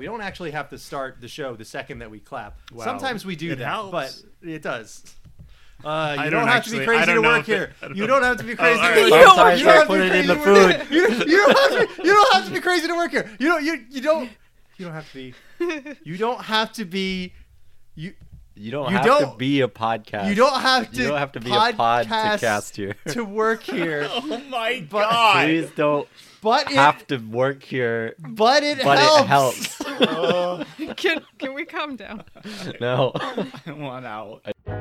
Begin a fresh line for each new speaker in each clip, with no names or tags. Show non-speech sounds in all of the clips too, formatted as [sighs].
We don't actually have to start the show the second that we clap.
Wow.
Sometimes we do
It
that,
helps.
but it does. Uh, you
don't
don't, have to
actually-
be
I
crazy
don't
to
know
work
if it-
here.
I don't
you
know.
don't Oh, have to be crazy.
all
to work
right.
here.
Sometimes
You don't
I
have
put
to be
it in the
crazy to work
food.
here. You, you don't have to. You don't have to be crazy to work here. You don't. You you don't. You don't have to
[laughs]
be. You don't have to be. You
You don't
You
have
don't-
to be a podcast.
you don't have to.
You don't have to be a pod to
podcast [laughs]
cast here.
to work here.
[laughs]
[laughs]
Oh my
But-
god!
Please don't
But
have
it.
to work here.
But it
But
helps.
it helps.
Oh,
can can we calm down?
No.
[laughs] I want out.
[laughs]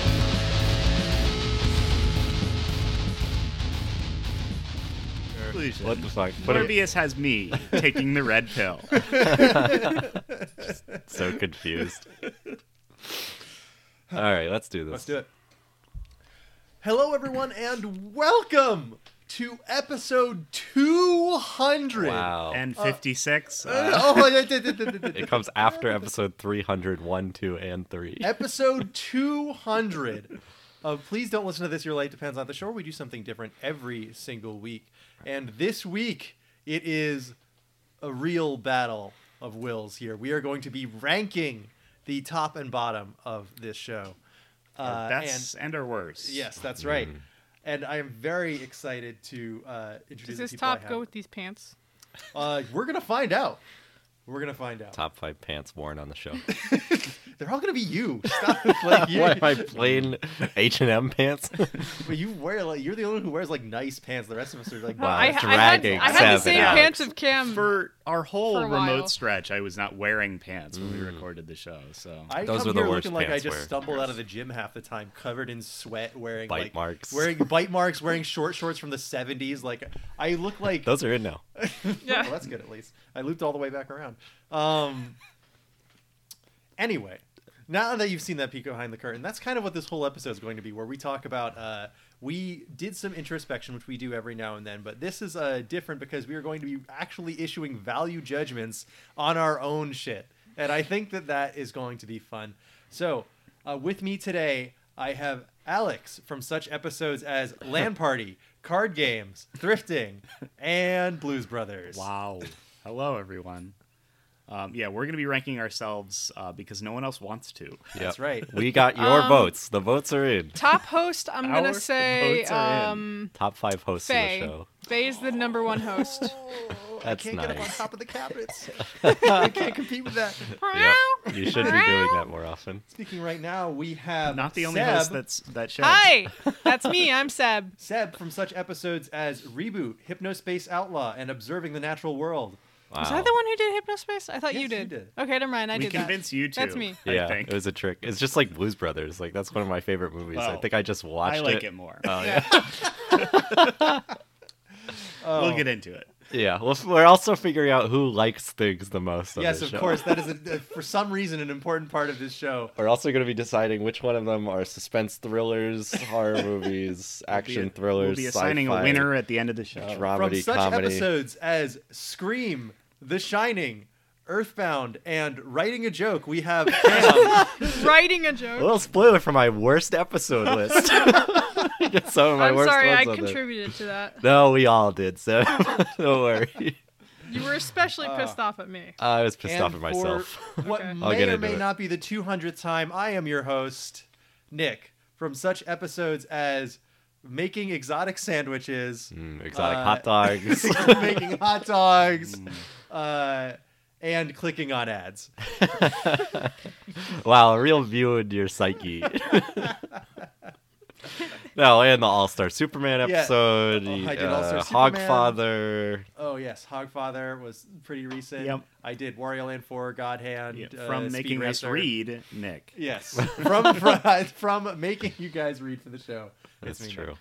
[laughs] What the fuck?
Morbius has me taking the red
[laughs]
pill.
[laughs]
so confused. All right, let's do this.
Let's do it. Hello, everyone, and welcome to episode 200.
Wow.
And 56. uh,
oh, I did- did- did- did-
it comes after episode 301, 2, and 3.
episode 200 of Please Don't Listen to This, Your Life Depends on the Shore. We do something different every single week. And this week, it is a real battle of wills here. We are going to be ranking the top and bottom of this show. Uh,
Oh,
that's and, or worse.
Yes, that's right.
Mm.
And I am very excited to uh, introduce
Does this
the people I
top
have.
go with these pants?
Uh, we're gonna find out. We're gonna find out.
Top five pants worn on
[laughs]
the show.
They're all gonna be you. Stop.
[laughs]
like you,
Why am I plain H and M pants? [laughs]
but you wear like you're the only one who wears like nice pants. The rest of us are like.
Wow,
I, I had,
dragging
I had the
seven
same
hours.
pants of Cam.
For our whole
For a while.
remote stretch, I was not wearing pants when
Mm.
we recorded the show. So
I
Those
come
are the
here
worst
looking like I
pants
just
wear.
stumbled out of the gym half the time, covered in sweat, wearing
Bite
like,
marks.
wearing bite marks, wearing short shorts from the '70s. Like I look like
Those are in now.
Yeah.
well, that's good at least. I looped all the way back around. Um, anyway, now that you've seen that peek behind the curtain, that's kind of what this whole episode is going to be, where we talk about. Uh, we did some introspection, which we do every now and then, but this is uh, different because we are going to be actually issuing value judgments on our own shit, and I think that that is going to be fun. So, uh, with me today, I have Alex from such episodes
[laughs]
as Land Party, Card Games, Thrifting, and Blues Brothers.
wow. Hello, everyone. Um, yeah, we're going to be ranking ourselves uh, because no one else wants to.
That's right.
We got your
Um,
votes. The votes are in.
Top host, I'm
Our
gonna say
votes are in.
um,
Top five hosts of
Faye.
the show.
Faye's the number one host.
That's
I can't get up on
nice.
top of the cabinets.
[laughs]
I can't compete with that.
Yep. You should be doing that more often.
Speaking right now, we have
Not the only
Seb,
host that's that show.
Hi,
[laughs]
that's me. I'm Seb.
Seb from such episodes as Reboot, Hypnospace Outlaw, and Observing the Natural World.
Wow.
Was I the one who did hypnospace? I thought
Yes,
you
you
did.
did.
Okay, never mind. I
we
did
convinced you to.
[laughs]
That's me.
I
yeah,
think.
it was a trick. It's just like Blues Brothers. Like that's one of my favorite movies. I
Wow.
think I just watched
I like it, more.
Oh,
that.
yeah.
Yeah.
Oh,
We'll get into it.
yeah. Well, f- we're also figuring out who likes things the most. On
yes,
this
of
show.
course. That is, a, for some reason, an important part of this show.
We're also going to be deciding which one of them are suspense thrillers, horror movies,
[laughs]
action
We'll be-
thrillers,
We'll be assigning a
sci-fi,
winner at the end of the show.
From
dramedy,
such
comedy.
episodes as Scream, The Shining, Earthbound, and Writing a Joke, we
[laughs]
have Cam.
Writing a
A
joke.
little spoiler for my
[laughs]
worst episode list. [laughs] Get Some of Oh, my
I'm
worst
sorry, I
ones on there.
contributed to that.
No, we all did, so [laughs] don't worry.
You were especially
Uh,
pissed off at me.
I was pissed
and
off at myself.
For [laughs] what
Okay.
I'll
may
get
or
into
may
it.
not be the 200th time, I am your host, Nick, from such episodes as making exotic sandwiches,
Mm, exotic
Uh, [laughs]
hot
[laughs]
dogs.
making hot dogs,
Mm.
uh, and clicking on ads. [laughs]
wow, a real view into your psyche. No, and the All Star Superman
Yeah.
episode.
Oh, I did
uh,
All-Star Superman.
Hogfather.
Oh yes, Hogfather was pretty recent.
Yep.
I did Wario Land Four, God Hand,
Yeah,
uh,
from
Speed
making us
Racer.
read, Nick. [laughs]
Yes, from [laughs] from, from making you guys read for the show. It's
That's
me,
true.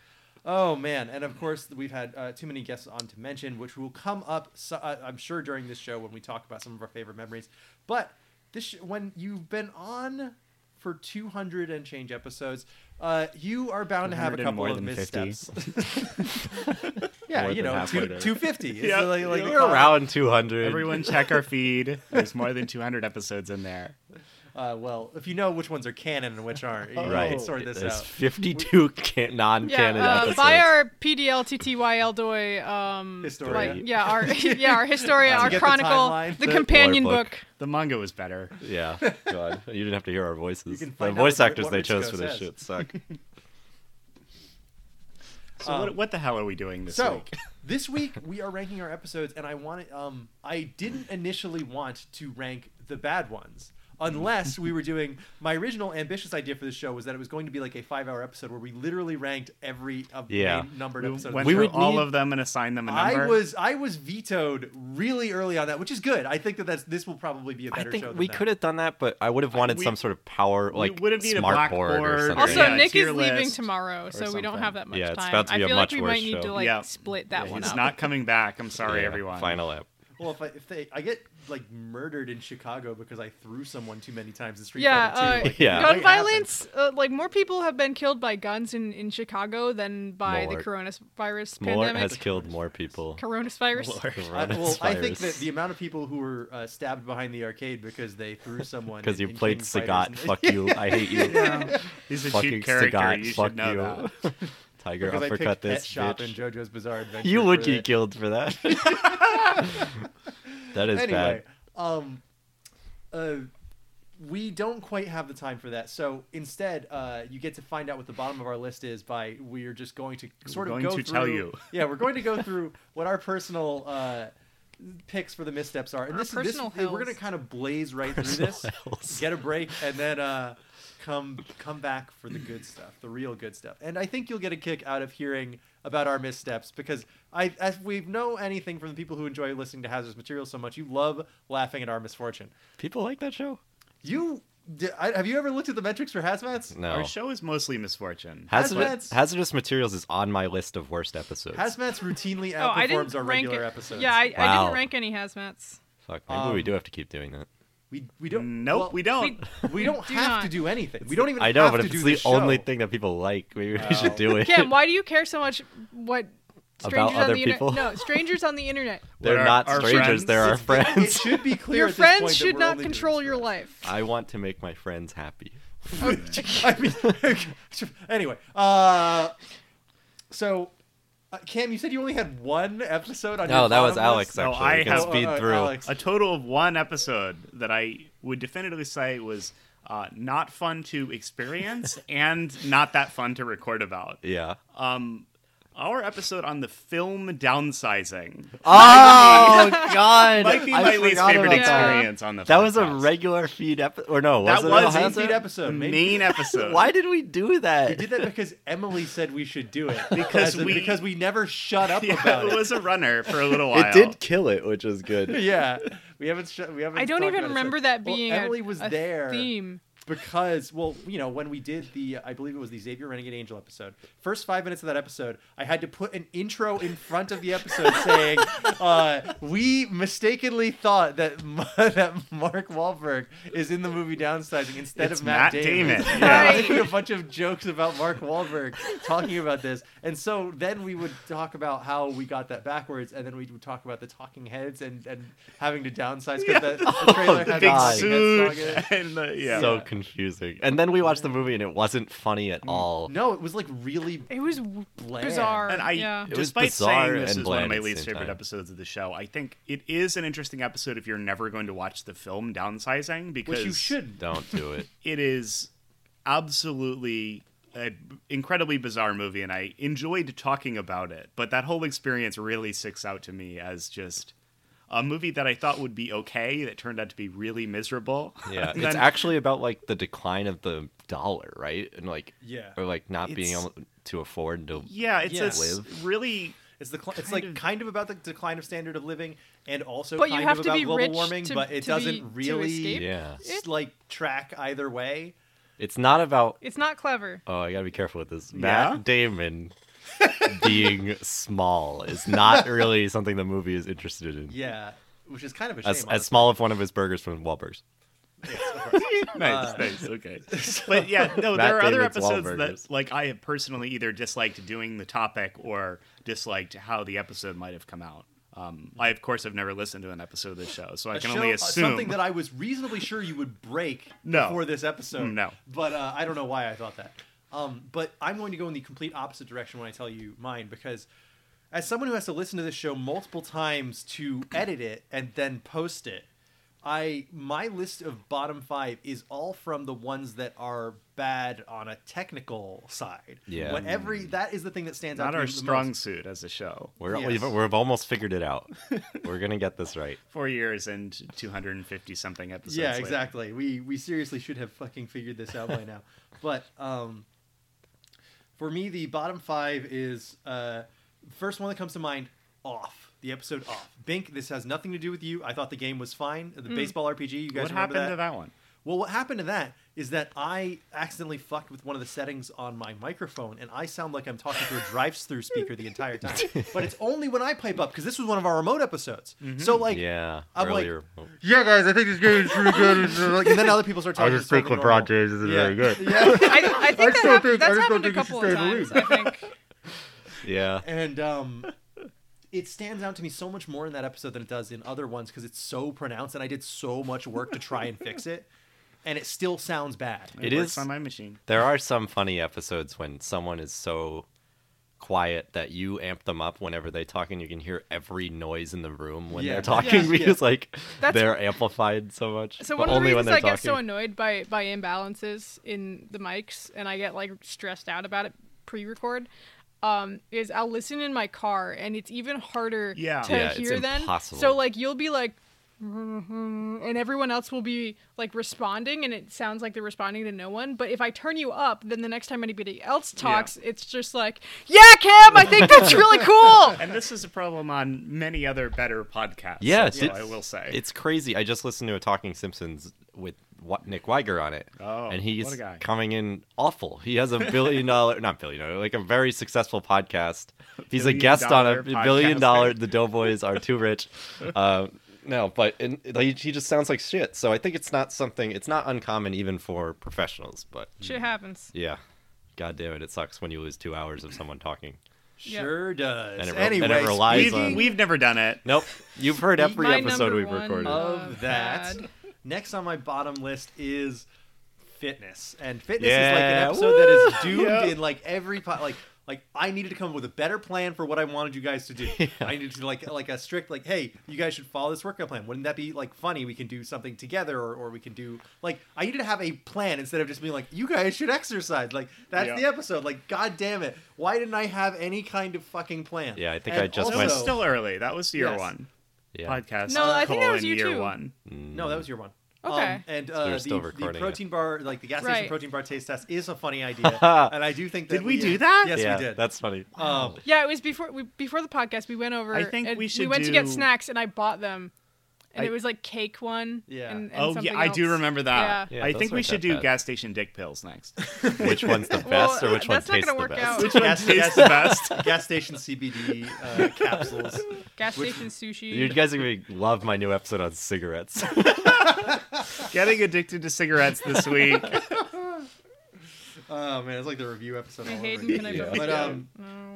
Oh man, and of course we've had uh, too many guests on to mention, which will come up, so, uh, I'm sure, during this show when we talk about some of our favorite memories. But this, sh- when you've been on for 200 and change episodes, uh, you are bound to have a
200 and
couple
more
of
than 50.
missteps.
[laughs]
yeah,
More
you
than
know,
halfway
two,
there.
250. It's
Yeah,
like, like
yeah.
the
We're
con-
around 200.
Everyone, check our
[laughs]
feed. There's more than 200 episodes in there.
Uh, well, if you know which ones are canon and which aren't, you
Right.
can Oh, sort this
There's
out.
52 can- non
Yeah,
canon
uh,
episodes.
buy our PDLTTYL doy um,
Historia.
like-
[laughs]
yeah, our yeah, our Historia,
To
our
get the
Chronicle,
timeline.
the,
The-
companion
Or book.
book.
The manga was better.
Yeah, God, you didn't have to hear our voices.
can
The
find out
voice
what-
actors
what
they
Richko
chose for this
says.
shit suck.
So
Um,
what, what the hell are we doing this
so
[laughs]
week?
this week we are ranking our episodes and i wanted um i didn't initially want to rank the bad ones unless we were doing my original ambitious idea for this show was that it was going to be like a five hour episode where we literally ranked every uh,
Yeah.
main numbered
We
episode
went
We
through
would
all
need-
of them and assigned them a number.
I was I was vetoed really early on that, which is good. I think that that's this will probably be a [laughs]
I
better show.
think
than
we
that.
could have done that, but I would have wanted
we-
some sort of power, like
would've need a
smart board or
blackboard.
something.
Also,
Yeah,
Nick is
tier
leaving
list
tomorrow,
or
so we don't
something.
have that much
Yeah, it's
time.
about to be
I
a
feel
much
like we
worse
might need to
show.
like
Yeah.
split that one
He's
up.
not coming back. I'm sorry,
Yeah,
everyone. [laughs]
Final app.
Well, if I, if they I get like murdered in Chicago because I threw someone too many times in Street
yeah,
Fighter
uh,
2, like,
Yeah.
it
gun
might happen.
violence. Uh, like more people have been killed by guns in, in Chicago than by
Lord.
the coronavirus
More
pandemic.
has killed more people.
coronavirus.
I, well, I think
Coronavirus.
that the amount of people who were uh, stabbed behind the arcade because they threw
[laughs]
someone
because
in-
you
in
played
King Fighters
Sagat.
and- [laughs]
Fuck you. I hate you.
He's a
Fucking
cheap character.
Sagat.
you
fuck
should know that.
you. [laughs]
[laughs]
Tiger
because I picked Pet
uppercut this
Shop
bitch.
and JoJo's Bizarre Adventure.
You would
for
get
that.
killed for that.
[laughs]
that is
Anyway,
[laughs] bad.
um, uh, we don't quite have the time for that, so instead, uh, you get to find out what the bottom of our list is by we're just going to sort
We're
of
going
go
to
through.
tell you.
[laughs] Yeah, we're going to
[laughs]
go through what our personal. Uh, picks for the missteps are and
Our
this, is this
personal
we're
hells.
gonna kind of blaze right through
Personal
[laughs]
this
hells.
get a break and then uh come come back for the good stuff the real good stuff and i think you'll get a kick out of hearing about our missteps because i as we know anything from the people who enjoy listening to hazardous materials so much you love laughing at our misfortune
People like that show.
you di- I, have you ever looked at the metrics for hazmats
No.
Our show is mostly misfortune.
Hazardous,
Hazmats-
hazardous materials is on my list of worst episodes.
hazmats routinely
[laughs] Oh, I didn't
outperforms our
rank
regular
it.
episodes
Yeah, I, I
Wow.
didn't rank any hazmats.
Fuck. Maybe we
Um,
do have to keep doing that.
we, we don't
nope,
well,
we don't.
We-
[laughs] we don't
do
have
not.
to do anything we don't even
I know,
have
but
to
if
do
it's the
this
only
show.
thing that people like, maybe we
Wow.
should do it. [laughs]
Kim, why do you care so much what
About
strangers on
other
the
people?
internet? No, strangers on the internet.
They're
We're
not
our
strangers,
friends.
they're
[laughs]
our
it
friends.
[laughs]
should be [laughs] clear
Your
at this point
friends
that
should
we're
not
only doing
control
this
your
for-
life.
I want to make my friends happy.
I mean, [laughs] anyway, uh, so uh, Cam, you said you only had one episode on.
No,
your
Oh, that was
bottom
Alex
list?
No,
actually.
I
we can
have- uh,
speed
Oh, oh,
through.
Alex.
a total of one episode that I would definitively say was uh, not fun to
[laughs]
experience and not that fun to record about.
Yeah.
Um, our episode on the film downsizing
Oh [laughs] God!
might be my
I
least
forgot
favorite
about that.
experience on the.
That was a
podcast.
regular feed episode, or no? Was
That
it
was
a
a
hazard?
feed episode. Maybe.
[laughs]
main episode.
Why did we do that?
We did that because Emily said we should do it
Because
As in-
we-
because we never shut up
[laughs] [laughs] Yeah,
about
it
it.
was a runner for a little while.
It did kill it, which is good.
[laughs] Yeah, we haven't. Shut, we haven't.
I don't
talked
even
about it
remember
since.
that
Well,
being
Emily
a,
was
a
there
theme.
because well, you know, when we did the, I believe it was the Xavier Renegade Angel episode. First five minutes of that episode, I had to put an intro in front of the episode saying, uh, "We mistakenly thought that [laughs] Ma- that Mark Wahlberg is in the movie Downsizing instead
It's
of Matt, [laughs]
Matt
Damon."
Damon,
yeah.
I made a bunch of jokes about Mark Wahlberg talking about this, and so then we would talk about how we got that backwards, and then we would talk about the Talking Heads and and having to downsize because that
Yeah. Oh,
the trailer
the
had
Big
God.
Talking Heads song in it.
suit [laughs] and the, [laughs] yeah.
So confusing. And then we watched the movie, and it wasn't funny at all.
No, it was like really
It was w-
Bland.
bizarre.
And I,
yeah.
It was
despite
bizarre
saying this
and
is one of
bland
my
at the
least
same
favorite
time.
episodes of the show, I think it is an interesting episode if you're never going to watch the film Downsizing because
which you shouldn't.
Don't do
[laughs]
it.
it is absolutely an incredibly bizarre movie, and I enjoyed talking about it. But that whole experience really sticks out to me as just a movie that I thought would be okay that turned out to be really miserable.
Yeah,
[laughs] And
it's
then-
actually about like the decline of the dollar, right? And like,
Yeah.
or like not being
It's-
able to afford to.
yeah, it's
Yeah.
a s- really
It's the cl- it's
Kind
like
of-
kind of about the decline of standard of living, and also
But you
kind
have
of
to
about
be
global
rich
warming,
to-
but it
to
doesn't
be- to
really
escape.
Yeah,
s- like track either way.
it's not about.
It's not
[laughs]
clever.
Oh, I gotta be careful with this.
Yeah?
Matt Damon being small is not really something the movie is interested in.
Yeah, which is kind of a shame.
As, as small of one of his burgers from Wahlburgers.
[laughs] nice, nice,
[laughs]
okay. But yeah, no,
Uh, Matt
there are other
Damon's
episodes
Wahlburgers.
that like I have personally either disliked doing the topic or disliked how the episode might have come out. Um, I of course have never listened to an episode of this show, so I
A
can
show-
only
uh,
assume
something that I was reasonably sure you would break
[laughs] No.
before this episode.
Mm, no.
but uh, I don't know why I thought that. Um, but I'm going to go in the complete opposite direction when I tell you mine because, as someone who has to listen to this show multiple times to edit it and then post it, I my list of bottom five is all from the ones that are bad on a technical side.
Yeah.
when every that is the thing that stands out.
not
to
our
me the
strong
most.
suit as a show.
We're
Yes.
we've, we've almost figured it out. We're gonna get this right.
Four years and 250 something episodes.
yeah
later.
exactly we we seriously should have fucking figured this out by
[laughs]
now but um for me the bottom five is uh first one that comes to mind off the episode off bink this has nothing to do with you i thought the game was fine the baseball rpg you guys
Hmm. What
remember
happened to that one?
well, what happened to that is that I accidentally fucked with one of the settings on my microphone, and I sound like I'm talking through a drive-through speaker the entire
[laughs]
time. But it's only when I pipe up because this was one of our remote episodes.
Mm-hmm.
So like,
Yeah,
I'm like-
earlier. oh,
Yeah, guys, I think this game is pretty good. [laughs]
like, and then other people start
I
talking.
just
sort
speak
of
with
normal.
Broad James. This is
Yeah.
very good.
[laughs] Yeah.
I, I think, that
still
hap-
think- I
that's
just don't
happened a
think you should
couple of
stay in the
times.
[laughs]
I think.
yeah.
And um, it stands out to me so much more in that episode than it does in other ones because it's so pronounced, and I did so much work to try and fix it, and it still sounds bad.
It,
It
works
is-
on my machine.
There are some funny episodes when someone is so quiet that you amp them up whenever they talk and you can hear every noise in the room when
Yeah.
they're talking
Yeah.
because like
That's-
they're amplified so much.
So
but
one of the
only when
reasons
they're
I get so
talking.
annoyed by by imbalances in the mics and I get like stressed out about it pre-record um, is I'll listen in my car and it's even harder
Yeah.
to
Yeah, it's
hear then. So
impossible.
like you'll be like [laughs] and everyone else will be like responding and it sounds like they're responding to no one but if i turn you up then the next time anybody else talks it's just like yeah cam i think that's really cool
And this is a problem on many other better podcasts.
Yeah,
that's
it's-
what I will say.
It's crazy. I just listened to a Talking Simpsons with Wa- Nick Weiger on it,
Oh, what
and
a
he's
guy.
coming in awful. He has a billion dollar, not billion [laughs] dollar, like a very successful podcast. He's a
Billion
guest on
dollar
a billion
podcasting.
dollar. The Doughboys are
[laughs]
too rich. Uh, no, but and, like, he just sounds like shit. So I think it's not something. It's not uncommon even for professionals. But
shit happens
yeah, god damn it, it sucks when you lose two hours of someone talking.
Yeah.
Sure does.
And it re- and
anyway,
it relies
we've,
Eyes on-
we've never done it.
Nope, you've heard every
My
episode
number
we've
one,
recorded.
uh,
of that.
bad.
Next on my bottom list is fitness, and fitness is like an
Yeah,
episode that is doomed
Yeah.
in like every po- like like I needed to come up with a better plan for what I wanted you guys to
[laughs]
do. I needed to like like a strict like, hey, you guys should follow this workout plan. Wouldn't that be like funny? We can do something together, or, or we can do like I needed to have a plan instead of just being like, you guys should exercise. Like that's
Yeah.
the episode. Like god damn it, why didn't I have any kind of fucking plan?
Yeah, I think
And
I just
That
also-
went-
was still early. That was year
Yes.
one
yeah.
podcast.
No, I think that
colon
was you
year
too.
one.
No, that was your one.
Okay.
Um, and
we
uh,
were still
the, the
recording it.
protein bar, like the gas station
Right.
protein bar taste test, is a funny idea,
[laughs]
and I do think that
Did we do that?
Yes,
yeah,
we did.
That's funny.
[laughs] um,
Yeah, it was before we before the podcast. We went over.
I think
and
we should
went to get
do-
snacks, and I bought them, and
I-
it was like cake one.
Yeah.
And, and
Oh yeah,
something
I do
else.
remember that.
Yeah.
Yeah,
I
those
think we
aren't
should
that
do
bad.
gas station dick pills next.
which one's the
[laughs] Well,
best or which one
that's not
tastes
gonna
the
work
best?
out.
Which one
Gas-
tastes the best?
gas station CBD uh,
[laughs]
capsules.
Gas station sushi.
You
[laughs]
guys are gonna love my new episode on cigarettes.
Getting addicted to cigarettes this week.
Oh man, it's like the review episode. all over
Hayden,
again.
[laughs]
can I
Yeah.
go?
But,
But um,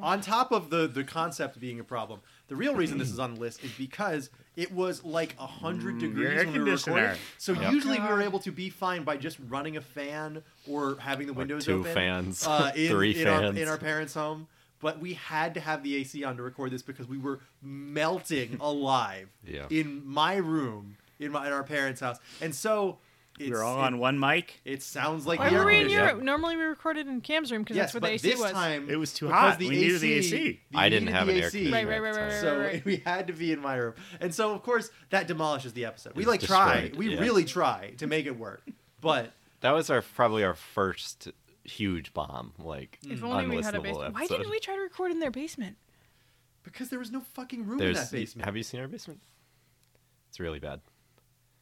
on top of the the concept being a problem, the real reason this is on the list is because it was like hundred degrees
air
when we were
conditioner.
recording. So
Mm, Yep.
usually we were able to be fine by just running a fan or having the windows
two
open.
fans,
uh, in,
[laughs] three
in
fans.
Our, in our parents' home. But we had to have the AC on to record this because we were
[laughs]
melting alive
Yeah.
in my room in my in our parents' house, and so
We
It's-
were all
it-
on one mic.
It sounds like
Why
the air
were we in
conditioner.
Europe? Normally we recorded in Cam's room because
Yes,
that's where
but
the AC
this
was.
time
It was too
because
hot. We needed the AC.
I didn't
needed
have
the
an air
AC,
conditioner.
Right, right,
at the time.
right, right,
So [laughs]
right.
we had to be in my room, and so of course that demolishes the episode. We
It's
like try,
destroyed,
we
yeah.
really try to make it work, but
That was our probably our first huge bomb. Like
if only we had a
unlistenable
basement. Why
episode.
didn't we try to record in their basement?
because there was no fucking room in
There's
that basement.
have you seen our basement? It's really bad.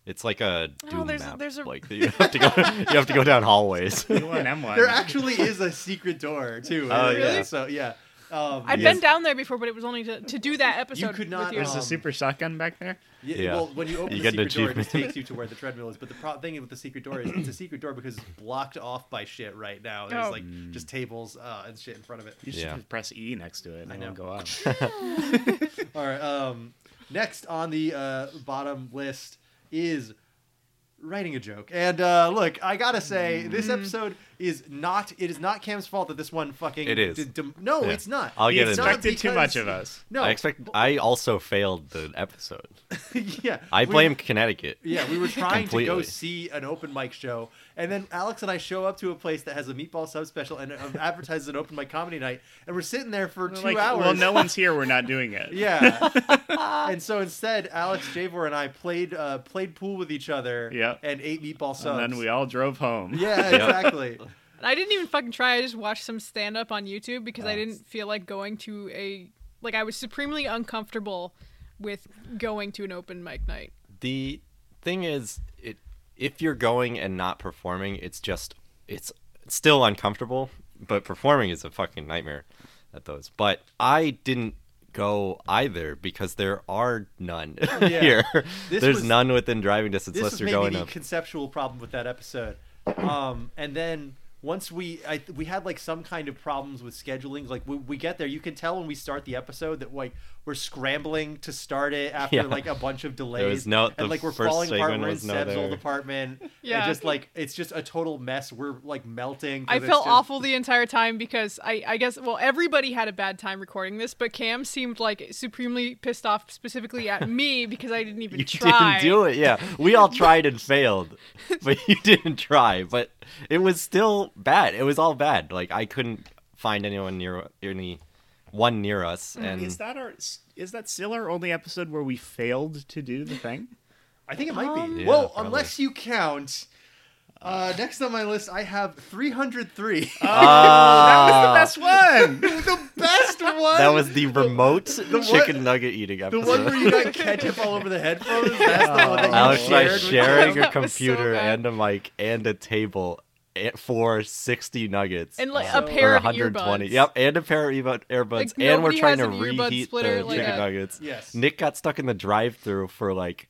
It's like a
Oh,
doom
there's a-
map.
there's a-
Like you have to
[laughs]
go. you have to go down hallways.
U1 M1.
there actually is a secret door too.
Oh,
and-
Really? yeah.
So yeah, um,
I'd
Yes.
been down there before, but it was only to, to do that episode.
could not-
With you.
There's a
um,
super shotgun back there.
Yeah,
Yeah.
Well, when you open
You
the
get an
secret door, it just
achievement.
takes you to where the treadmill is. But the pro- thing with the secret door is it's a secret door because it's blocked off by shit right now. There's
Oh.
like just tables uh, and shit in front of it.
You should
Yeah.
just press E next to it and
I
it won't
know.
go
[laughs]
up.
All right. Um, next on the uh, bottom list is writing a joke. And uh, look, I gotta say, this
Mm.
episode is not. It is not Cam's fault that this one fucking.
It is.
dem- no,
Yeah.
it's not.
I'll
He
get it.
Not
expected too much
because-
of us.
No.
I expect. I also failed the episode.
[laughs] yeah.
I
we-
blame Connecticut.
Yeah,
[laughs]
we were trying to go
Completely.
see an open mic show, and then Alex and I show up to a place that has a meatball sub special and um, advertises an open mic comedy night, and we're sitting there for two
Like,
hours.
Well, no one's here. We're not doing
[laughs]
it. [laughs]
Yeah. and so instead, Alex Javor and I played uh, played pool with each other.
Yep.
And ate meatball subs.
And then we all drove home. [laughs]
Yeah,
Yep.
exactly.
And I didn't even fucking try. I just watched some stand up on YouTube because I
Oh.
didn't feel like going to a like I was supremely uncomfortable with going to an open mic night.
the thing is it if you're going and not performing it's just it's still uncomfortable but performing is a fucking nightmare at those but i didn't go either because there are none [laughs] here
This
there's
was-
none within driving distance
this
unless
is
you're
maybe
going
the
up
conceptual problem with that episode. Um, and then once we I, we had like some kind of problems with scheduling. Like we, we get there, you can tell when we start the episode that like we're scrambling to start it after
Yeah.
like a bunch of delays.
no- the
and like we're
first
falling apart.
segment
We're in
was no
Seb's
there.
old apartment.
[laughs] Yeah.
And just like it's just a total mess. We're like melting. 'cause
I
it's
felt
just-
awful the entire time because I, I guess well everybody had a bad time recording this, but Cam seemed like supremely pissed off specifically at me because I didn't even
you [laughs]
try.
didn't do it yeah we all tried and failed [laughs] but you didn't try but it was still bad it was all bad like i couldn't find anyone near any one near us
Mm,
and
Is that our? Is that still our only episode where we failed to do the thing?
I think it might be.
Yeah,
well,
probably.
unless you count. Uh, next on my list, I have 303. [laughs]
Oh,
Uh, Ah.
That's the best one.
the best one.
[laughs] That was the remote
one-
chicken nugget eating
The [laughs]
episode.
one where you got ketchup all over the headphones? That's the one that you
Oh. Alex and I
shared with [laughs]
sharing
them?
a
That was so
computer
bad.
and a mic and a table a- for 60 nuggets.
And like
So-
a
or
pair of
120.
earbuds.
Yep, and a pair of earbu- earbuds.
Like,
and we're
nobody
trying
has
to
an earbud
reheat
splitter,
the
like
chicken
a-
nuggets.
Yes.
Nick got stuck in the drive through for like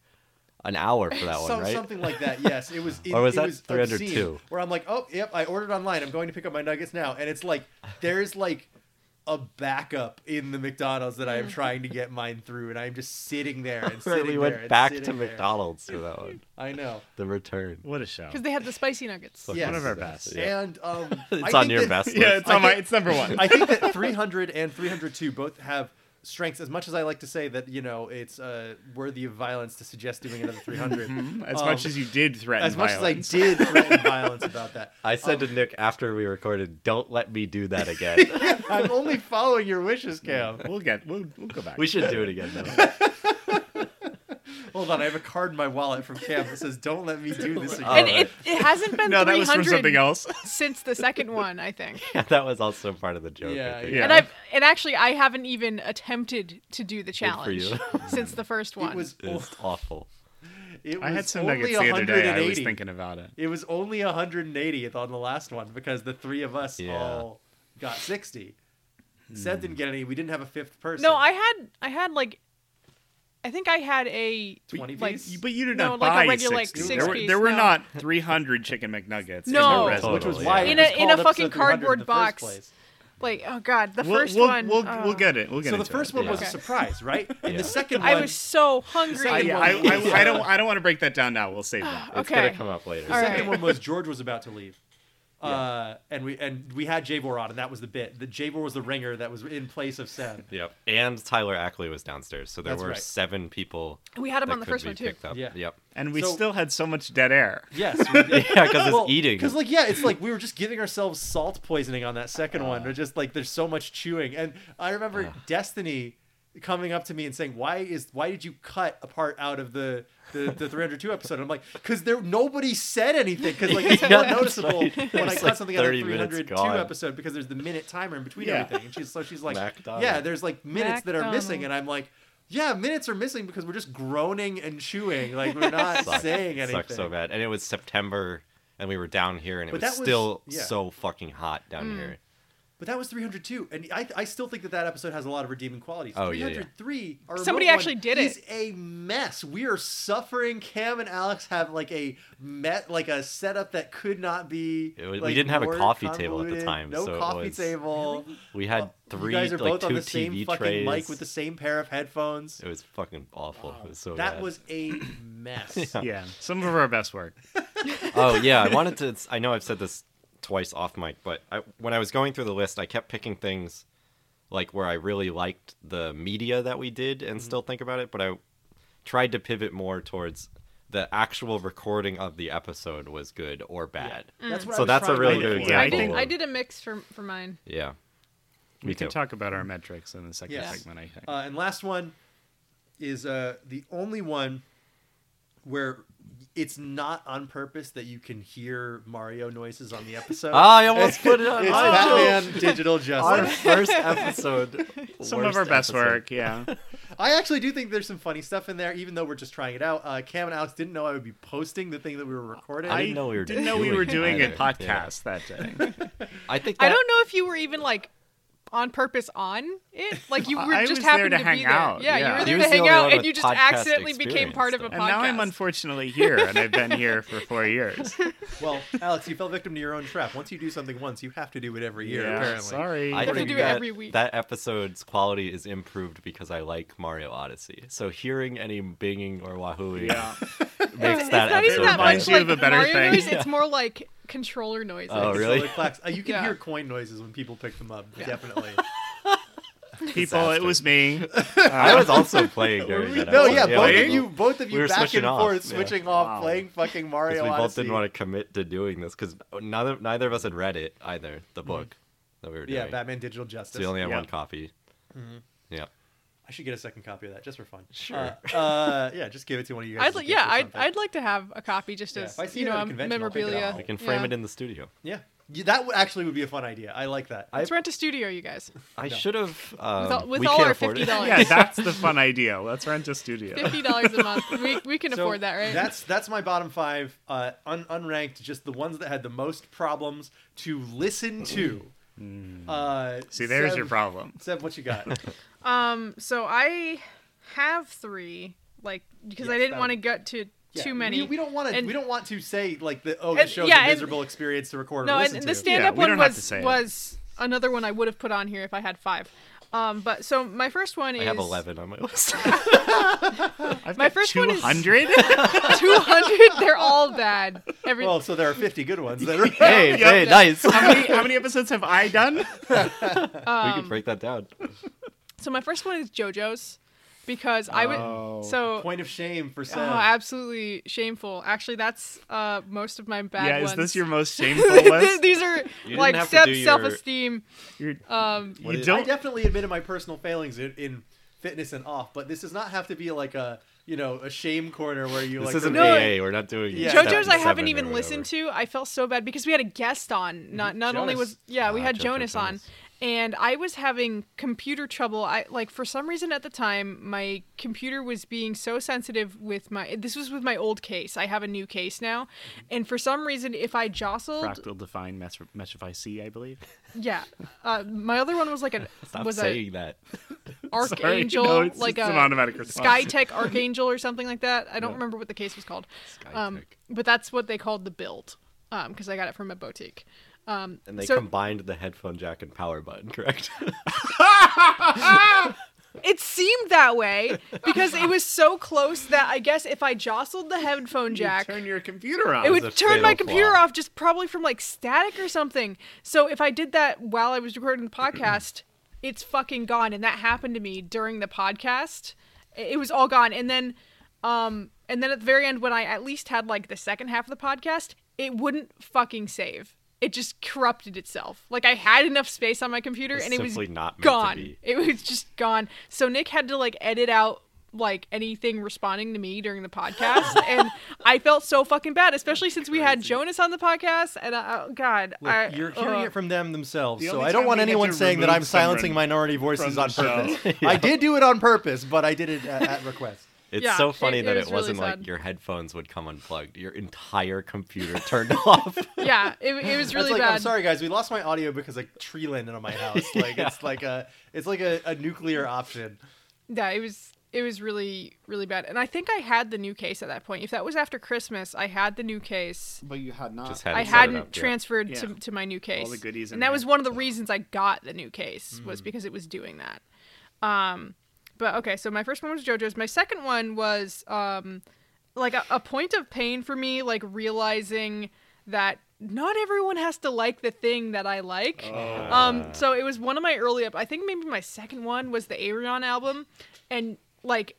an hour
[laughs]
for that one,
Some-
right? [laughs]
Something like that, yes. It was it,
Or was
it
that
was
302?
obscene, Where I'm like, oh, yep, I ordered online. I'm going to pick up my nuggets now. And it's like, there's like a backup in the McDonald's that I am trying to get mine through. And I'm just sitting there
[laughs]
and
Right,
sitting
we
there
went
and
back
sitting
to
there.
McDonald's for that one.
I know.
The
[laughs]
return.
What a show.
[laughs] Because they had the spicy nuggets.
Fuck
Yes.
One of our best.
Yeah.
And um, I
[laughs] It's
think
on your
that-
best list.
Yeah, it's on
I
my.
think-
It's number one.
I think that 300 and 302 both have strengths. As much as I like to say that you know it's uh, worthy of violence to suggest doing
[laughs]
another 300,
Mm, As
Um,
much as you did threaten.
as much
violence.
as I
[laughs]
did threaten violence about that,
I said to Nick after we recorded, don't let me do that again.
[laughs] I'm only following your wishes, Cam.
Mm, we'll get. We'll, we'll go back.
we should do it again, though.
Hold on, I have a card in my wallet from Cam that says, "Don't let me do
[laughs]
this again."
Oh,
and
Alright.
it, it hasn't been
No, that
300
was from something else.
since the second one, I think.
[laughs] Yeah, that was also part of the joke. I
Yeah,
think.
yeah.
And I've and actually I haven't even attempted to do the
for
challenge
you.
since the first one.
it was,
It's awful.
it was
[laughs] I had some
only
nuggets the other
180.
day. I was thinking about it.
It was only 180 on the last one because the three of us
Yeah.
all got 60. Seth
Hmm.
didn't get any. We didn't have a fifth person.
No, I had I had like I think I had a
20
like
piece?
But you did
No,
not
like a
buy
regular, like,
60.
six
there were,
piece,
there were
no.
not 300 chicken McNuggets.
No.
in the
which was
Totally,
why it
yeah.
In a-
was
in a
called episode
fucking
300
cardboard
in the first
box.
place.
like oh god, the
We'll-
1st
we'll,
one.
We'll,
uh,
we'll get it. We'll get
So the
into
first
it.
one was a
Okay.
surprise,
[laughs]
right? And the
Yeah.
second one,
I was so hungry.
I,
Second
I,
one
I,
[sighs]
I don't. I don't want to break that down now. We'll save that.
It's gonna
Okay.
come up later.
the
All
second
right.
one was George was about to leave. Uh, and we and we had Javor on, and that was the bit. The Javor was the ringer that was in place of
[laughs]
Seb.
Yep. And Tyler Ackley was downstairs, so there
That's
were
right.
seven people.
We had him
that
on the
could
first
be
one, too.
picked up.
Yeah.
Yep. [laughs]
and we
So-
still had so much dead air.
Yes.
Yeah, because it's eating.
Because like yeah, it's like we were just giving ourselves salt poisoning on that second one.
Ah.
We're just like there's so much chewing, and I remember Destiny coming up to me and saying, "Why is why did you cut a part out of the the, the 302 episode?" And I'm like, "Because there nobody said anything. Because like it's
[laughs] Yeah,
more
that's
noticeable
right.
when I
It's
cut
like
something out of
30 minutes
302
gone.
episode because there's the minute timer in between
Yeah.
everything." And she's so she's like,
McDonald.
"Yeah, there's like minutes that are missing,"
McDonald.
and I'm like. Yeah, minutes are missing because we're just groaning and chewing. Like we're not
Sucked.
saying anything.
Sucked so bad. And it was September, and we were down here, and it
But
was
that was-
still
yeah.
so fucking hot
Mm.
down here.
But that was 302, and I, I still think that that episode has a lot of redeeming qualities.
Oh, yeah, yeah.
303, our
Somebody
remote
actually
one,
did
is
it.
a mess. We are suffering. Cam and Alex have like a met like a setup that could not be.
It was- we
like,
didn't have a
more
coffee table at the
convoluted.
time,
No
so it
coffee
was-
table.
We had
you
three,
guys are
like
both
two
on the same
TV
fucking
trays.
mic with the same pair of headphones.
It was fucking awful. It was so
that
bad.
was
[laughs]
a mess.
Yeah, some of our best work.
oh yeah, I wanted to. I know I've said this twice off mic, but I, when I was going through the list, I kept picking things like where I really liked the media that we did
Mm-hmm.
and still think about it, but I tried to pivot more towards the actual recording of the episode was good or bad.
Mm.
That's what I
So
was
that's
trying
a
to
really
look
good
for.
Yeah,
I
I
example.
did.
think-
I did a mix for for mine.
Yeah.
We
Me
can
too.
talk about our metrics in the second
Yes.
segment. I think.
Uh, and last one is uh, the only one where it's not on purpose that you can hear Mario noises on the episode.
Ah,
[laughs]
I almost put it on.
[laughs] it's
my-
Batman [laughs] Digital
Our
Justice.
first episode.
[laughs] some of
worst
our best
episode.
work. Yeah,
[laughs] I actually do think there's some funny stuff in there, even though we're just trying it out. Uh, Cam and Alex didn't know I would be posting the thing that we were recording.
I didn't know we were
didn't know we were
doing
doing
it
a
either.
podcast
[laughs]
that day.
I think
I
that,
don't know if you were even like on purpose on it. Like you
I-
were
I
just
was there
happened
to
to,
hang
be there.
out,
Yeah,
yeah.
you were
He
there
was
to
the
hang
only one
out, and
with
you just
podcast
accidentally became part of a
experience,
podcast.
And now I'm unfortunately here, and I've been here for four
[laughs]
years.
Well, Alex, you fell victim to your own trap. Once you do something once, you have to do it every year,
yeah,
apparently.
sorry.
I
have to
think
do it
that,
every week.
that episode's quality is improved because I like Mario Odyssey. So hearing any binging or wahooing
yeah.
[laughs]
makes
It's
that episode
not even that
reminds
better.
much
you
like
of a better
Mario
thing.
noise. It's more like controller noises.
Oh,
It's
really?
solar plaques. Uh, you can
Yeah.
hear coin noises when people pick them up,
[laughs]
definitely.
People, it was me. Uh,
I was also
[laughs]
playing during that.
No,
episode.
yeah, both
we-
of you, both of you,
we were
back
switching
and
off,
forth,
yeah.
switching off,
Wow.
playing fucking
'cause
Mario.
we both
Odyssey.
didn't want to commit to doing this because neither neither of us had read it either. The book that we were doing.
Mm. Yeah, Batman Digital Justice.
So we only had
Yeah.
one copy.
Mm-hmm.
Yeah.
I should get a second copy of that just for fun.
Sure.
Uh, uh, yeah, just give it to one of you guys.
I'd
as a
like,
gift
yeah,
or
I'd,
something.
I'd like to have a copy just
Yeah,
as
if I see
you
it at
know
a
um,
convention, I'll pick it
memorabilia.
up.
We can frame
Yeah.
it in the studio.
yeah. Yeah, that w- actually would be a fun idea. I like that.
Let's rent a studio,
[laughs]
you guys.
I
No.
should have. Um,
all- with
we
all
can't
our
afford it.
$50
Yeah, that's the fun idea. Let's rent a studio.
Fifty dollars a month. We we can
So
afford that, right?
That's that's my bottom five, uh, un- unranked, just the ones that had the most problems to listen to. Uh,
See, there's
Seb-
your problem.
Seb, what you
[laughs]
got?
Um, so I have three, like, because I
Yes,
didn't
that
want to
would-
get to
Yeah,
too many.
We, we don't want to.
And-
We don't want to say like the oh, the
And-
show's a
yeah, and-
miserable experience to record
no,
or
and,
listen
and
to.
the stand-up
we
one
don't have to
was
say it.
was another one I would have put on here if I had five. Um, but so my first one is
I have 11 on my list.
I've
My
got
first one is- [laughs]
200?
[laughs] two hundred. They're all bad. Every
Well, so there
[laughs]
are 50 good ones. That are...
hey,
Yeah.
hey, nice.
how, many, how many episodes have I done?
we can break that down.
so my first one is JoJo's because I would
Oh.
[laughs]
so
Point of shame for Seb.
oh, absolutely shameful. Actually, that's uh most of my bad
yeah,
ones.
is this
[laughs]
your [laughs] most shameful list?
These are
didn't
like
have to
Seb's
do your-
self-esteem.
You're-
Um,
you
is-
I
don't.
definitely admitted my personal failings in, in fitness and off, but this does not have to be like a you know a shame corner where you
This
like.
isn't
No,
AA. We're not doing
Yeah.
step
JoJo's I
seven
haven't
or
even
whatever.
listened to. I felt so bad because we had a guest on. Not not only was
Jonas.
yeah, we
Ah,
had
JoJo
Jonas, on.
Jonas.
And I was having computer trouble. I like for some reason at the time my computer was being so sensitive with my this was with my old case. I have a new case now. And for some reason if I jostled
Fractal Define Mesh- Meshify C, I believe.
yeah. Uh, my other one was like an
[laughs] Stop
was a
saying that.
archangel
Sorry. [laughs] No, it's
like
just
a
an automatic response.
Skytech Archangel or something like that. I don't remember what the case was called. Um,
Skytech.
but that's what they called the build because I got it from a boutique. Um,
And they
so,
[laughs] combined the headphone jack and power button, correct?
It seemed that way because it was so close that I guess if I jostled the
[laughs]
headphone jack,
turn your computer on.
it
a
would turn my
fatal
computer
flaw.
off just probably from like static or something. So if I did that while I was recording the podcast, [clears throat] it's fucking gone. And that happened to me during the podcast. I- It was all gone. And then, um, and then at the very end, when I at least had like the second half of the podcast, it wouldn't fucking save. It just corrupted itself. Like I had enough space on my computer,
It's
and it was
simply not meant to
gone.
be.
It was just gone. So Nick had to like edit out like anything responding to me during the podcast,
[laughs]
and I felt so fucking bad, especially since we had Jonas on the podcast. And I, oh, God,
Look,
I,
you're hearing
ugh.
it from them themselves,
uh, The
so
only
I don't
time
want
we had
anyone
to
saying that
remove
I'm silencing
someone
minority voices
the
on purpose.
[laughs] show.
I did do it on purpose, but I did it at,
[laughs]
at request.
It's
Yeah,
so
it-
funny
it
that
was
it
really
wasn't
sad.
like your headphones would come unplugged. Your entire computer [laughs] turned off.
yeah, it, it was really
That's like,
bad.
I'm sorry, guys. We lost my audio because a tree landed
[laughs]
on my house. Like it's like a it's like a, a nuclear option.
Yeah, it was it was really really bad. And I think I had the new case at that point. If that was after Christmas, I had the new case.
But you had not.
Just
I
hadn't set it
hadn't
up yet.
transferred to,
Yeah.
to my new case.
the goodies in
and that was
there. Mm.
one of the reasons I got the new case was because it was doing that. Um, but okay, so my first one was JoJo's. My second one was um, like a, a point of pain for me, like realizing that not everyone has to like the thing that I like.
Oh.
Um, so it was one of my early up. I think maybe my second one was the Arion album, and like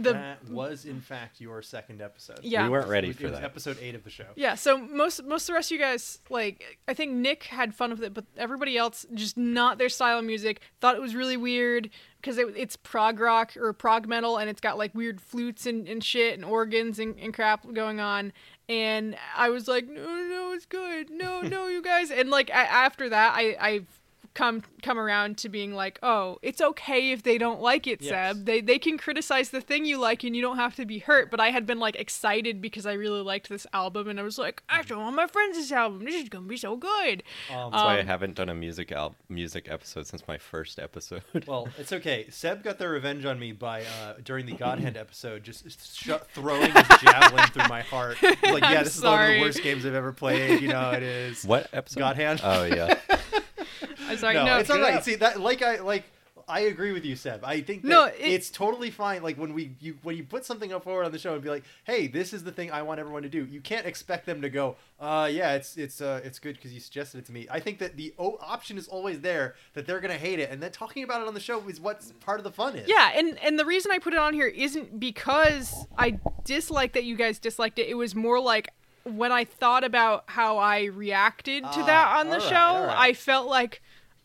the
that was in fact your second episode.
Yeah.
We weren't
It
ready
was-
for
it was
that.
episode eight of the show.
Yeah, so most most of the rest of you guys, like I think Nick had fun with it, but everybody else just not their style of music. Thought it was really weird because it, it's prog rock or prog metal, and it's got like weird flutes and, and shit and organs and, and crap going on. And I was like, no, no, it's good. No, no, you guys. And like a- after that, I I've come come around to being like, oh, it's okay if they don't like it,
Yes.
Seb. They they can criticize the thing you like, and you don't have to be hurt. But I had been like excited because I really liked this album, and I was like, I show all my friends this album. This is gonna be so good.
Um,
That's why I
Um,
haven't done a music al- music episode since my first episode. [laughs]
Well, it's okay. Seb got their revenge on me by uh, during the Godhand episode, just sh- throwing his javelin through my
[laughs]
heart. Like, yeah,
I'm
this is one of the
sorry.
worst games I've ever played. You know, it
[laughs]
is.
what episode?
Godhand.
Oh yeah.
I'm sorry,
no,
no,
it's all
good.
right. See that, like I like. I agree with you, Seb. I think that
No, it-
it's totally fine. Like when we you when you put something up forward on the show and be like, "Hey, this is the thing I want everyone to do." You can't expect them to go, "Uh, yeah, it's it's uh, it's good because you suggested it to me." I think that the o- option is always there that they're gonna hate it, and then talking about it on the show is what's part of the fun is.
Yeah, and and the reason I put it on here isn't because I dislike that you guys disliked it. It was more like when I thought about how I reacted to that
Ah,
on the
alright,
show,
alright.
I felt like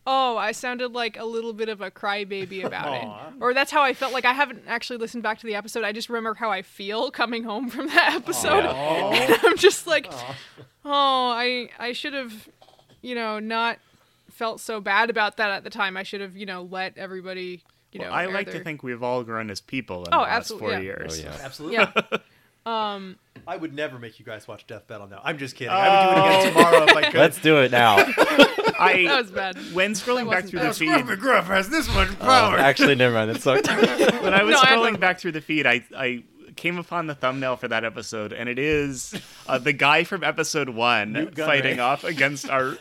oh, I sounded like a little bit of a crybaby about
Aw.
it. Or that's how I felt like I haven't actually listened back to the episode. I just remember how I feel coming home from that episode. [laughs]
Aw.
I'm just like,
Aw.
"Oh, I I should have, you know, not felt so bad about that at the time. I should have, you know, let everybody, you
Well,
know,
I
air
like to
their-
think we've all grown as people in
Oh,
the last
absolutely,
four
yeah.
Oh
years.
yeah.
Absolutely.
Yeah.
[laughs]
Um,
I would never make you guys watch Death Battle now. I'm just kidding. I would do it again
Oh.
tomorrow if I could.
[laughs] Let's do it now. Um,
I
[laughs] That was bad.
[laughs] when scrolling back
wasn't
through
bad.
the feed,
Gruff has this much
Oh,
power.
actually, never mind. It
[laughs]
sucked.
when I was
No, I
scrolling
love-
back through the feed, I I came upon the thumbnail for that episode, and it is uh, the guy from episode one
Newt Gunray.
fighting off against our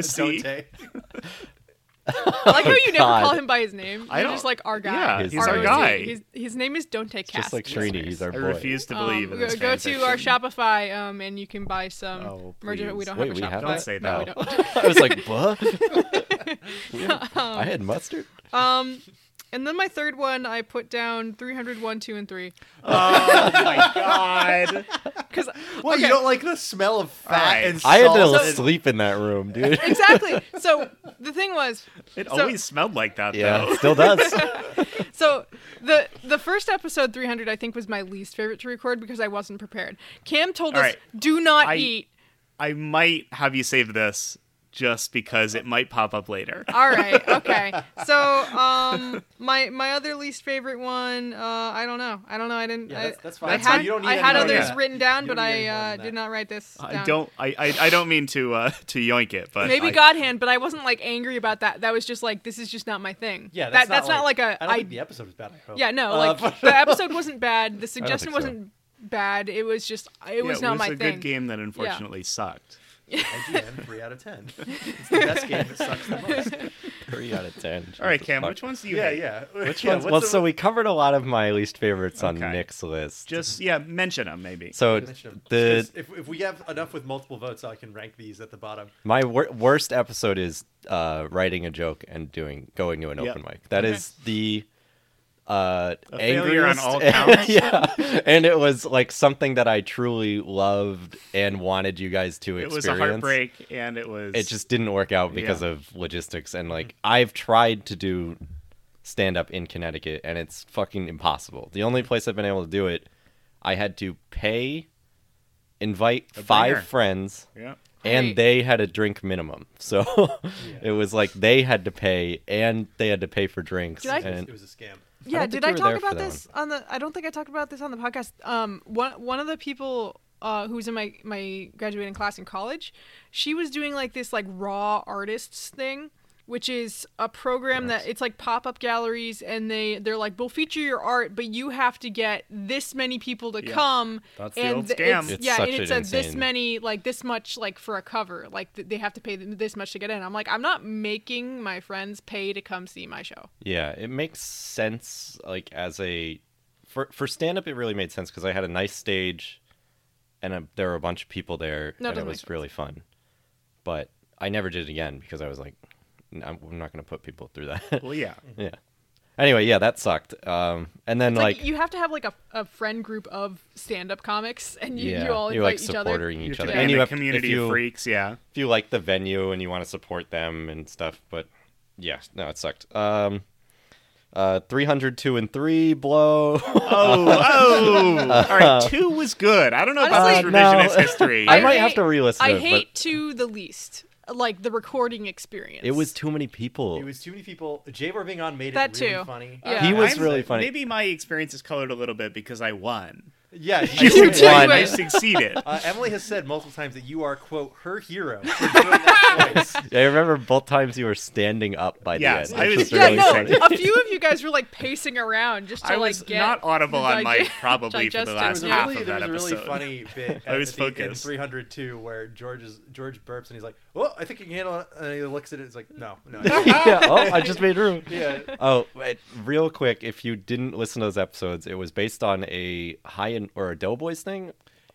[laughs] Don't
OC.
[laughs]
take-
I like how you never
Oh God.
call him by his name. You're
I don't-
just like our guy.
yeah,
he's our
OC.
guy.
His, his name is Don't Take Cast.
Just like Shreedy, he's our
I
boy.
refuse to believe in
Um,
this
go, go to our
fanfiction.
Shopify um, and you can buy some
Oh,
merch. We
please.
don't
Wait,
have a
we
Shopify.
have
Don't say
No, we
that. [laughs]
don't.
I was like,
[laughs]
what? [laughs] I had mustard.
um, and then my third one, I put down 301, 2, and 3.
Oh
[laughs]
my god! [laughs]
Because
Well, you
Okay.
don't like the smell of fat
Alright.
and salt.
I had to
and-
sleep in that room, dude.
exactly. So the thing was,
[laughs] It
So-
always smelled like that
Yeah,
though.
it
[laughs]
still does.
So the the first episode 300 I think was my least favorite to record because I wasn't prepared. Cam told
All
us
right.
do not
I-
eat.
I might have you save this just because it might pop up later.
All right. Okay. So um my my other least favorite one uh I don't know. I don't know. I didn't
Yeah,
I,
that's- that's fine.
I
That's fine.
had,
You don't need
I had
any more
than
others
that.
written down
You
but
don't need
I
any more
uh,
than that.
did not write this down.
I don't. I, I, I don't mean to uh, [laughs] to yoink it, but
Maybe
I,
God hand, but I wasn't like angry about that. That was just like this is just not my thing.
Yeah,
That-
that's,
that's not like, a
I don't
I
think the episode was bad. I hope.
Yeah, no,
Uh, [laughs]
like
but-
the episode wasn't bad. The
think
suggestion
so.
wasn't bad. It was just it
Yeah,
was
it
not
was
my
a
thing.
good game that unfortunately sucked.
IGN three out of
[laughs]
ten. It's the best game that sucks the most.
Three out of ten.
All right,
Jesus
Cam,
fuck.
which ones do you
Yeah,
hate?
yeah.
Which
[laughs] yeah,
ones?
what's
Well,
the-
so we covered a lot of my least favorites
Okay.
on Nick's list.
Just yeah, mention them maybe.
so
definition of-
the
if, if we have enough with multiple votes, I can rank these at the bottom.
my wor- worst episode is uh, writing a joke and doing going to an
Yeah.
open mic. That
Okay.
is the uh,
A failure on
angriest.
all counts.
[laughs] yeah, and it was like something that I truly loved and wanted you guys to
it
experience.
was a heartbreak, and it was
It just didn't work out because
Yeah.
of logistics and like I've tried to do stand up in Connecticut and it's fucking impossible. The only place I've been able to do it, I had to pay, invite
A bringer.
five friends
yeah.
Right.
and they had a drink minimum. [laughs] So it was like they had to pay and they had to pay for drinks.
Did I-
It was,
and
it was a scam.
Yeah,
don't
did
think you were
I talk
there for
about
that
this on the? I don't think I talked about this on the podcast. Um, one one of the people uh, who was in my my graduating class in college, she was doing like this like raw artists thing, which is a program that it's like pop up galleries, and they they're like we'll feature your art, but you have to get this many people to
Yeah.
come.
That's the
and
old
th-
scam.
It's,
It's
yeah,
such
and it
an
says this
insane-
many like this much like for a cover, like th- they have to pay th- this much to get in. I'm like, I'm not making my friends pay to come see my show.
yeah, it makes sense like as a for for stand up it really made sense because I had a nice stage and a, there were a bunch of people there
No,
and
it
it
doesn't make
was
sense.
really fun. But I never did it again because I was like "N- I'm I'm not going to put people through that. [laughs]
Well, yeah.
yeah. Anyway, yeah, that sucked. Um, and then
It's
like,
like, you have to have like a, a friend group of stand up comics, and you,
yeah,
you all
you're
invite
like
each other.
supporting
You
each
have
other,
to
and
be
you
in a
have
community
if you,
of freaks.
[laughs]
Yeah.
if you like the venue and you want to support them and stuff. But yeah, no, it sucked. Um, uh, 302 and 3 blow.
Oh, oh. All right, two was good. I don't know about this
Honestly-
revisionist
no.
history.
[laughs] I might have to re-listen
I
to it, but-
hate to the least, like the recording experience.
it [laughs] was too many people.
It was too many people. Jay Bing made it
That
really
too.
funny.
[laughs] Yeah.
He was
I'm-
really funny.
Maybe my experience is colored a little bit because I won.
[laughs]
Yeah,
You
you
did.
won. I
win.
succeeded.
[laughs] Uh, Emily has said multiple times that you are quote her
[laughs]
hero. for doing that voice.
I remember both times you were standing up by
Yes,
the
I
end. which
was-
yeah,
really
no.
funny. [laughs]
A few of you guys were like pacing around just to
I
like
was
get
not audible on
dig-
mic probably for the
There
digested.
last
was a
half
really,
of
there
that
was a
episode.
[laughs] really funny bit
I
at
was
the- in
focused.
302 where George is George burps and he's like, "Oh, I think you can handle it." And he looks at it. It's like, "No, no."
[laughs]
yeah, oh, I just made room.
yeah.
Oh, wait, real quick, if you didn't listen to those episodes, it was based on a high end or a Doughboys thing.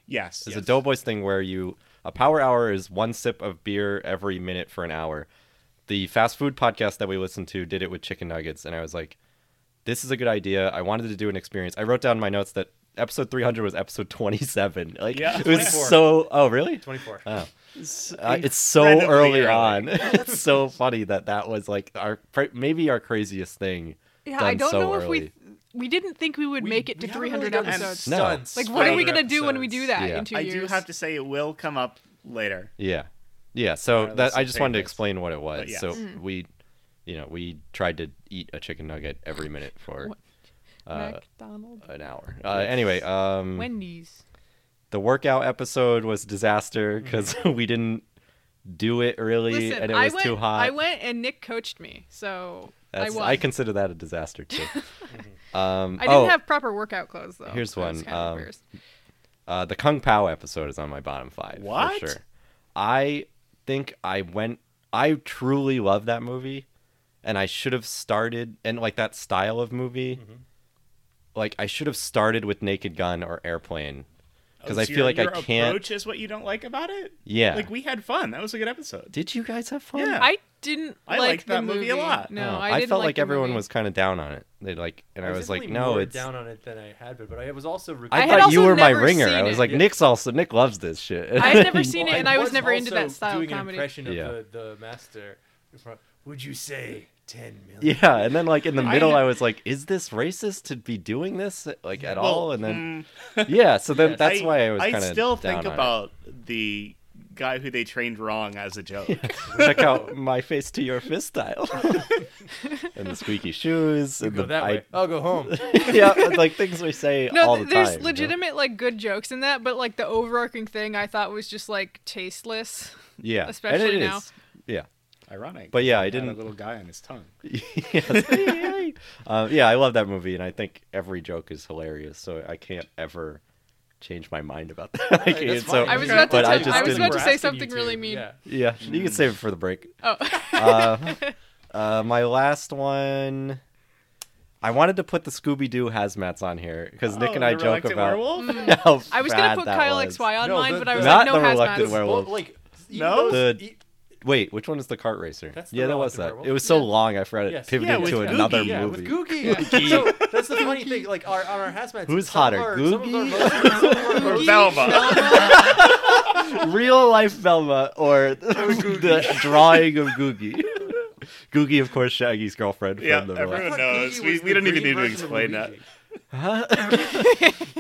Yes.
It's
yes.
a Doughboys thing where you a power hour is one sip of beer every minute for an hour. The fast food podcast that we listened to did it with chicken nuggets, and I was like, "This is a good idea." I wanted to do an experience. I wrote down in my notes that episode 300 was episode 27. Like,
Yeah.
it was
24.
so. Oh, really?
24.
Oh,
It's
uh, it's so
incredibly
early, on.
[laughs]
[laughs] it's so funny that that was like our pr- maybe our craziest thing.
Yeah,
done
I don't
so
know
early.
if we we didn't think we would
We-
make it to
we haven't
300
really done
episodes.
No.
stunts
Like, what are we
for
gonna do when we do
episodes.
that
Yeah.
in two
I
years?
do have to say it will come up
[laughs]
later.
Yeah. Yeah. So
Alright, let's
that I just wanted to
save this.
explain what it was.
But yeah.
So
Mm.
we, you know, we tried to eat a chicken nugget every minute for
What?
uh,
McDonald's,
an hour. Uh, Anyway, um,
Wendy's.
the workout episode was disaster
Mm-hmm.
because [laughs] we didn't do it really,
Listen,
and it
I
was
went.
too hot.
I went, and Nick coached me, so I
That's,
won.
I consider that a disaster
[laughs]
too. um,
I didn't
oh,
have proper workout clothes though.
Here's
I was
one,
kind of
um,
embarrassed.
Uh, the Kung Pao episode is on my bottom five.
What?
For sure. I think I went. I truly love that movie, and I should have started and like that style of movie. Like I should have started with Naked Gun or Airplane, because
Oh,
I
so
feel
your-
like I
your
can't.
Approach is what you don't like about it.
Yeah.
Like we had fun. That was a good episode.
Did you guys have fun?
Yeah.
I didn't
I
like
liked
the
that movie a lot.
No,
Oh,
I, didn't
felt like,
the
everyone
movie.
was kind of down on it. They like, and I was, like,
definitely
no,
more
it's.
down on it than I had been, but I was also. Re-
I
had
thought you
also
were my
never
ringer.
seen
I was
it.
like,
Yeah.
Nick's also Nick loves this shit.
[laughs] I had
[laughs]
never seen it,
Well,
and I was never into
also
that style of
doing
comedy.
An impression of
Yeah.
the, the master. Would you say 10 [laughs] million?
Yeah, and then like in the
I
middle,
had-
I, was like, "Is this racist to be doing this like at
Well,
all?" And then
mm,
[laughs] yeah, so then
Yes.
that's why I was
I
kind of.
still think about [laughs] the guy who they trained wrong as a
[laughs]
joke.
[laughs] check out my face to your fist style, [laughs] and the squeaky shoes, and
Go
the
that way. I'll go
[laughs]
home.
I, [laughs] yeah, it's like things we say
No,
all
th-
the
there's
time. you know?
legitimate like good jokes in that, but like the overarching thing I thought was just like tasteless. [laughs]
yeah,
especially
and it
now.
is. Yeah, [laughs]
Ironic.
But yeah, I
He had
didn't-
A little guy on his tongue.
Uh, Yes. um, yeah, I love that movie, and I think every joke is hilarious. So I can't ever change my mind about that. [laughs] I
Hey, that's
can't, so,
fine.
I was
You
about to
but I
tell-
just
I was
didn't.
about to
We're
say
asking
something
you
E
really
to,
mean.
yeah.
yeah, you can save it for the break.
Oh,
Uh, uh, my last one. I wanted to put the Scooby Doo hazmats on here because Nick
Oh,
and I
the
joke
Reluctant
about
Werewolf? [laughs]
[laughs] how
[laughs] I was
bad
gonna put
that
Kyle
was.
XY on
No,
mine,
the-
but I was
Not
like, no
the reluctant
hazmats.
werewolf.
Well, like even
No?
those-
The-
e-
Wait, which one is the cart racer?
That's the
yeah, that
Reluctant
was that.
Werewolf.
It was so
Yeah.
long, I forgot it
Yes.
pivoted
Yeah, with
to
Googie.
another
yeah,
movie.
with Googie. [laughs] So that's the funny thing. Like our, on our hazmat,
Who's
some
hotter,
are- some of our
Googie? [laughs]
most- some of our most-
Velma.
[laughs] Real life Velma or [laughs] the drawing of
[laughs]
Googie. Googie, of course, Shaggy's girlfriend
Yeah,
from the
everyone-
I
Reluctant-
thought
knows?
Googie
We-
was
we
the
don't
green
even need to
version of
explain that.
Luigi.
Huh?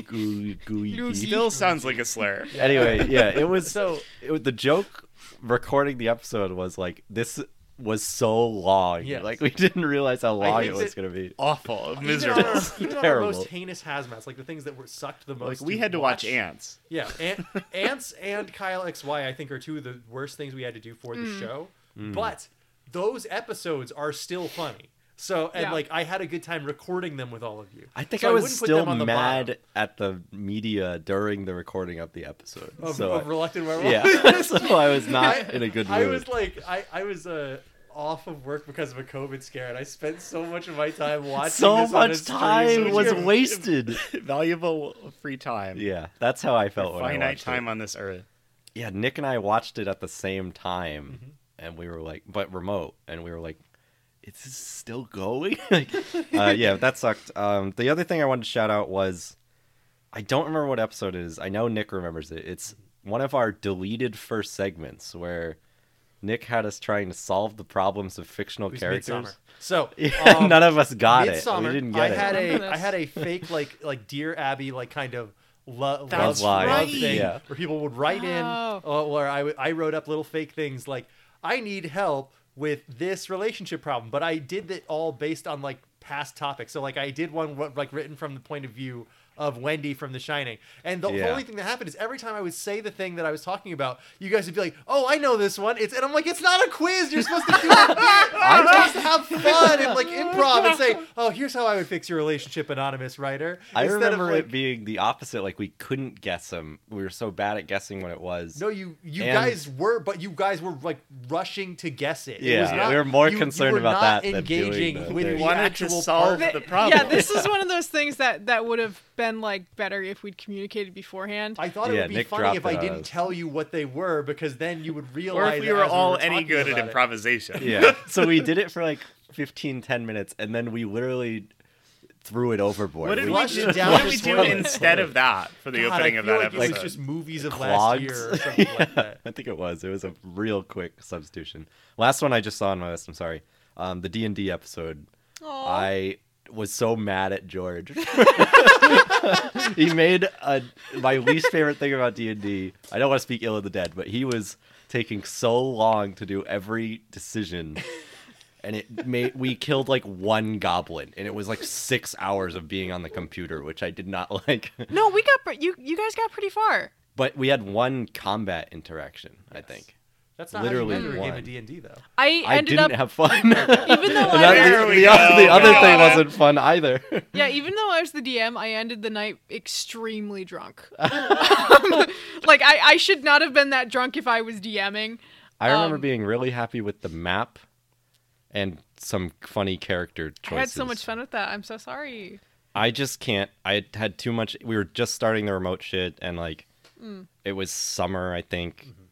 Googie, Googie.
Still sounds like a slur.
[laughs]
anyway, yeah, it was
So-
so. It was, the joke recording the episode was like this was so long.
Yes.
Like we didn't realize how long
hate
it was
that-
gonna be.
[laughs] Awful,
Even on
miserable.
our, even on our
Terrible.
most heinous hazmats, like the things that were sucked the most.
Like we had to watch ants.
Yeah,
[laughs]
Ant, Ants and Kyle XY, I think, are two of the worst things we had to do for the show.
Mm.
But those episodes are still funny. So, and
Yeah.
like, I had a good time recording them with all of you.
I think
So
I was
wouldn't put
still
them on the
mad
bottom
at the media during the recording of the episode.
Of,
so
of Reluctant Werewolf. [laughs]
yeah, [laughs] so I was not
I-
in a good mood.
I was like, I, I was uh, off of work because of a COVID scare, and I spent so much of my time watching.
[laughs] so
this on the
much
stream.
time
Would [laughs]
was
you-
wasted.
[laughs] Valuable free time.
yeah, that's how I felt when I
Finite
watched it.
time on this earth.
yeah, Nick and I watched it at the same time,
Mm-hmm.
and we were like, but remote, and we were like, is this still going? [laughs] like, uh, yeah, that sucked. Um, the other thing I wanted to shout out was, I don't remember what episode it is. I know Nick remembers it. It's one of our deleted first segments where Nick had us trying to solve the problems of fictional
It was Midsummer.
characters.
So
[laughs] Yeah,
um,
none of us got it. We
Midsummer,
didn't get
I had
it.
a
Remember
I
this.
had a fake like like Dear Abby like kind of lo-
That's
love
right.
love thing
Yeah.
where people would write in
Oh.
uh, where I w- I wrote up little fake things like I need help with this relationship problem, but I did that all based on like past topics. So like I did one wh- like written from the point of view of Wendy from The Shining, and the
Yeah.
only thing that happened is every time I would say the thing that I was talking about, you guys would be like, "Oh, I know this one." It's and I'm like, "It's not a quiz. You're supposed to
[laughs]
do it." I'm supposed to have fun and like improv and
[laughs]
say, "Oh, here's how I would fix your relationship, anonymous writer."
I
Instead
remember
of, like,
it being the opposite. Like we couldn't guess them. We were so bad at guessing what it was.
No, you you
And-
guys were, but you guys were like rushing to guess it. It
Yeah,
was not-
we were more
you- you
concerned
were
about
not
that than doing
engaging
the
with
thing.
the
Wanted to
actual
solve
part.
the problem.
Yeah, this is one of those things that that would have been like better if we'd communicated beforehand.
I thought it
Yeah,
would be
Nick
funny
dropped
if I
it on
didn't
us.
tell you what they were because then you would
Or
realize.
if we
it
were
as
all
were
any
talking
good at
about it.
improvisation.
Yeah. [laughs] so we did it for like 15, 10 minutes, and then we literally threw it overboard.
What did we
Flushed
do,
it
what
down
did we
the
do
toilet.
instead of that for the
God,
opening
I
of
feel
that
like
episode?
It was just movies of last
Clogged.
year or something like that.
[laughs] I think it was. It was a real quick substitution. Last one I just saw on my list. I'm sorry. Um, the D and D episode.
Aw.
I was so mad at George. [laughs] he made a, my least favorite thing about D&D. I don't want to speak ill of the dead, but he was taking so long to do every decision. And it made we killed like one goblin and it was like 6 hours of being on the computer, which I did not [laughs] like.
no, we got pre- you. You guys got pretty far.
But we had one combat interaction, I think.
That's not
Literally
how you measure a game
one.
of D and D though.
I,
I
ended
didn't
up
have
[laughs]
fun. [laughs]
even though
And that-
I
There
the,
we
the other- the
go.
other
Yeah.
thing wasn't fun either. [laughs]
Yeah, even though I was the DM, I ended the night extremely
[laughs]
drunk. [laughs] like I, I should not have been that drunk if I was DMing.
I remember
Um,
being really happy with the map and some funny character choices.
I had so much fun with that. I'm so sorry.
I just can't. I had too much. We were just starting the remote shit, and like,
Mm.
it was summer. I think.
Mm-hmm.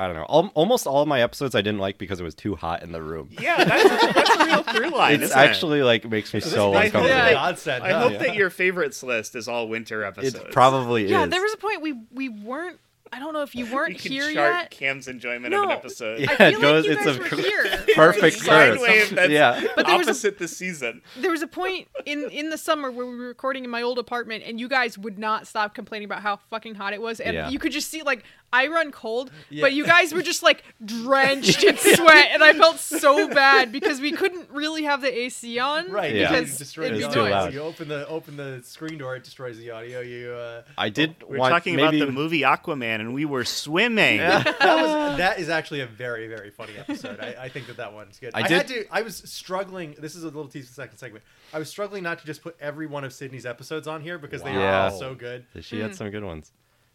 I don't know. Al- almost all my episodes I didn't like because it was too hot in the room.
Yeah, that's, that's a real
[laughs]
through line.
it's
isn't it?
actually like makes me so
nice
uncomfortable.
Yeah.
God said
I
no.
hope that your favorites list is all winter episodes.
It probably
Yeah,
is.
there was a point we we weren't. I don't know if you
we
weren't
can
here
chart
yet.
Cam's enjoyment of
No.
an episode.
Yeah,
I feel
it
like
goes-
you
it's
guys
a
were
cur-
here.
[laughs] perfect
Sine
curve.
wave that's
Yeah.
there was a-
opposite the season.
There was a point in in the summer where we were recording in my old apartment, and you guys would not stop complaining about how fucking hot it was, and
Yeah.
you could just see like I run cold,
Yeah.
but you guys were just like
[laughs]
drenched in sweat, and I felt so bad because we couldn't really have the AC on,
Right,
Yeah.
because
Because
it destroys
it'd
the
be
It's
audio.
too loud.
You open the open the screen door, it destroys the audio. You uh,
I did
We were
want
talking
maybe
about the movie Aquaman, and we were swimming.
that was that is actually a very very funny episode. I, I think that that one's good.
I
I,
did-
had to. I was struggling. This is a little tease for the second segment. I was struggling not to just put every one of Sydney's episodes on here because they
Wow.
are
Yeah.
all so good.
she
Mm.
had some good ones.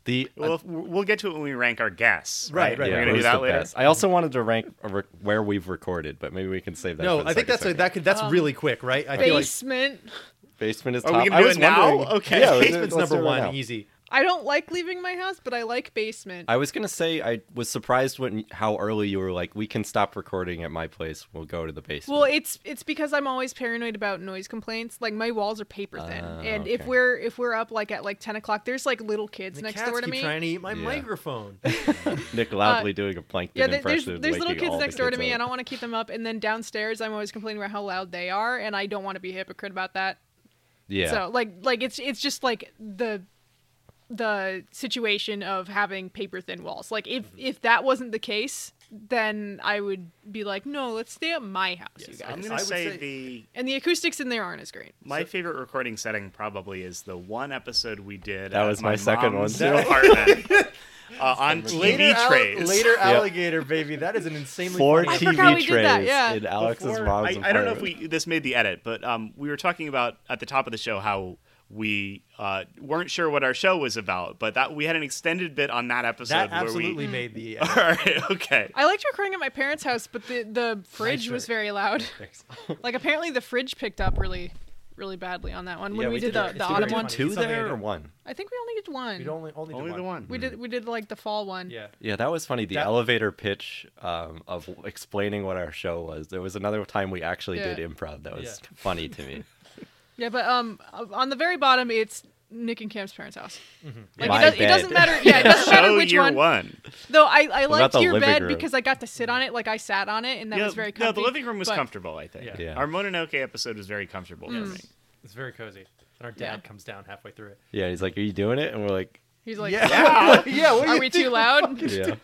The uh,
Well, if- we'll get to it when we rank our guests.
Right,
Right,
right,
We're
right.
gonna
it
do
was
that
the
later.
best. I also wanted to rank a rec- where we've recorded, but maybe we can save that.
No,
for the
I think
second
that's a,
segment.
that could that's
Um,
really quick, right? I feel like
basement.
basement is
Are
top.
we gonna
I
do
was
it now?
wondering-
[laughs]
Okay.
Yeah, let's do-
basement's
let's do
number
it right
one,
now.
easy.
I don't like leaving my house, but I like basement.
I was gonna say I was surprised when how early you were like, we can stop recording at my place. We'll go to the basement.
Well, it's it's because I'm always paranoid about noise complaints. Like my walls are paper thin,
Ah,
and if
okay.
we're if we're up like at like ten o'clock, there's like little kids
The
next
cats
door to
keep
me.
trying to eat my
Yeah. [laughs]
microphone.
Nick loudly doing a plankton
uh, Yeah, there- there's
impression.
there's little
waking
kids
all the
next door to
kids
me.
up.
I don't want to keep them up. And then downstairs, I'm always complaining about how loud they are, and I don't want to be a hypocrite about that.
Yeah.
So like like it's it's just like the the situation of having paper thin walls. Like if if that wasn't the case, then I would be like, no, let's stay at my house, you guys.
I'm
I
gonna
would
say,
say-
the
And the acoustics in there aren't as great.
my favorite recording setting probably is the one episode we did.
That
at
was
my,
my second
mom's
one, too. [laughs]
Apartment, uh, on TV
later, al-
trays.
later alligator baby. That is an insanely
Four
funny
I forgot
TV
we
trays
did that, yeah.
in Alex's
Before-
mom's
I, I don't know if
apartment.
we this made the edit, but um, we were talking about at the top of the show how we uh, weren't sure what our show was about, but that we had an extended bit on that episode
That
where
absolutely
we.
made the.
[laughs]
uh,
[laughs]
All right, okay.
I liked recording at my parents' house, but the the fridge was
shirt.
very loud. like apparently the fridge picked up really really badly on that one when
Yeah,
we,
we
did
did it. It's
the, the
very
autumn one.
funny.
two
Something I
there or
don't-
one.
I think we only did one.
We only only, did
Only the one.
We did we did like the fall one.
Yeah.
Yeah, that was funny. The
That-
elevator pitch um, of explaining what our show was. There was another time we actually
Yeah.
did improv. That was
Yeah.
funny to me.
Yeah, but um on the very bottom it's Nick and Cam's parents' house. Like
My
it, does, it
bed.
doesn't matter. Yeah,
[laughs]
it doesn't matter
Mm-hmm. Show
which
year
one.
one.
Though I, I liked
the
your
living
bed
room?
because I got to sit on it. Like I sat on it, and that
yeah,
was very
no,
comfy.
the living room was
but- Mm.
comfortable. I think.
Yeah.
Yeah.
Our Mononoke episode was very comfortable for me.
It's very cozy. And our dad
Yeah.
comes down halfway through it.
Yeah, he's like, "Are you doing it?" And we're like,
He's
[laughs]
like,
yeah. yeah what
[laughs] "Are
[laughs]
we too loud?"
"Yeah,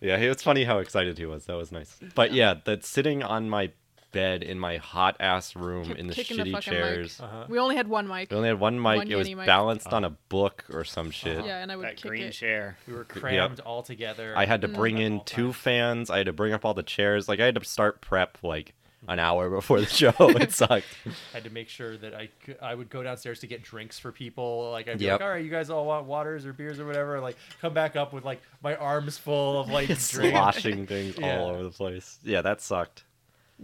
yeah." It was funny how excited he was. That was nice. But yeah, that sitting on my bed in my hot ass room
Kept
in the
kicking
shitty
fucking mic.
chairs.
Uh-huh.
We only had one mic.
We only had one mic.
One
it was
Yeti mic. Uh-huh.
balanced on a book or some shit.
Yeah, and I would
That
kick
green
it.
chair.
We were crammed all together.
I had
Mm-hmm.
to bring in
All
two
time.
fans. I had to bring up all the chairs. Like I had to start prep like an hour before the
[laughs]
show. it sucked.
had to make sure that I could, I would go downstairs to get drinks for people. Like I'd be like,
Yep.
all right, you guys all want waters or beers or whatever. Like come back up with like my arms full of
[laughs]
like drinks.
sloshing things
[laughs]
all
Yeah.
over the place. Yeah, that sucked.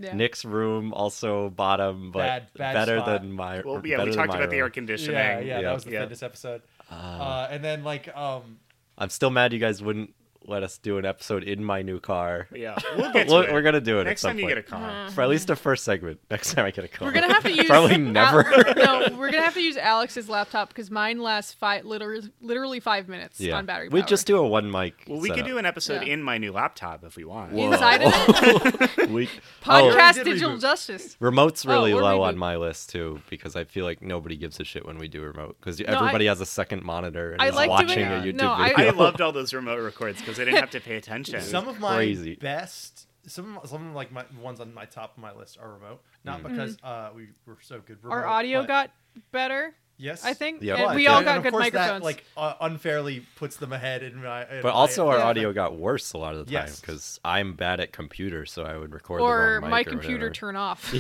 Yeah.
Nick's room also bottom, but
Bad- bad
better
spot.
than my.
Well, yeah,
better
we
than
talked
my
about the
room.
air conditioning.
Yeah, yeah,
Yeah.
that was the
Yeah.
yeah. episode.
Ah.
Uh, and then like um,
I'm still mad you guys wouldn't let us do an episode in my new car.
Yeah,
[laughs]
we'll get to
We're,
it.
we're gonna do it
next
at some
time you
point.
get a car.
Uh-huh.
for at least the first segment. Next time I get a car,
We're
[laughs]
gonna have to use
Probably
Al-
never.
[laughs] no, we're gonna have to use Alex's laptop because mine lasts five, literally, literally five minutes
yeah.
on battery.
We
power.
just do a one mic.
Well, we could do an episode
Yeah.
in my new laptop if we want.
Whoa.
inside
[laughs]
of it.
it.
[laughs]
we, oh,
Podcast
did
digital
reboot.
justice.
remote's really
or
low
reboot.
on my list too because I feel like nobody gives a shit when we do remote because
I-
everybody has a second monitor and
I
is
like doing
watching a
it.
YouTube
No, I-
[laughs]
video.
I loved all those remote records because I didn't have to pay
[laughs]
attention.
some of my
crazy.
best some of- some of like my ones on my top of my list are remote not
Mm.
because uh we were so good remote,
Our audio
but-
got better,
yes
I think,
Yeah.
and
But-
we all
and
got
of
good
course
microphones.
that, like uh, unfairly puts them ahead in my in
[laughs] But
my-
also, our
Yeah.
audio got worse a lot of the time
Yes.
because I'm bad at computers, so I would record
or
the wrong
my
mic or
computer
whatever. [laughs]
turn off.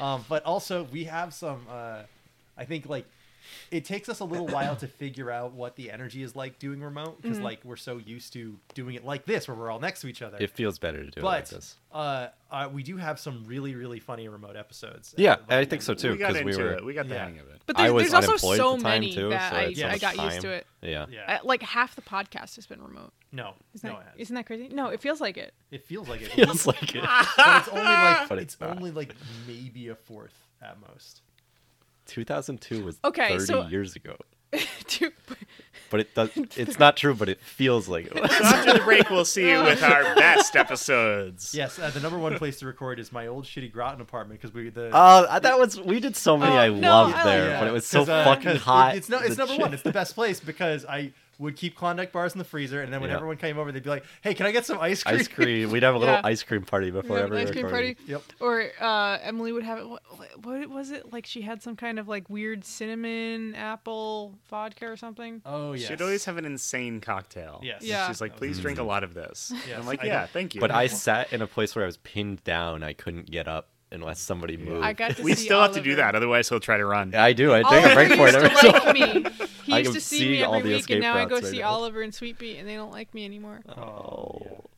um but also we have some uh i think like it takes us a little while to figure out what the energy is like doing remote because like we're so used to doing it like this where we're all next to each other
It feels better to do it like
but
this.
uh, uh we do have some really really funny remote episodes
Yeah,
Uh,
I think so too
we got
because
into
we, were.
it. We got the
Yeah.
hang of it.
But
I was
there's, there's also
unemployed
so
at the time
many
too,
that
so
I,
it's
so
I
much
got used to
time.
it.
Yeah.
yeah
Uh, like half the podcast has been remote.
no
Isn't,
no it
that,
hasn't.
isn't that crazy? No, it feels like it. [laughs]
It feels like it.
[laughs] Feels like [laughs] it.
but it's only like
But
it's,
it's not.
only like maybe a fourth at most.
2002 was
Okay,
30
so-
years ago,
Dude,
but it
[laughs]
does. It's not true, but it feels like it. Was.
So after the break, we'll see
[laughs]
you with our best episodes.
Yes, uh, the number one place to record is my old shitty Groton apartment because we the
Oh, that was. We did so many
Oh,
I
no,
loved
I like
there,
that.
but it was so
'cause, uh, [laughs]
fucking
'cause it-
hot.
it's no, it's
The
number
shit-
one. It's the best place because I would keep Klondike bars in the freezer, and then when
Yeah.
everyone came over, they'd be like, "Hey, can I get some ice cream?"
[laughs] Ice cream. We'd have a little
Yeah.
ice cream party before
have an
every
ice cream
recording.
[laughs]
party.
Yep.
Or uh, Emily would have it. What, what was it? Like she had some kind of like weird cinnamon apple vodka or something.
Oh yeah.
She'd always have an insane cocktail.
Yes.
And
Yeah.
She's like,
That
please drink a lot of this. And
Yes,
I'm like,
I
yeah,
don't-
thank you. [laughs]
But I sat in a place where I was pinned down. I couldn't get up unless somebody moved.
I got to
we
see
still have to do
Oliver.
that, otherwise he'll try to run.
I do. I take a
Oliver
break for it
used
every [laughs]
to
so
like me. He
I
used
am
to see
seeing
me
all
every
the
week,
escape
and now I go
routes right
see
now.
Oliver and Sweet Pea, and they don't like me anymore.
Oh.
Well-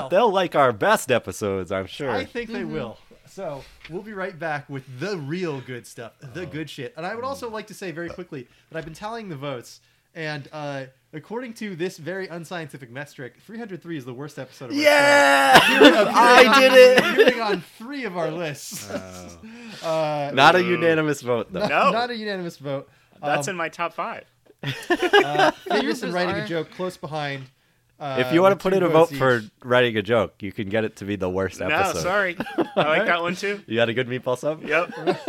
but they'll like our best episodes, I'm sure.
I think they
Mm-hmm.
will. So we'll be right back with the real good stuff,
Oh.
the good shit. And I would
Mm.
also like to say very quickly that I've been tallying the votes, and uh, according to this very unscientific metric, 303 is the worst episode of our show.
yeah,
[laughs]
I did
[laughs]
it. Oh.
Appearing on three of our lists. [laughs] Uh,
Not a unanimous vote though.
No.
Not a unanimous vote.
That's
um,
in my top five.
fitness and
Yours
writing a
are-
joke close behind. Uh,
If you want
with
to put
two
in a vote
votes
for
each.
writing a joke, you can get it to be the worst episode.
No, sorry. I like that one too.
You had a good meatball sub.
Yep. [laughs]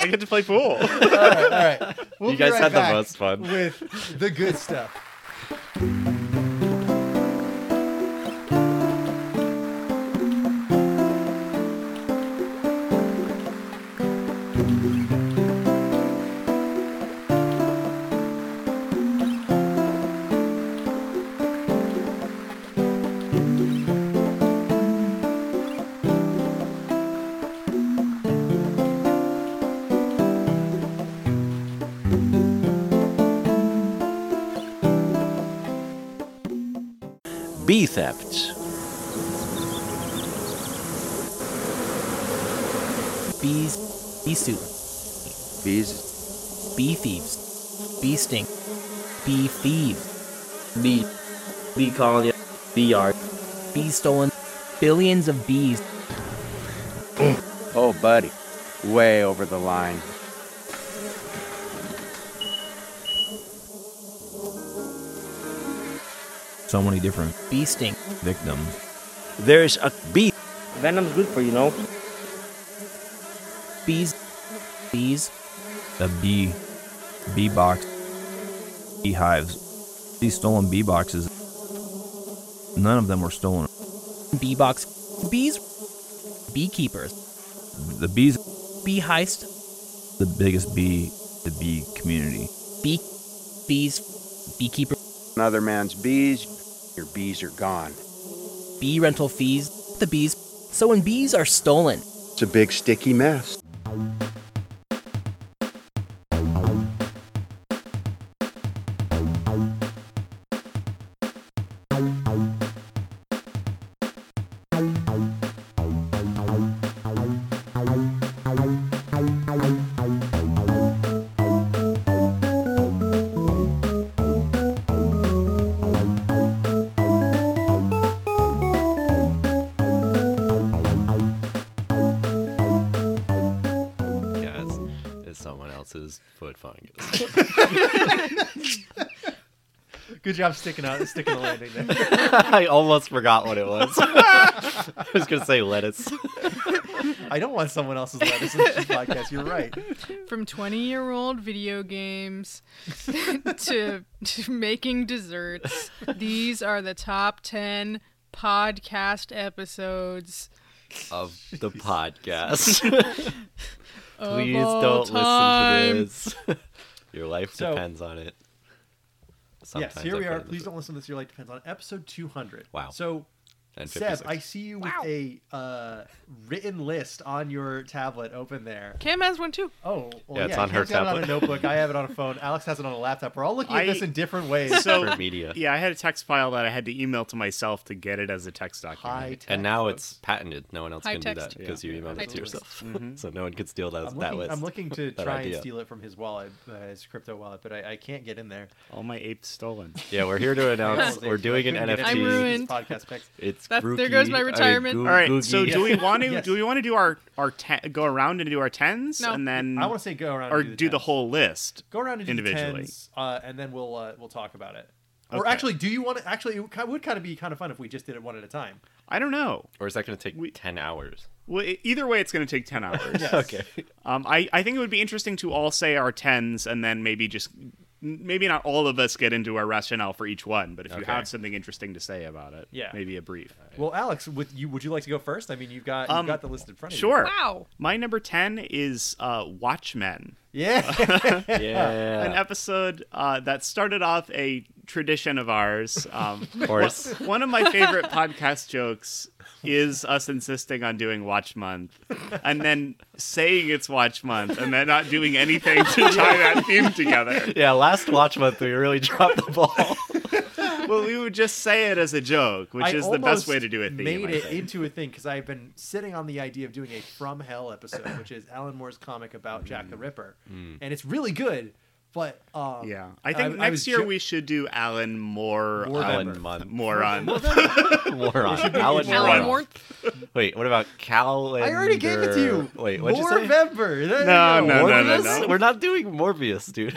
I get to play pool.
all right, all right. We'll
you
be
guys
right
had
back
the most fun.
with the good stuff.
bee thefts. Bees, bee soup. Bees. Bee thieves. Bee stink. Bee thieves.
bee, bee colony, bee yard.
Bee stolen. Billions of bees.
Oh, buddy. Way over the line.
so many different
Bee stink.
victims.
There's a bee.
Venom's good for you know.
Bees. Bees.
The bee, bee box, beehives. These stolen bee boxes. None of them were stolen.
Bee box. Bees. Beekeepers.
The bees,
Bee heist.
the biggest bee, the bee community.
Bee. Bees. Beekeeper.
Another man's bees, your bees are gone.
Bee rental fees. The bees. So when bees are stolen,
It's a big sticky mess.
Yeah, it's, it's someone else's foot fungus. [laughs]
Good job sticking out, sticking the landing there.
I almost forgot what it was. I was gonna say lettuce.
[laughs] I don't want someone else's lettuce in this podcast. You're right.
From 20 year old video games [laughs] to, to making desserts, these are the top 10 podcast episodes.
of the podcast.
of
[laughs] Please
all
don't
time.
listen to this. [laughs] Your life
So-
depends on it. Sometimes
yes, here
I
we
put
are.
it as
Please
a-
don't listen to this. Your life depends on it. episode 200.
Wow.
So,
and
Seb,
56.
I see you with a uh, written list on your tablet open there.
Cam has one too.
Oh, well,
Yeah, it's on her
Cam's got it on a
tablet.
notebook. I have it on a phone. Alex has it on a laptop. We're all looking at
I-
this in different ways.
So
For media.
[laughs] yeah, I had a text file that I had to email to myself to get it as a text
High
document.
tech.
and now it's patented. No one else
High
can do
text.
that because you emailed
High
it to
text.
yourself.
Mm-hmm.
[laughs] so no one could steal that,
I'm
that
looking,
list.
I'm looking to
that
try
idea.
and steal it from his wallet, uh, his crypto wallet, but I, I can't get in there.
[laughs] All my apes stolen.
Yeah, we're here
[laughs]
to announce
Almost
we're
apes, but I
doing an
couldn't get in there because
I'm
NFT.
of
ruined.
these Podcast
[laughs]
picks.
It's
That- there
Grookey-
goes my
I mean,
retirement.
Goo-
All right.
Googie.
So do we want [laughs] to
Yes.
do we want to do our our ten, go around and do our tens
No.
and then
I want to say go around
or
and
do,
do
the
tens.
whole list?
go around and do individually,
individually.
uh, and then we'll uh, we'll talk about it. Or
Okay.
actually, do you want to? Actually, it would ki- would kind of be kind of fun if we just did it one at a
[laughs]
time.
I don't know.
Or is that going to take
We-
10 hours?
Well, e- either way, it's going to take ten hours.
Yes.
Okay.
Um, I, I think it would be interesting to all say our tens and then maybe just n- maybe not all of us get into our rationale for each one, but if you
Okay.
have something interesting to say about it,
Yeah.
maybe a brief.
Well, Alex, would you would you like to go first? I mean, you've got you've
Um,
got the list in front of you.
Sure.
Wow.
My number 10 is uh, Watchmen. [laughs]
Yeah.
Yeah.
an episode uh, that started off a tradition of ours.
[laughs]
Um,
Of course.
one of my favorite podcast jokes is us insisting on doing Watch Month and then saying it's Watch Month and then not doing anything
[laughs]
to tie that theme together.
yeah, last watch month we really [laughs] dropped the ball.
Well, we would just say it as a joke, which
I
is the best
almost
way to do a theme.
Made
I
it
think.
into a thing because I've been sitting on the idea of doing a From Hell episode, which is Alan Moore's comic about Jack the
Mm.
Ripper, and it's really good. But um,
Yeah. I think next
was
year
jo-
we should do Alan Moore.
Moore
uh,
Alan
November.
month.
Moron.
Moron. Alan
Alan
Moron.
Moore.
Wait, what about calendar?
I already gave it to you.
Wait, what'd you say?
Morbember. There you
No,
go.
no, no, no,
Morbius?
no.
We're not doing Morbius, dude.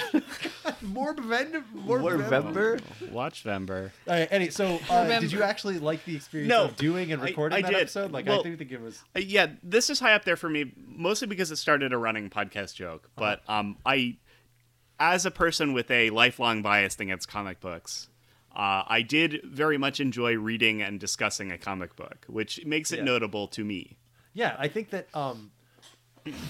Morbevend- Morbember.
[laughs]
Morvember?
Watch Vember.
All right, any so uh,
Remember.
did you actually like the experience
No,
of doing and
I-
recording
I
that
did.
episode? Like I
Well,
do think it was
Uh, yeah this is high up there for me mostly because it started a running podcast joke
Uh-huh.
but um i as a person with a lifelong bias against comic books uh, I did very much enjoy reading and discussing a comic book, which makes it
Yeah.
notable to me.
Yeah, I think that um,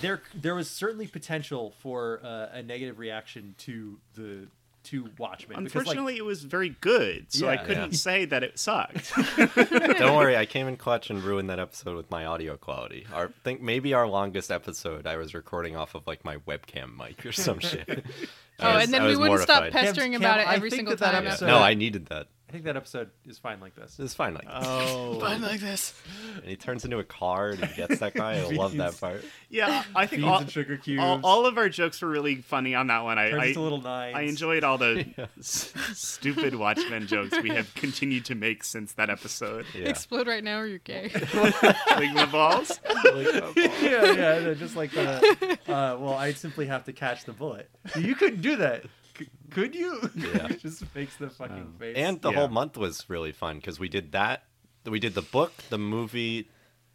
there there was certainly potential for uh, a negative reaction to the to Watchmen.
Unfortunately, it was very good, so I
Yeah.
couldn't say that it sucked.
Don't worry, I came in clutch and ruined that episode with my audio quality. Our I think maybe our longest episode I was recording off of like my webcam mic or some shit. I
Oh,
was-
and then
I
we
was
wouldn't stop
mortified.
pestering
Cam,
about it
I
every
think
single
that that
time.
Yeah.
episode-
after
No, I needed that.
I think that episode is fine like this.
It's fine like this. [laughs]
Oh,
like this.
And he turns into a car and he gets
[laughs]
that guy. I love that
Beans.
part.
yeah, I think
beans
all,
and sugar cubes.
all, all of our jokes were really funny on that one. I,
turns
I,
into little nines.
I
[laughs]
enjoyed all the s- stupid Watchmen jokes we have continued to make since that episode.
[laughs]
Yeah.
Explode right now or you're gay.
Like the balls.
yeah, yeah, no, just like the.
[laughs]
Uh, well, I simply have to catch the bullet. You couldn't do that, C- could you?
Yeah. Um,
It [laughs] just makes the fucking face.
And the
Yeah.
whole month was really fun because we did that. We did the book, the movie.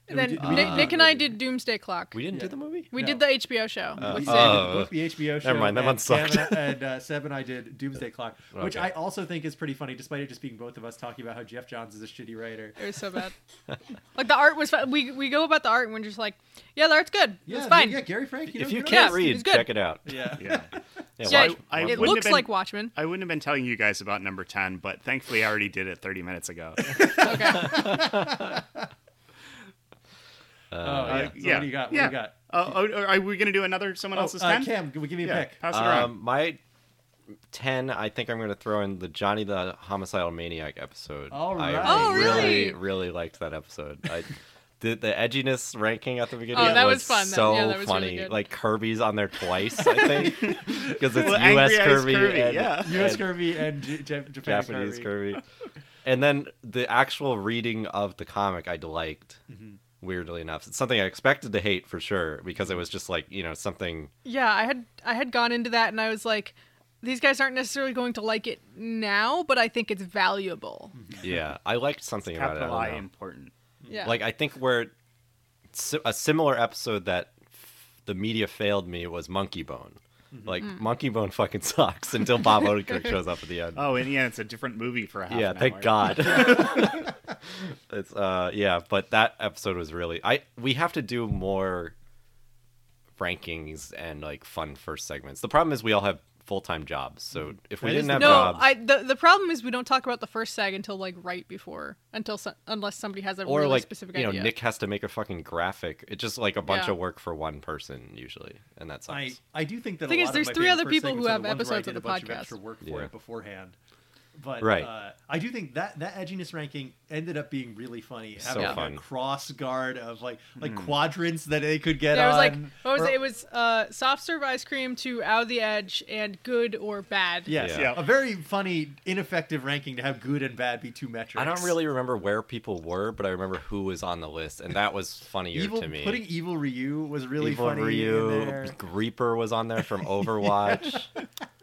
And then
did- we
Nick,
did
Nick
that
and I
movie.
did Doomsday Clock.
We
We,
didn't do
Yeah.
the movie.
did the
No.
HBO
[laughs]
show.
Uh,
with
We
[laughs] Oh.
Sam.
did the book, the HBO show.
mind, that
and
one sucked. [laughs]
Sam and, I- and uh, Seb and I did Doomsday Clock, which
Okay.
I also think is pretty funny, despite it just being both of us talking about how Jeff Johns is a shitty writer.
It was so bad. like the art was. Fun. We we go about the art and we're just like, yeah, the art's good.
Yeah,
it's fine.
Yeah, Gary Frank. You
if
know,
you
good
can't
Yes, it was
read,
good.
check it out.
on you. yeah.
Yeah.
Yeah,
Yeah,
why-
I-
why
it
wouldn't
looks
have been-
like Watchmen.
I wouldn't have been telling you guys about number 10, but thankfully I already did it 30
[laughs]
minutes ago.
Uh,
Okay. [laughs]
Oh, yeah. So
yeah.
What do you got? What
Yeah.
do you got?
Uh, oh, are we going to do another someone else's
uh,
10?
Cam, g- give me a
yeah,
pick.
pass it around.
Um, my ten, I think I'm going to throw in the Johnny the Homicidal Maniac episode.
All
I
right.
Oh, really?
really, really liked that episode. I the, the edginess ranking at the beginning.
Oh, that
was,
was fun. That-
So
yeah, that was really
funny.
good.
like Kirby's on there twice,
[laughs]
I think, because it's
Well,
U.S.
Angry Eyes
Kirby,
Kirby,
and
yeah.
U.S.
and
Kirby and J- J- Japan
Japanese Kirby. and then the actual reading of the comic I liked.
Mm-hmm.
Weirdly enough, it's something I expected to hate for sure because it was just like you know something
yeah, I had I had gone into that and I was like, these guys aren't necessarily going to like it now, but I think it's valuable.
yeah I liked something about it. I
Capital
don't
I
know.
important.
Yeah.
Like I think we're si- a similar episode that f- the media failed me was Monkey Bone.
Mm-hmm.
Like
Mm.
Monkey Bone fucking sucks until
[laughs]
Bob Odenkirk shows up at the end.
Oh, and yeah, it's a different movie for a half
yeah,
an
thank
hour.
God.
[laughs]
[laughs] it's uh yeah, but that episode was really I we have to do more rankings and like fun first segments. The problem is we all have full-time jobs. So
Mm-hmm.
if we
That is
didn't
the-
have
no,
jobs
I the, the problem is we don't talk about the first sag until like right before until so, unless somebody has a
or
really
like
specific
you know
idea.
Nick has to make a fucking graphic. It's just like a bunch
Yeah.
of work for one person usually, and that sucks.
I, I do think that
Thing
a
is,
lot
there's
of my
three
favorite
other
first
people who
segments are
have
the ones where I
episodes
did
of the
a bunch of
podcast.
extra work for
Yeah.
it beforehand. But
Right.
uh, I do think that that edginess ranking ended up being really funny.
So
Having like,
fun.
a cross guard of like like
Hmm.
quadrants that they could get
Yeah, it was like
on,
what was
or-
it? It was uh, soft serve ice cream to out of the edge and good or bad.
Yes, yeah.
Yeah.
a very funny, ineffective ranking to have good and bad be two metrics.
I don't really remember where people were, but I remember who was on the list, and that was funnier
evil
to me.
putting evil Ryu was really
Evil
funny. in there.
Ryu, Reaper was on there from Overwatch.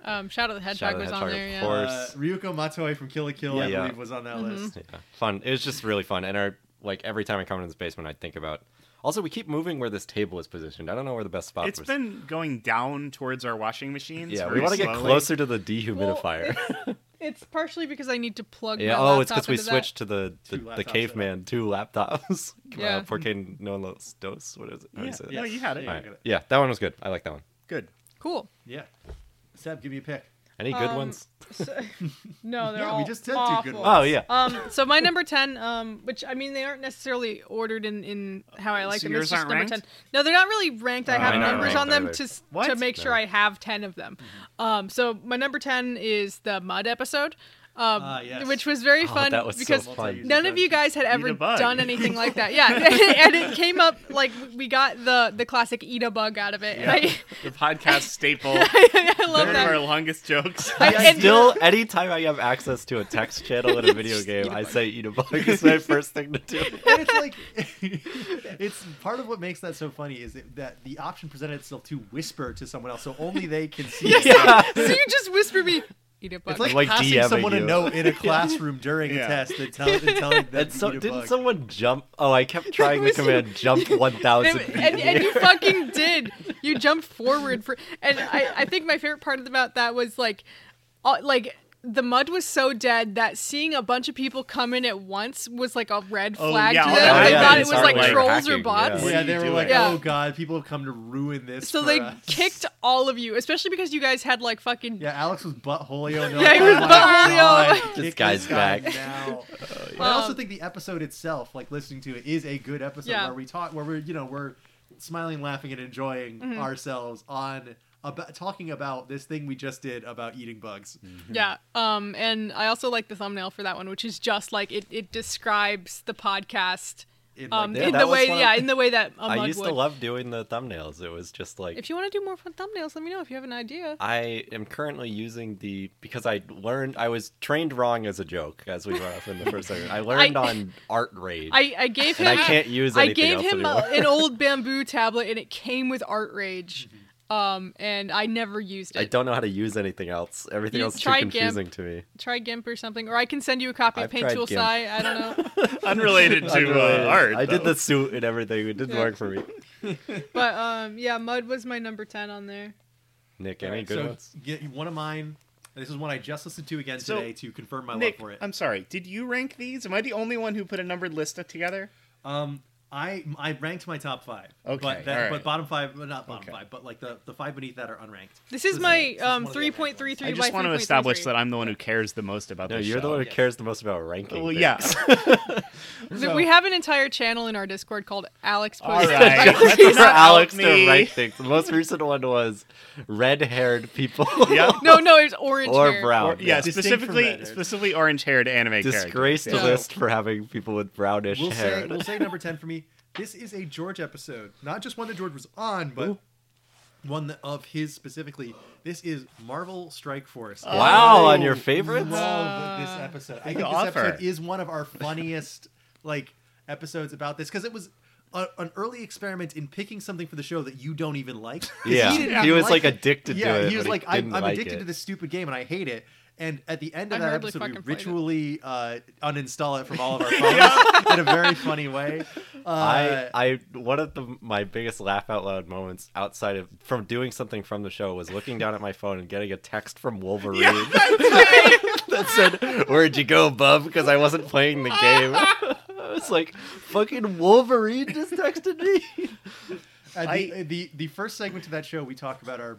Um, Shadow the Hedgehog
Shadow the
was on
Hedgehog,
there.
of
Yeah.
course.
Uh, Ryuko Matoi from Kill la Kill, I
Yeah.
Mm-hmm.
believe, was on that list.
Yeah, Fun. It was just really fun, and our like every time I come into this basement, I think about Also, we keep moving where this table is positioned. I don't know where the best spot
It's
was.
been going down towards our washing machines.
yeah, we
very
want to get
slowly.
closer to the
Well, [laughs]
dehumidifier.
it's- it's partially because I need to plug.
[laughs] yeah.
My
Oh, it's
because
because we switched to the the,
Two
the
laptops,
caveman two laptops. [laughs]
Yeah.
Uh, Porque no los dos. What is it? How
Yeah,
do you say that?
no, you had it.
Yeah.
All right. Yeah, that one was good. I like that one.
Good.
Cool.
Yeah. Seb, give me a
[laughs]
pick.
Any good ones?
So- no, they're
Yeah,
all
we just did
awful.
two good ones.
Oh yeah.
Um, so my number ten, um, which I mean they aren't necessarily ordered in, in how I like
So
them. It's
yours
just
aren't
number
ranked?
ten. No, they're not really ranked. I
Oh,
have
they're not
numbers
ranked
on them
either.
to s- to
What?
make sure I have ten of them. Um, so my number ten is the mud episode, um,
Ah, yes.
which was very
Oh,
fun
that was
because
so fun.
None of you guys had ever
a bug.
done anything like
[laughs]
that. Yeah, [laughs] and it came up like we got the the classic eat a bug out of it. And
The podcast staple.
[laughs] I, I love
One of our
that.
longest jokes.
I, and-
Still, anytime I have access to a text channel in
[laughs]
a video game, I say eat a bug. It's my first thing to
[laughs]
do.
and it's like [laughs] it's part of what makes that so funny is that, that the option presented itself to whisper to someone else so only they can
[laughs]
see it.
[laughs] so you just whisper me, eat a bug.
it's like,
Like
passing
DMing
someone
you.
a note
[laughs]
in a classroom during a
Yeah.
test and, tell, and
[laughs]
telling them
[laughs] And so,
to eat a
didn't
bug.
someone jump? Oh, I
[laughs]
kept trying the
was-
command
[laughs]
jump one
and,
thousand.
and, and
[laughs]
you fucking did. You jumped forward for, and I, I think my favorite part about that was like, all, like the mud was so dead that seeing a bunch of people come in at once was like a red
Oh,
flag
yeah,
to
all
them.
that
they
was
thought it
is
was
our,
like
like,
trolls or
hacking,
bots.
yeah.
yeah, they were
doing?
like,
Yeah.
"Oh God, people have come to ruin this."
So
for
they
us."
kicked all of you, especially because you guys had like fucking
Yeah, Alex was
[laughs]
buttholio. and they're
Yeah,
like,
he was
"Oh my
buttholio."
God,
[laughs] This
kick
guy's
guy
[laughs]
back. [laughs] Oh,
now." But I also
Um,
think the episode itself, like listening to it, is a good episode
Yeah.
where we talk, where we're you know we're smiling, laughing, and enjoying
Mm-hmm.
ourselves on about talking about this thing we just did about eating bugs.
Mm.
Yeah. Um, and I also like the thumbnail for that one, which is just like it, it describes the podcast
In, like,
um,
Yeah,
in
that
the
was
way
one of-
yeah, in the way that a
I
mug
used
would.
to love doing the thumbnails. It was just like
if you want to do more fun thumbnails, let me know if you have an idea.
I am currently using the because I learned I was trained wrong as a joke as we went off in the first segment.
[laughs]
I learned on Art Raid.
I, I gave him
And I can't use
I
anything
gave
else
him
anymore.
a,
[laughs]
an old bamboo tablet and it came with art rage. Um, and I never used it.
Mm-hmm. I don't know how to use anything else. Everything
You
else is too
tried GIMP.
confusing to me.
Try GIMP or something, or I can send you a copy
I've
of Paint
tried
Tool
GIMP.
Sci. I
[laughs]
don't know.
[laughs] Unrelated to
Unrelated.
uh, art.
I did
though.
the suit and everything. It didn't
Yeah.
work for me.
But um, yeah, Mud was my number ten on there.
Nick, any good
so
ones?
get one of mine. This is one I just listened to again
So,
today to confirm my
Nick,
love for it.
I'm sorry. Did you rank these? Am I the only one who put a numbered list together?
Um, I I ranked my top five.
Okay,
but, that,
all right.
but bottom five, well, not bottom
Okay.
five, but like the, the five beneath that are unranked.
This
This
is
is-
my
this is
um
one of the
three point three three.
I just want to establish that I'm the one who cares the most about
No,
this.
you're the
show.
one who cares the most about ranking.
Well,
things.
[laughs]
[laughs]
yeah.
Th- We have an entire channel in our Discord called Alex
All
Post.
right.
[laughs]
Let's
For
not
Alex
help
to
me.
rank things. The most recent one was red-haired people
Yeah.
[laughs]
[laughs] No, no, it's orange
or
hair.
brown.
Yeah,
Distinct from red
specifically,
hair.
specifically orange-haired anime
Disgrace the
characters.
Yeah.
list for having people with brownish
We'll
hair.
say, we'll say number 10 for me. This is a George episode. Not just one that George was on, but
Ooh.
one that- of his specifically. This is Marvel Strike Force.
Wow, on your
I
favorites?
love this episode. I think this
offer.
episode is one of our funniest like episodes about this because it was a, an early experiment in picking something for the show that you don't even like. 'Cause
Yeah.
didn't
He was, like,
it.
addicted to
yeah,
it,
He was
but he
like, I'm,
didn't
I'm
like
addicted
it.
to this stupid game and I hate it. And at the end of
I
that
hardly
episode, we
fucking played it.
ritually uh, uninstall it from all of [laughs] our phones in a very funny [laughs] way. Uh,
I, I one of the my biggest laugh out loud moments outside of from doing something from the show was looking down at my phone and getting a text from Wolverine that said, "Where'd you go, bub?" Because I wasn't playing the game. [laughs] I was like, "Fucking Wolverine just texted [laughs] me."
Uh, the,
I-
the the first segment to that show, we talk about our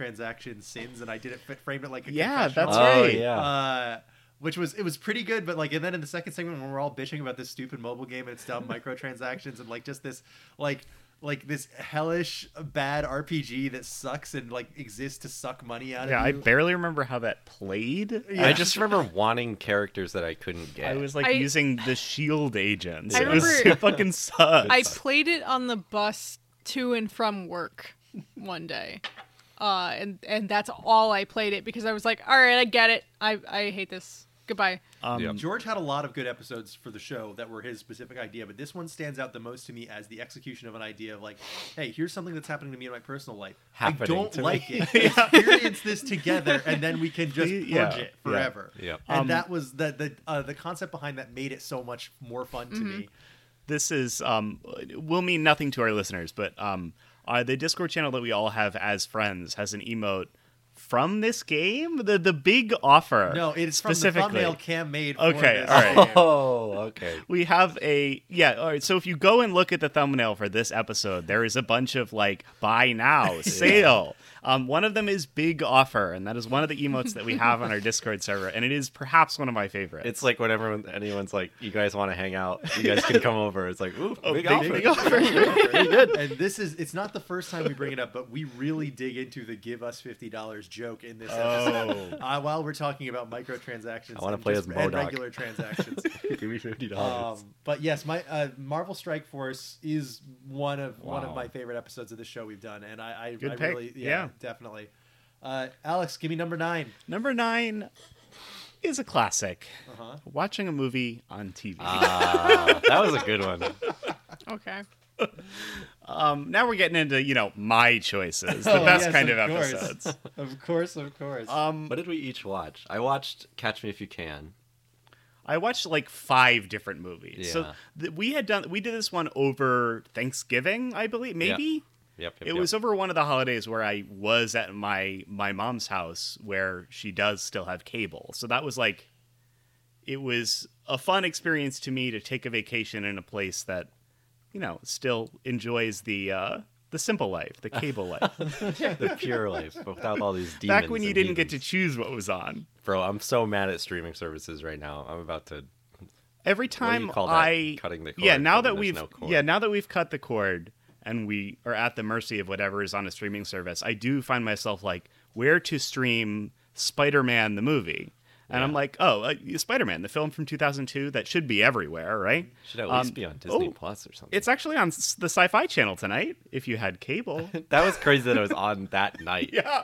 microtransaction sins, and I did it f- framed it like a
Yeah,
confessional.
that's
oh
right.
yeah.
Uh, which was it was pretty good, but like, and then in the second segment when we're all bitching about this stupid mobile game and its
[laughs]
dumb microtransactions and like just this like like this hellish bad RPG that sucks and like exists to suck money out
Yeah, I
of you.
barely remember how that played.
I just remember wanting characters that I couldn't get.
I was like
I-
using the shield agents.
I
it was
remember-
it [laughs] fucking sucks.
I played it on the bus to and from work one day. Uh, and and that's all I played it because I was like, all right, I get it. I, I hate this. Goodbye.
um,
Yeah.
George had a lot of good episodes for the show that were his specific idea, but this one stands out the most to me as the execution of an idea of like, hey, here's something that's happening to me in my personal life. I
Happening
don't
to me.
like
[laughs]
it. Experience this together, and then we can just purge
Yeah,
it
yeah,
forever.
yeah.
And
Um, Mm-hmm.
that was the the uh, the concept behind that made it so much more fun to me.
this is um, will mean nothing to our listeners, but um, uh, the Discord channel that we all have as friends has an emote from this game. The the big offer.
No, it's
specifically.
from the thumbnail Cam made. For
Okay,
this
all
[laughs]
right.
[laughs]
game.
Oh, okay.
we have a yeah all right so if you go and look at the thumbnail for this episode there is a bunch of like
[laughs]
buy now sale um, one of them is big offer and that is one of the emotes that we have on our discord server and it is perhaps one of my favorites
It's like when everyone, anyone's like, "You guys want to hang out? [laughs] You guys can come over." It's like, "Ooh,
Oh,
big,
big-
offer.
[laughs]
big offer.
And this is it's not the first time we bring it up, but we really dig into the give us fifty dollars joke in this
Oh,
episode. [laughs] Uh, while we're talking about microtransactions
I wanna
and
play
just-
as
and
MODOK.
regular
[laughs]
transactions.
Give me fifty
um,
dollars."
but yes, my uh, Marvel Strike Force is one of one of
Wow.
my favorite episodes of the show we've done, and I, I,
Good
I
pick.
really yeah,
Yeah.
definitely. Uh, Alex, give me number nine.
[laughs]
number nine is a classic
Uh-huh.
watching a movie on tv
Ah, that was a good one.
Okay.
um, now we're getting into you know my choices
[laughs]
the
Oh,
best
yes,
kind of,
course.
episodes
Of course, of course.
um,
What did we each watch? I watched Catch Me If You Can.
I watched like five different movies. So
Yeah.
th- we had done we did this one over Thanksgiving, I believe. Maybe
Yep, yep
it
yep.
was over one of the holidays where I was at my my mom's house where she does still have cable. So that was like it was a fun experience to me to take a vacation in a place that you know still enjoys the uh, the simple life, the
[laughs]
cable life.
the pure life, but without all [laughs] these demons.
Back when you
and
didn't get to
heathens.
choose what was on.
bro, I'm so mad at streaming services right now. I'm about to.
every
do you
time
call that?
I
Cutting the
yeah
cord
now
when
that
there's
we've
no cord.
yeah now that we've cut the cord and we are at the mercy of whatever is on a streaming service, I do find myself like where to stream Spider-Man the movie, and I'm like, oh, uh, Spider-Man the film from 2002 that should be everywhere, right?
Should at least
Um,
be on Disney
oh,
Plus or something.
It's actually on s- the Sci-Fi Channel tonight if you had cable.
[laughs] that was crazy that it
[laughs]
was on that night.
yeah,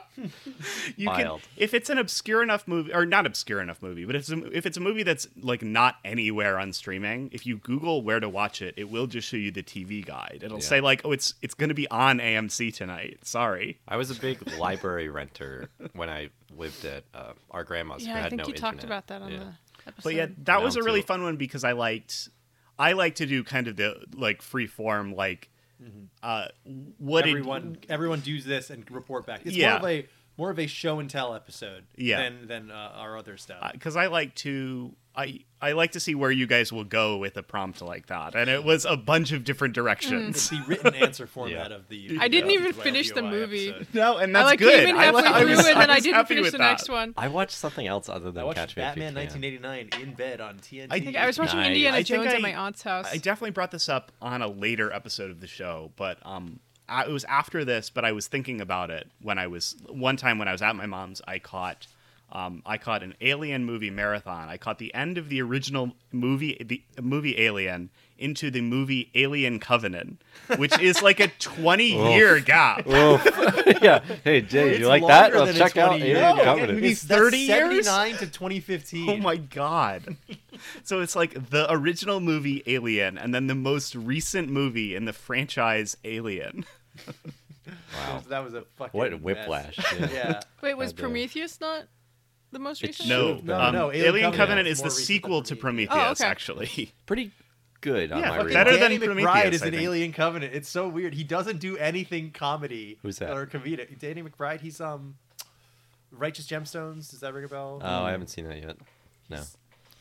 you
Wild.
can if it's an obscure enough movie or not obscure enough movie, but if it's a, if it's a movie that's like not anywhere on streaming, if you Google where to watch it, it will just show you the TV guide. It'll
Yeah.
say like, oh, it's it's going to be on AMC tonight. Sorry.
I was a big library renter when I lived at uh, our grandma's. who
Yeah, I
had
think
no
you talked
internet.
about that on
Yeah.
the episode.
But yeah, that was a
Now
really
too.
fun one because I liked I like to do kind of the like free form like uh what did-
everyone everyone does this and report back. It's
Yeah.
more of a more of a show and tell episode
Yeah.
than than uh, our other stuff.
because I like to I I like to see where you guys will go with a prompt like that, and it was a bunch of different directions.
it's the
[laughs]
written answer format of the.
I didn't
of
even
the
finish the
YLPY
movie.
episode.
No, and
I
that's
like
good.
came in
I
halfway
like- [laughs] I
through
was-
and then I,
was
didn't
happy
finish
with
the
that.
next one.
I watched something else other
I
than
watched
Catch Me
Batman
If You Can.
1989 in bed on TNT.
I
I think I was watching
Nice.
Indiana
I think
Jones
I-
at my aunt's house.
I definitely brought this up on a later episode of the show, but um, I, it was after this. But I was thinking about it when I was one time when I was at my mom's. I caught, um, I caught an Alien movie marathon. I caught the end of the original movie, the movie Alien, into the movie Alien Covenant, which is like a twenty-year gap.
[laughs] yeah. Hey Jay,
It's
you like that?
longer
Well,
than a
check out
20
Alien
year. No,
Covenant.
Maybe
It's that's
30 years?
79 to 2015. [laughs]
Oh my god. [laughs] so it's like the original movie Alien and then the most recent movie in the franchise Alien.
Wow.
That was a fucking
What
mess.
whiplash. Yeah.
[laughs] Yeah.
Wait, was
God damn.
Prometheus not the most recent?
No,
should've been.
um,
No,
Alien,
Alien
Covenant,
Covenant
is
is
the
more recent
sequel to
than
Prometheus,
Oh, okay.
actually.
Pretty good on
Yeah,
my
fuck,
radar.
better than
Danny McBride
Prometheus,
is
I
in
think.
Alien Covenant. It's so weird. He doesn't do anything comedy.
Who's that?
Or comedic. Danny McBride. He's um, Righteous Gemstones. Does that ring a bell?
Oh, I haven't seen that yet. No.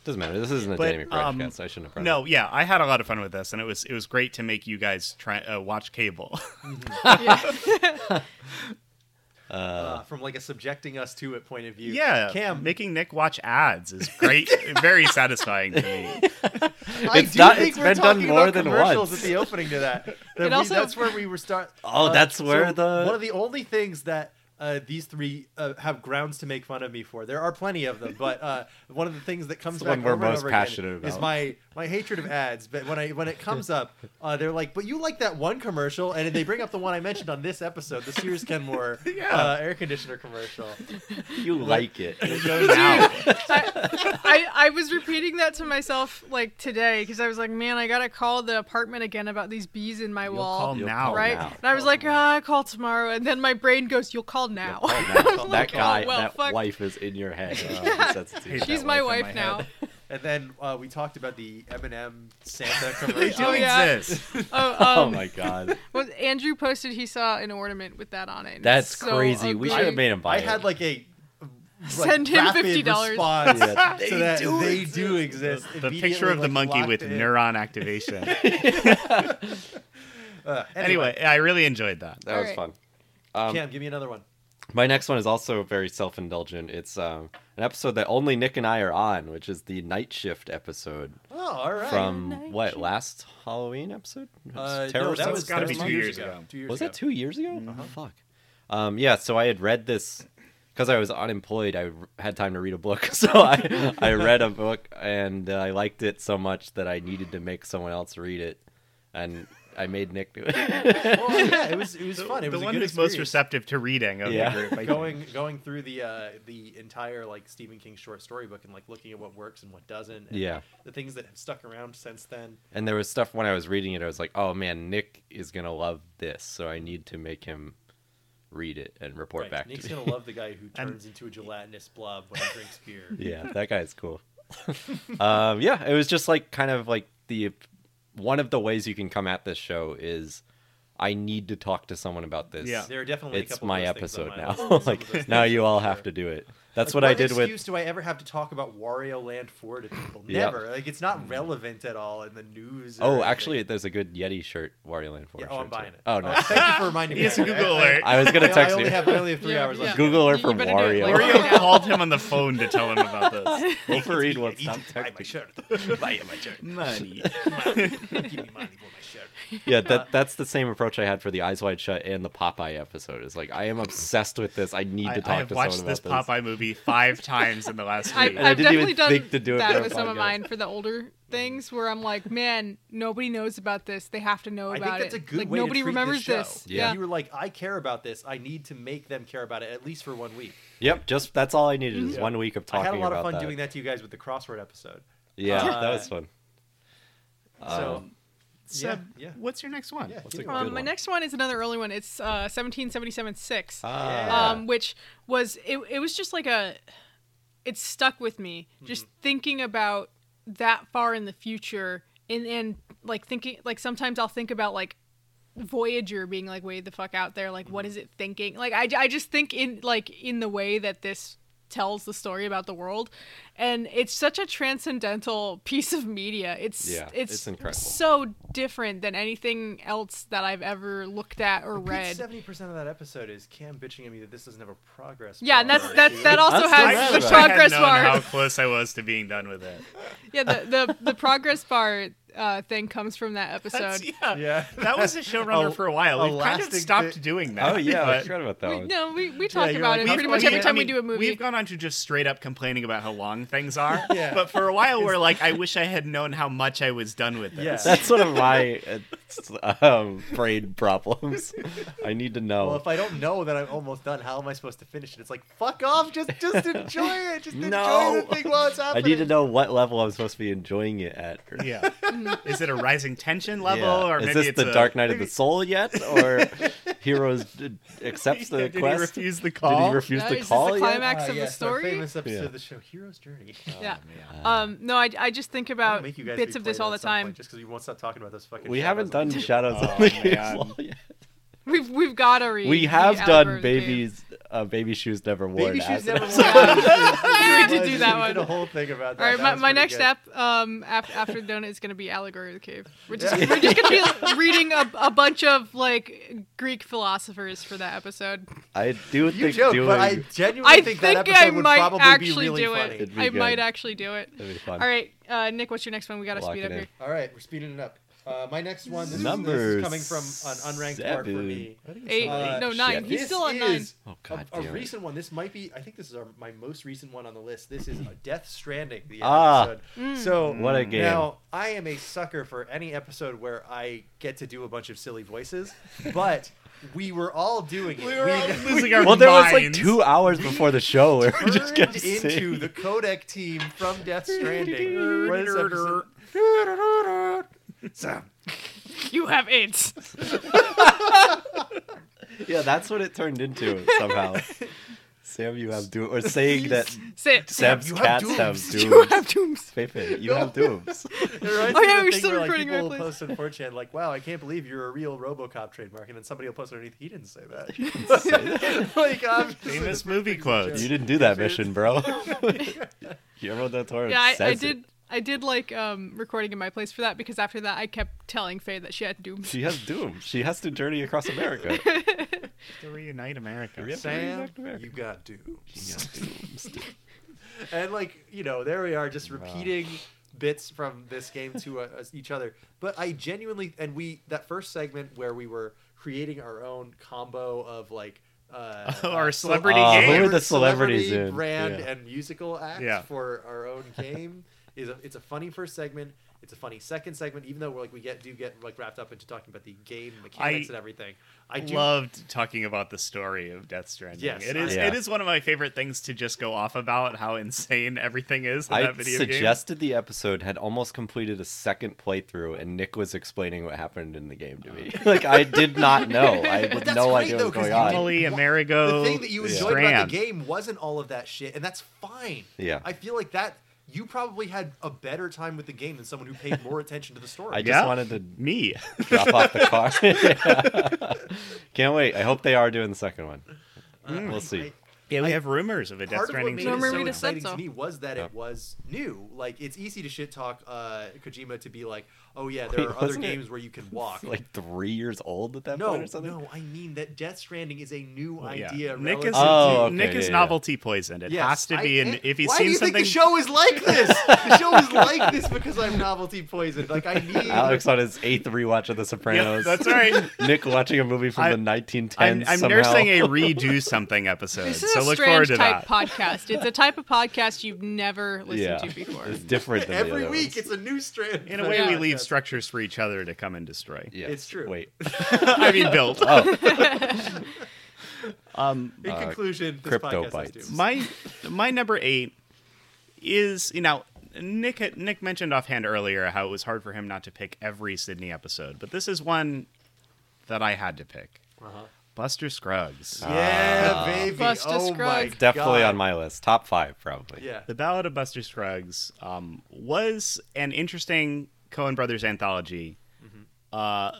Doesn't matter. This isn't a
But,
Danny McBride
um,
cast. I shouldn't have brought it
No,
up.
yeah, I had a lot of fun with this and it was it was great to make you guys try uh, watch cable. [laughs]
Yeah.
Uh, from like a subjecting us to it point of view.
yeah,
Cam,
making Nick watch ads is great, very satisfying to me.
I
It's
do
not-
think
it's
we're
been done
talking
more
about
than
commercials
once.
at the opening to
[laughs]
that. That
It
we-
also-
that's where we were start.
Oh, that's where the-
one of the only things that uh, these three uh, have grounds to make fun of me for. There are plenty of them, but uh, one of the things that comes
It's the
back
one we're
over and
most
over again
passionate
is
about.
my my hatred of ads. But when I when it comes up, uh, they're like, "But you like that one commercial," and they bring up the one I mentioned on this episode, the Sears
[laughs]
Kenmore uh, air conditioner commercial.
You
[laughs]
like it.
I, I, I was repeating that to myself like today because I was like, man, I gotta call the apartment again about these bees in my
You'll
wall.
call
You'll
now.
call
right?
now.
And I was like, ah, I call tomorrow, and then my brain goes, "You'll call now." [laughs]
Oh, man,
[laughs]
I'm
that
like,
guy,
oh, well,
that
fuck. [laughs]
wife is in your head. Oh, that's-
She's my
wife in
wife
my
now.
And then uh, we talked about the Eminem
[laughs]
Santa
They do
commercial.
Oh, yeah.
exist.
[laughs] Oh, um,
oh my
[laughs]
god,
Well, Andrew posted he saw an ornament with that on it. and
that's
it's so
crazy. We
ugly.
should have made him buy
I
it.
had like a like,
Send him
rapid
$50.
response
Yeah.
so that they do exist.
The picture of the monkey with
[laughs]
neuron
[laughs]
activation.
Uh, anyway,
anyway, I really enjoyed that.
that was
Alright.
fun. Um,
Cam, give me another one.
My next one is also very self-indulgent. It's um, an episode that only Nick and I are on, which is the night shift episode
Oh, all right.
from
Night
what
shift.
last Halloween episode?
uh,
Terror
no, that
Cells?
was
gotta
that
be
was
two years ago.
Two years
was
ago.
that two years ago?
Mm-hmm.
Fuck. Um, yeah, so I had read this because I was unemployed. I r- had time to read a book, [laughs] so
[laughs]
I I read a book and I liked it so much that I needed to make someone else read it, and I made Nick do it.
Well, yeah, it was it was fun. It
the
was a
one
good
who's most
experience.
receptive to reading of
Yeah.
the group. I
[laughs]
think.
going going through the uh, the entire like Stephen King short story book and like looking at what works and what doesn't. And
Yeah.
The things that have stuck around since then.
and there was stuff when I was reading it, I was like, oh man, Nick is gonna love this, so I need to make him read it and report
Right.
back
Nick's
to me.
gonna love the guy who
[laughs] And-
turns into a gelatinous blob when he drinks beer.
[laughs]
[laughs]
yeah, that guy's cool. um, yeah, it was just like kind of like the one of the ways you can come at this show is I need to talk to someone about this.
Yeah.
There are definitely a
it's
couple
my
of those things on
episode
my
now. [laughs]
list. Some of those
like
things
now
are
you all have
sure.
to do it. That's
Like,
what I did
excuse
with.
do I ever have to talk about Wario Land 4 to people?
Yep. Mm.
Never. Like it's not relevant at all in the news. or
Oh,
anything.
actually, there's a good Yeti shirt, Wario Land 4
yeah,
shirt.
oh, I'm
too.
buying it.
Oh, no.
thank you for
[laughs]
reminding me.
It's a
I- [laughs]
Google
I- I-
alert. [laughs]
I was gonna
I-
text
I only
you. [laughs]
have I only have three
Yeah,
hours left.
yeah.
Google her
You
for
better do
Wario.
it, like,
Oreo
[laughs]
right now.
called him on the phone to tell him about this.
Wolverine wants
Eat
to
it, buy my
text me.
shirt.
[laughs]
buy my shirt. [laughs]
Money.
Give me money for my shirt.
[laughs]
Yeah, that that's the same approach I had for the Eyes Wide Shut and the Popeye episode. It's like I am obsessed with this. I need
I,
to talk
I have
to
watched
someone
this
about this.
Popeye movie five times in the last
I,
week. [laughs]
And I
I've
didn't even
definitely done
think to do it for
that
a
with some of
podcast.
mine for the older things, where I'm like, man, nobody knows about this. They have to know
I
about
think that's
it.
a good
like
way
nobody
to treat
remembers
this. Show.
Yeah.
You were like, I care about this. I need to make them care about it at least for one week.
Yep, just that's all I needed is
Mhm.
Yeah.
one week of talking
I had a lot
about
of fun
that.
doing that to you guys with the crossword episode.
Yeah,
Uh,
that was fun.
So
Um,
yeah,
Seb,
yeah.
what's your next one?
Yeah,
what's a
keep
good
going.
Um, my
one?
next one is another early one. It's uh, 1777 6.
Ah.
um, which was it, it was just like a it stuck with me just
Mm-hmm.
thinking about that far in the future and and like thinking like sometimes i'll think about like voyager being like way the fuck out there like
Mm-hmm.
what is it thinking like I, I just think in like in the way that this tells the story about the world and it's such a transcendental piece of media it's
Yeah,
it's,
it's incredible.
so different than anything else that i've ever looked at or read
Seventy percent of that episode is Cam bitching at me that this doesn't have a progress.
yeah, and
bar.
that's that. That also
That's the
has the
best.
I had
progress
known
bar.
[laughs]
how close I was to being done with it.
Yeah, the the, the progress bar uh, thing comes from that episode.
[laughs] That's- yeah.
[laughs] Yeah.
That was a showrunner
A-
for a while.
a
We've kind of
lasting
stopped
thi-
doing that.
Oh yeah, I
but-
forgot about that
We,
one.
no, we, we talk
you're
about
like,
it pretty much
We've-
every time
I
we
mean,
do a movie.
We've gone on to just straight up complaining about how long things are.
Yeah.
But for a while, we're like, I wish I had known how much I was done with
Yeah.
this.
[laughs] [laughs] That's one
[laughs]
of my uh, s- um, brain problems. I need to know.
Well, if I don't know that I'm almost done, how am I supposed to finish it? It's like fuck off. Just
[laughs]
just enjoy it. Just
No.
enjoy the thing while it's
I
happening.
need to know what level I'm supposed to be enjoying it at. or-
Yeah. Is it a rising tension
Yeah.
level, or
is
maybe
this
it's
the
a, [laughs]
Dark Knight of the Soul yet, or Heroes d-
[laughs]
accepts the
Did he
quest?
refuse the
Did
call?
he refuse
Yeah,
the
is this
call
the
yet?
[laughs] climax
Ah,
of the
yes, our
story.
famous episode
Yeah.
of the show, Hero's Journey.
yeah. Um. No, I, I just
[laughs]
think
I'll
about
make you guys
bits
be
of this
played
all
at
the
some
time.
point Just because you won't stop talking about this fucking.
We
shit.
haven't
[laughs]
done
That's-
Shadows
Oh,
on the Game's
man.
Wall yet.
We've we've got to read.
We have
the
done
Albert Babe.
babies, uh, baby shoes never worn.
Baby shoes
as an
never.
[laughs]
We
episode.
We did do that
[laughs] We did a
one.
whole thing about that.
All right,
That
my,
was
my
pretty
next
good.
app um, after, after Donut is going to be Allegory of the Cave. We're just, we're just going to
[laughs]
be reading a, a bunch of like Greek philosophers for that episode.
[laughs] I do
You
think
joke,
doing
but I
would
genuinely
I
think,
think,
that episode
I
would
might
probably
actually
be really
do
funny.
it.
It'd be
I
good.
might actually do it.
be fun.
All right, uh, Nick, what's your next one? We got to
Lock
speed
it
up
in.
here.
All right, we're speeding it up. Uh, my next one. This,
Number
is, this is coming from an unranked part for
seven.
me.
Eight,
Uh,
no nine.
shit.
He's
This
still on nine.
is
Oh, God
a, a
damn it.
recent one. This might be. I think this is our, my most recent one on the list. This is Death Stranding. The
Ah.
episode.
Mm.
So
What a game.
Now I am a sucker for any episode where I get to do a bunch of silly voices, but we were all doing it. We
We're all [laughs] losing our
Well, there was like
minds.
two hours before the
[laughs]
show where we just got
turned into
[laughs]
the Kodak team from Death [laughs] Stranding. for this episode. [laughs]
You have AIDS.
[laughs]
Yeah, that's what it turned into somehow. Sam, you have doom. Or saying that
Sit.
Sam's
you have
cats
dooms.
[laughs]
have dooms.
[laughs] You have dooms.
Pepe, you have dooms.
It reminds
Oh,
me
yeah,
of
we're
the thing
still
where like
recording,
people will
right,
post on 4chan like, "Wow, I can't believe you're a real RoboCop trademark," and then somebody will post underneath, "He didn't say that." [laughs] like, I'm
[laughs] Famous movie quotes.
You didn't do that
[laughs]
mission, bro. [laughs] Guillermo del Toro
Yeah, I,
says
I
it.
did. I did like um, recording in my place for that because after that I kept telling Faye that she had dooms.
She has doom. She has to journey across America.
To reunite America.
Sam, you got
[laughs]
dooms. and like, you know, there we are, just repeating bits from this game to uh, us- each other. But I genuinely, and we that first segment where we were creating our own combo of like. Uh,
Oh,
uh,
our
cele-
celebrity
Oh,
game.
who are the celebrities
celebrity
in?
brand
Yeah.
and musical acts
Yeah.
for our own game is a, it's a funny first segment. It's a funny second segment, even though we're like we get do get like wrapped up into talking about the game mechanics
I
and everything. I do
loved talking about the story of Death Stranding.
Yes,
it
I-
is.
Yeah.
It is one of my favorite things to just go off about how insane everything is in
I
that video
suggested the episode had almost completed a second playthrough, and Nick was explaining what happened in the game to me. [laughs] like I
[laughs]
did not know. I
Oh. But
had
that's
no
great,
idea
though,
what was
'cause you
going
game.
on.
didn't-
Emily,
Wha-
Amerigo,
the thing that you enjoyed about
Strand.
the game wasn't all of that shit, and that's fine.
Yeah.
I feel like that you probably had a better time with the game than someone who paid more attention to the story.
I just
Yeah.
wanted to
Me.
drop off the car. [laughs] Yeah. Can't wait. I hope they are doing the second one.
Mm.
We'll see.
Yeah, we have rumors of a Death
Part of what
Stranding
made
No,
it so
Norman Reedus said
exciting
so.
to me was that
Yeah.
it was new. Like it's easy to shit talk uh, Kojima to be like, "Oh yeah, there
Wait,
are other
wasn't it-
games where you can walk."
It's like three years old at that
no,
point or something.
no, I mean that Death Stranding is a new
Yeah.
idea.
Nick is
relative
Oh, okay,
Nick is
yeah, yeah.
novelty poisoned. It
Yes,
has to
I-
be. in
and
if he's
why do
seen
you
something,
think the
[laughs]
show is like this? The show is like this because I'm novelty poisoned. Like I
[laughs]
need.
Alex on his eighth rewatch of The
yeah,
Sopranos.
that's [laughs] right.
[laughs] Nick watching a movie from
I-
the 1910s.
I'm, I'm
somehow.
nursing [laughs] a redo something episode,
This is
so
a
look forward
strange
to
type
that.
podcast. It's a type of podcast
[laughs]
you've never
yeah.
listened to before.
It's different than the
Every
other
week,
ones.
it's a new strand.
In a way,
Yeah.
we leave structures for each other to come and destroy.
Yeah.
It's true.
Wait.
I mean, [laughs] built.
In conclusion, this
uh, crypto
podcast
bites.
is doomed.
my my number eight is you know Nick had- Nick mentioned offhand earlier how it was hard for him not to pick every Sydney episode, but this is one that I had to pick. Buster Scruggs,
Yeah, baby.
Uh-huh. Buster
oh my
Scruggs.
Definitely
God.
on my list. Top five, probably.
Yeah.
the Ballad of Buster Scruggs, um, was an interesting Cohen Brothers anthology.
Mm-hmm.
Uh,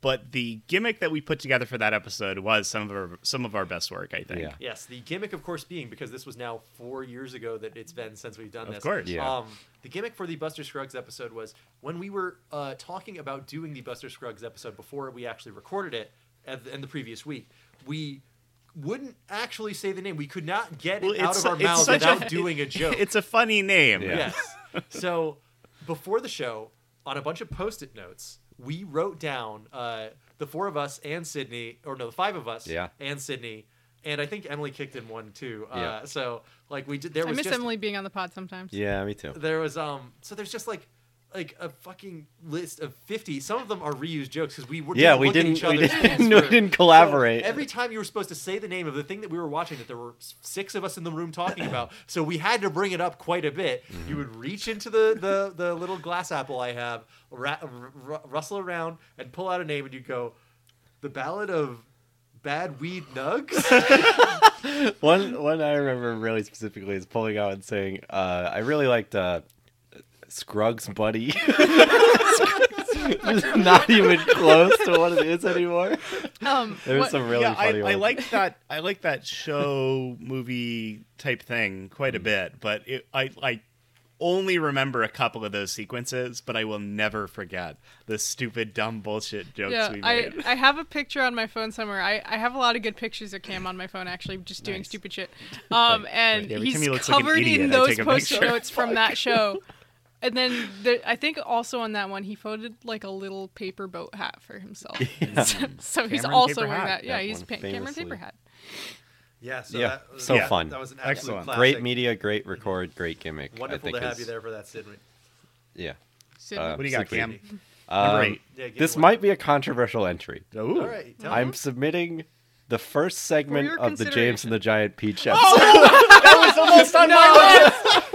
but the gimmick that we put together for that episode was some of our some of our best work, I think.
Yeah.
Yes, the gimmick, of course, being because this was now four years ago that it's been since we've done
Of
this.
course.
Yeah.
Um, the gimmick for the Buster Scruggs episode was when we were uh, talking about doing the Buster Scruggs episode before we actually recorded it at the, in the previous week, we wouldn't actually say the name. We could not get
Well,
it out
it's-
of our
it's
mouths
such a-
without doing a joke.
It's a funny name.
Yeah.
Yes. [laughs] so before the show, on a bunch of post-it notes, we wrote down uh, the four of us and Sydney, or no, the five of us
Yeah.
and Sydney, and I think Emily kicked in one too. Uh,
Yeah.
So like we did, there
I
was
miss
just
Emily being on the pod sometimes.
Yeah, me too.
there was um. So there's just like like a fucking list of 50 some of them are reused jokes because we were
Yeah, we
look at
didn't-
each
we
other's
didn't-
hands
[laughs] we
for-
didn't collaborate.
so every time you were supposed to say the name of the thing that we were watching that there were s- six of us in the room talking
[laughs]
about so we had to bring it up quite a bit you would reach into the the, the little glass apple i have ra- r- r- rustle around and pull out a name and you go the ballad of bad weed
[laughs]
nugs
One one I remember really specifically is pulling out and saying, uh, I really liked uh, Scruggs Buddy. [laughs] It's [laughs] Not even close to what it is anymore.
Um,
There's
what-
some really
yeah,
funny
I, I
ones.
[laughs]
like that. I like that show movie type thing quite a
Mm.
bit, but it, I I only remember a couple of those sequences, but I will never forget the stupid, dumb bullshit jokes
yeah,
we
I,
made.
I have a picture on my phone somewhere. I, I have a lot of good pictures of Cam on my phone actually just doing
Nice.
stupid
[laughs]
shit. Um, and
every time
he's
he looks like an
covered
idiot,
in
I
those
take a
post
picture.
notes from that show. And then there, I think also on that one he folded like a little paper boat hat for
[laughs]
himself. [laughs] So, so he's
Cameron
also
paper
wearing
hat.
that. Yeah,
That
he's
one
pa- Cameron
famously.
paper hat.
yeah so
Yeah,
that was
so
that-
fun.
that was an absolute
Excellent.
classic.
Great media, great record, great gimmick. I
wonderful
think
to have
is-
you there for that sydney
Yeah.
Sydney.
Uh,
what do you got,
Super
Cam?
Um,
Number eight.
yeah, give
This
it one.
might be a controversial entry.
Ooh.
all right tell
I'm submitting the first segment
Uh-huh. your
of the James
consideration. Oh,
and the Giant Peach episode. [laughs]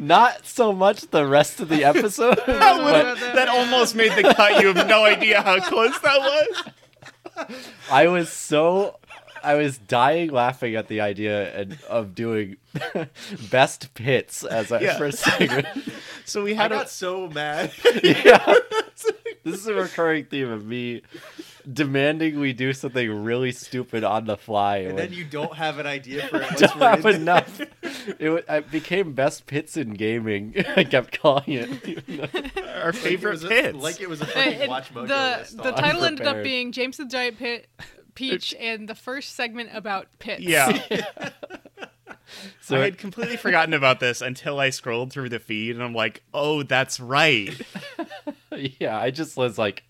Not so much the rest of the episode.
[laughs] That
but
would've-
That almost made the cut. You have no idea how close that was.
I was so I was dying laughing at the idea and, of doing [laughs] best pits as our
Yeah.
first
[laughs]
segment. [laughs]
So we
I
had a,
got so mad.
yeah. This is a recurring theme of me demanding we do something really stupid on the fly.
and
when-
then you don't have an idea
[laughs]
for it.
don't
Once we're
have
in.
enough. It, wa- it became best pits in gaming. [laughs] I kept calling it. even though-
[laughs]
[laughs]
our favorite
it was a-
pits.
like it was a
And-
fucking
and
watch mojo
the
list
the
on-
title ended up
Unprepared.
being James the Giant Pit, Peach, and the first segment about pits.
yeah.
[laughs]
So
I had completely forgotten about this until I scrolled through the feed and I'm like, oh, that's right.
[laughs] yeah, I just was like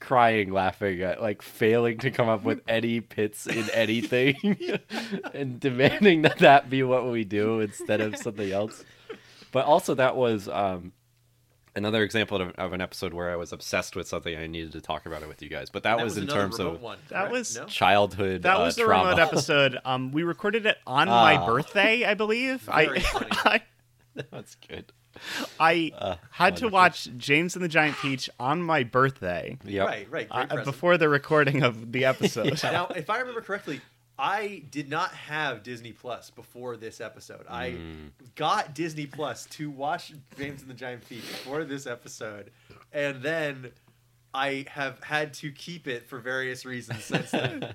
crying, laughing at like failing to come up with any pits in anything, [laughs] and demanding that that be what we do instead of something else. But also, that was um, another example of, of an episode where I was obsessed with something. I needed to talk about it with you guys, but that,
That
was, in
another
terms
remote
of
one,
That
correct?
was-
no?
childhood.
That
uh,
was the
trauma.
remote
[laughs]
episode. Um, we recorded it on
Ah.
my birthday, I believe.
Very funny.
[laughs] I,
[laughs] That's good.
I, I
Ah,
had to
wonderful.
watch James and the Giant Peach on my birthday
Yep.
right, right.
uh,
Great present.
before the recording of
[laughs]
the episode.
[laughs]
Now, if I remember correctly, I did not have Disney Plus before this episode. I
Mm.
got Disney Plus to watch James and the Giant Peach for this episode, and then I have had to keep it for various reasons since
[laughs]
then.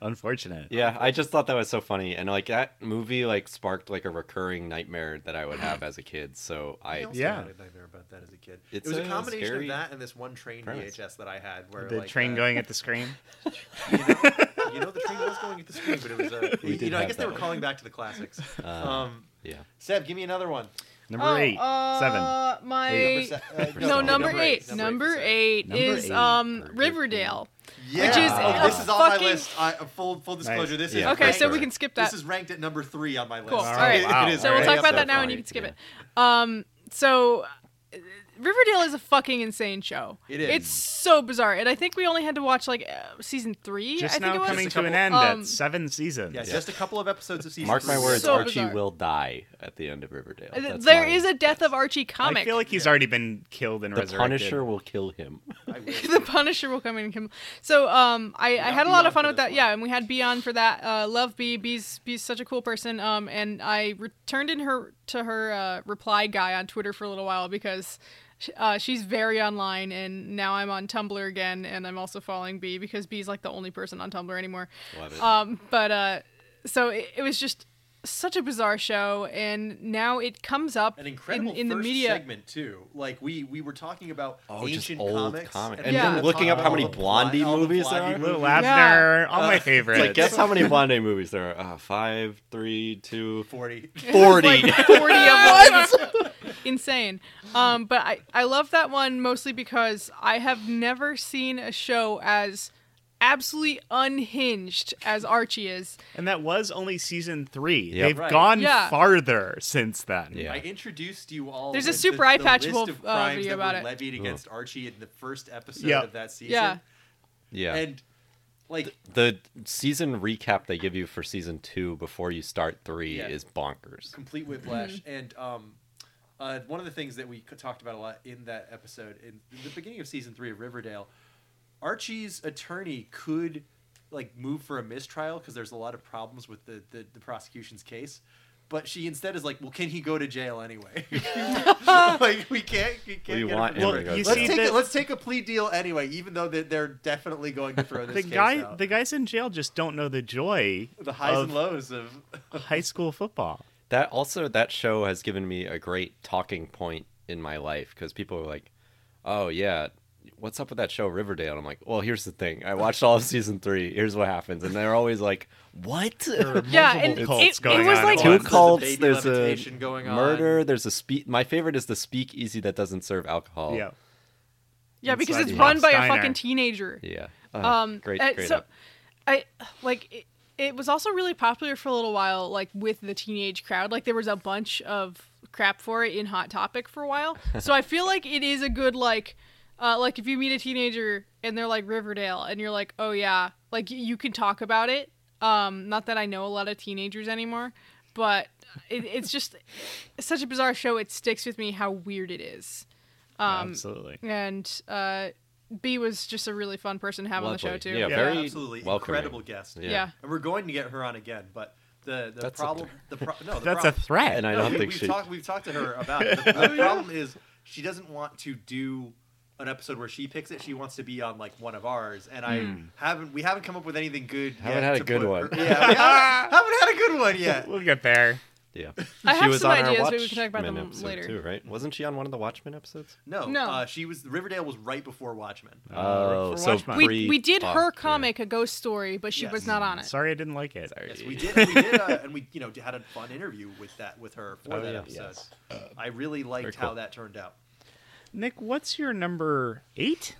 Unfortunate.
Yeah, I just thought that was so funny, and like that movie like sparked like a recurring nightmare that I would have as a kid. So
I
I
also
Yeah.
had a nightmare about that as a kid.
It's
it was
a
a combination
scary
of that and this one train
premise.
VHS that I had, where
The
like,
train
uh,
going at
[laughs]
the screen.
You know, the train was going at the screen, but it was. Uh,
[laughs] We
you
did
know, I
have
guess they
that
were
one.
calling back to the classics.
Uh,
um,
yeah.
Seb, give me another one.
Number
Oh,
eight. seven.
Uh, my
Number se- uh,
[laughs] no, number,
number
eight. Number eight,
Number
is
eight.
um
Number eight.
Riverdale.
Yeah.
Which is
oh, this
a
is on my
fucking-
list. I, uh, full full disclosure.
Nice.
This is
Yeah,
okay, so
ranked-
we
sure.
can skip that.
This is ranked at number three on my list.
Cool. All
right.
It-
Wow.
it is
so we'll
way
talk
up
about
there.
that now, and you
fine,
can skip
yeah.
it. Um, so uh, Riverdale is a fucking insane show.
It is.
It's so bizarre, and I think we only had to watch like uh, season three. I
Just
think
now
it was.
coming
Just a
to an
couple-
end
Um,
at seven seasons.
Yeah, just a couple of episodes of season.
Mark
three.
my words,
So
Archie
bizarre.
will die at the end of Riverdale.
Uh,
That's
there
my-
is a death of Archie comic.
I feel like he's already been killed and
the
resurrected.
Punisher will kill him.
I wish.
[laughs] the Punisher will come in and kill. him. So um, I, I
got
had a lot
Beyond
of fun
for
with
this
that.
one.
Yeah, and we had Beyond for that. Uh, love B. B's B's such a cool person. Um, and I returned in her to her uh, reply guy on Twitter for a little while because. sh- Uh, she's very online, and now I'm on Tumblr again, and I'm also following B because B's like the only person on Tumblr anymore.
Love it.
Um, but uh, so it, it was just such a bizarre show, and now it comes up
An incredible
in, in the
first
media.
segment too. Like we we were talking about
Oh, just
ancient
old
comics,
comic-
and then
we were
looking
talking
up how
about
many
all the
Blondie
all the
movies
Blondie
there are.
Little
movies.
Abner, all
Uh,
my
it's
favorites.
Like, guess how many Blondie movies there are? Uh, five, three, two,
Forty.
forty. [laughs]
like [laughs] 40 of them. Insane. Um, but I, I love that one mostly because I have never seen a show as absolutely unhinged as Archie is.
And that was only season three.
Yep.
They've
Right.
gone
Yeah.
farther since then.
Yeah.
I introduced you all.
There's a
with
super
the,
eye
the
patch
list
wolf,
of
uh,
crimes
video
that
about
were
it.
levied against Archie in the first episode
Yeah.
of that season.
Yeah.
yeah.
and like
the season recap they give you for season two before you start three
Yeah.
is bonkers.
complete whiplash
Mm-hmm.
and um uh, one of the things that we c- talked about a lot in that episode in, in the beginning of season three of riverdale archie's attorney could like move for a mistrial because there's a lot of problems with the, the the prosecution's case but she instead is like well can he go to jail anyway [laughs] like we can't, we can't
We
get
want
him for
Well,
him to go.
you
down.
Let's
see-
take,
that-
a, let's take a plea deal anyway, even though they're, they're definitely going to throw this
The
case
guy,
out.
the guys in jail just don't know the joy
the highs and
of
lows of
high school football. [laughs]
that also that show has given me a great talking point in my life because people are like, "Oh yeah, what's up with that show Riverdale?" And I'm like, "Well, here's the thing. I watched all of season three. Here's what happens." And they're always like, "What?"
Yeah, and it,
multiple cults
it
going
was
on
like
at
[laughs] two
once.
There's a
cults.
baby
There's a
levitation going on.
murder. There's a speak. My favorite is the speakeasy that doesn't serve alcohol.
Yeah.
yeah, because
Inside
it's
the
run by a
Steiner.
fucking teenager.
yeah.
Um,
great,
uh,
great.
so I like it, it was also really popular for a little while, like with the teenage crowd. Like there was a bunch of crap for it in Hot Topic for
[laughs]
a while. So I feel like it is a good like, uh, like if you meet a teenager and they're like Riverdale, and you're like, oh yeah, like y- you can talk about it. Um, not that I know a lot of teenagers anymore, but it, it's just such a bizarre show. It sticks with me how weird it is
Absolutely.
and uh, B was just a really fun person to have on the show
Lovely.
too.
Yeah,
Yeah,
very
absolutely
welcoming.
incredible guest.
Yeah.
Yeah.
and we're going to get her on again. But the the
That's a
problem, the pro- no, the
[laughs]
That's a
problem,
threat.
And I
no,
don't
we,
think
we've
she. Oh,
talked. We've talked to
[laughs]
her about it. The, the problem is she doesn't want to do an episode where she picks it. She wants to be on like one of ours, and I haven't. We haven't come up with anything good.
Hmm. Haven't
yet
had a
to
good
put
one.
her- yeah, we
[laughs]
haven't, haven't had a good one yet.
We'll get there.
Yeah.
I
she
have
was
some
on
ideas,
our
but we can talk about
Watchmen
them
episode
later.
Too, right? Wasn't she on one of the Watchmen episodes?
No,
No.
Uh, she was Riverdale was right before Watchmen.
Oh,
for
so
Watchmen.
We
pre-
we did her
Buck, yeah.
comic, a ghost story, but she
Yes.
was not on it.
Sorry, I didn't like it.
Yes, we did. We did,
[laughs]
uh, and we you know had a fun interview with that with her for
Oh,
that
yeah.
episode. I really liked
cool.
how that turned out.
Nick, what's your number eight?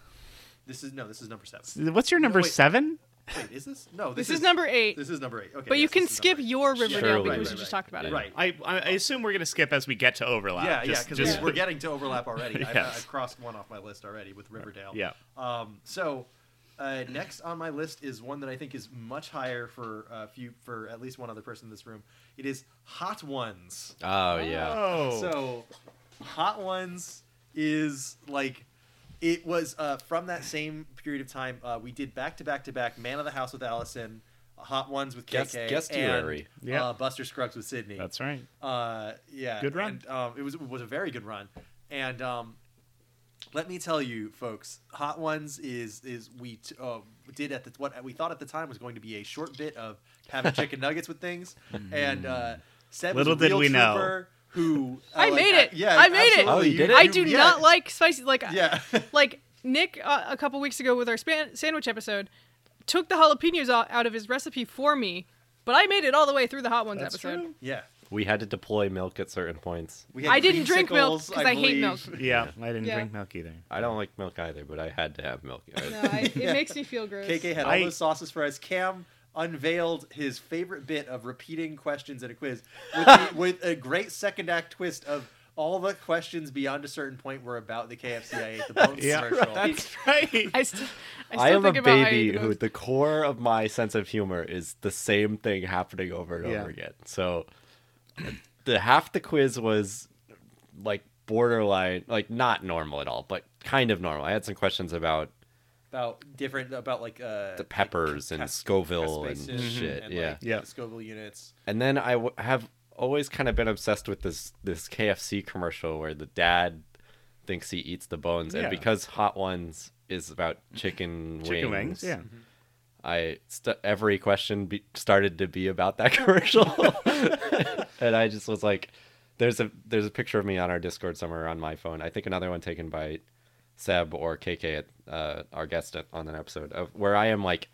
This is no, this is number seven.
What's your number
wait.
seven?
Wait, is this? No,
This is number eight.
This is number eight. Okay,
But you
yes,
can
this is
skip
number eight.
your Riverdale
Surely.
because
Right,
we
right,
just
right.
talked about it.
Right.
I, I I assume we're gonna skip as we get to overlap.
Yeah,
Just-
yeah, because
just-
we're getting to overlap
[laughs]
already. I've,
Yes.
I've crossed one off my list already with Riverdale.
Yeah.
Um, so uh, next on my list is one that I think is much higher for a few for at least one other person in this room. It is Hot Ones.
Oh yeah.
Oh,
So, Hot Ones is like it was uh, from that same period of time. Uh, we did back to back to back Man of the House with Allison, Hot Ones with KK,
Guest- guestuary.
and
Yeah.
uh, Buster Scruggs with Sydney.
that's right.
Uh, yeah.
Good run.
And, um, it was it was a very good run, and um, let me tell you, folks, Hot Ones is is we t- uh, did at the what we thought at the time was going to be a short bit of having
[laughs]
chicken nuggets with things, and uh, Seb
Hmm. Little
was a
did
real
we know.
trooper
[laughs]
Who
I
uh, like,
made
uh,
it.
Yeah,
I made it.
absolutely.
Oh, you did it?
I do
yeah.
not like spicy. Like
[laughs]
uh,
Yeah. [laughs]
like Nick uh, a couple weeks ago with our span- sandwich episode took the jalapenos out, out of his recipe for me, but I made it all the way through the hot ones
That's
episode.
true.
yeah.
We had to deploy milk at certain points.
We
I didn't drink milk
creamsicles,
'cause I hate milk.
believe.
Yeah, I didn't
Yeah.
drink milk either.
I don't like milk either, but I had to have milk.
No, I,
[laughs]
it
Yeah.
makes me feel gross.
KK had all
I-
those sauces for us. Cam unveiled his favorite bit of repeating questions in a quiz with,
[laughs]
the, with a great second act twist of all the questions beyond a certain point were about the KFC I ate the bones commercial.
[laughs] [laughs] right.
I, st- [laughs] I still
I am a
think about how I eat
baby
the
who
most-
the core of my sense of humor is the same thing happening over and
Yeah.
over again. So the half the quiz was like borderline like not normal at all, but kind of normal. I had some questions about
about different about like uh
the peppers and
Cas-
Scoville and
Caspases
shit.
and,
yeah.
like,
Yeah.
Scoville units.
And then I w- have always kind of been obsessed with this this KFC commercial where the dad thinks he eats the bones,
Yeah.
and because Hot Ones is about chicken wings,
Chicken wings. Yeah.
I st- every question be- started to be about that [laughs] commercial, and I just was like, "There's a there's a picture of me on our Discord somewhere on my phone. I think another one taken by Seb or KK, at, uh, our guest at, on an episode of where I am like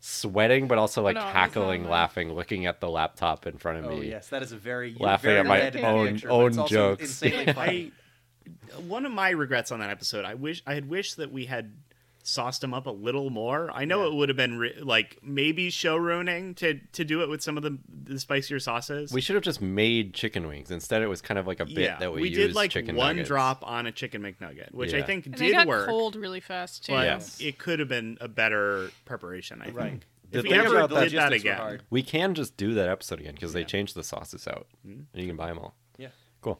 sweating, but also like
no, it's not
cackling,
mine.
laughing, looking at the laptop in front of
Oh
me.
yes, that is a very you
Laughing
very
at my
red in the
own-
picture, but
own
it's also
jokes.
[laughs]
Insanely funny.
I one of my regrets on that episode. I wish I had wished that we had sauced him up a little more. I know it would have been re- like maybe show ruining to to do it with some of the the spicier sauces.
We should have just made chicken wings instead. It was kind of like a bit
yeah,
that we, used
did like
chicken
one
nuggets.
drop on a chicken McNugget, which I
Yeah.
think
And they
did
got
work.
cold really fast too.
But
Yes.
it could have been a better preparation. I think.
Right.
The
If we
thing
ever
about that-
did that
Logistics were
again, [laughs]
hard.
We can just do that episode again because they changed the sauces out, and you can buy them all.
Yeah.
Cool.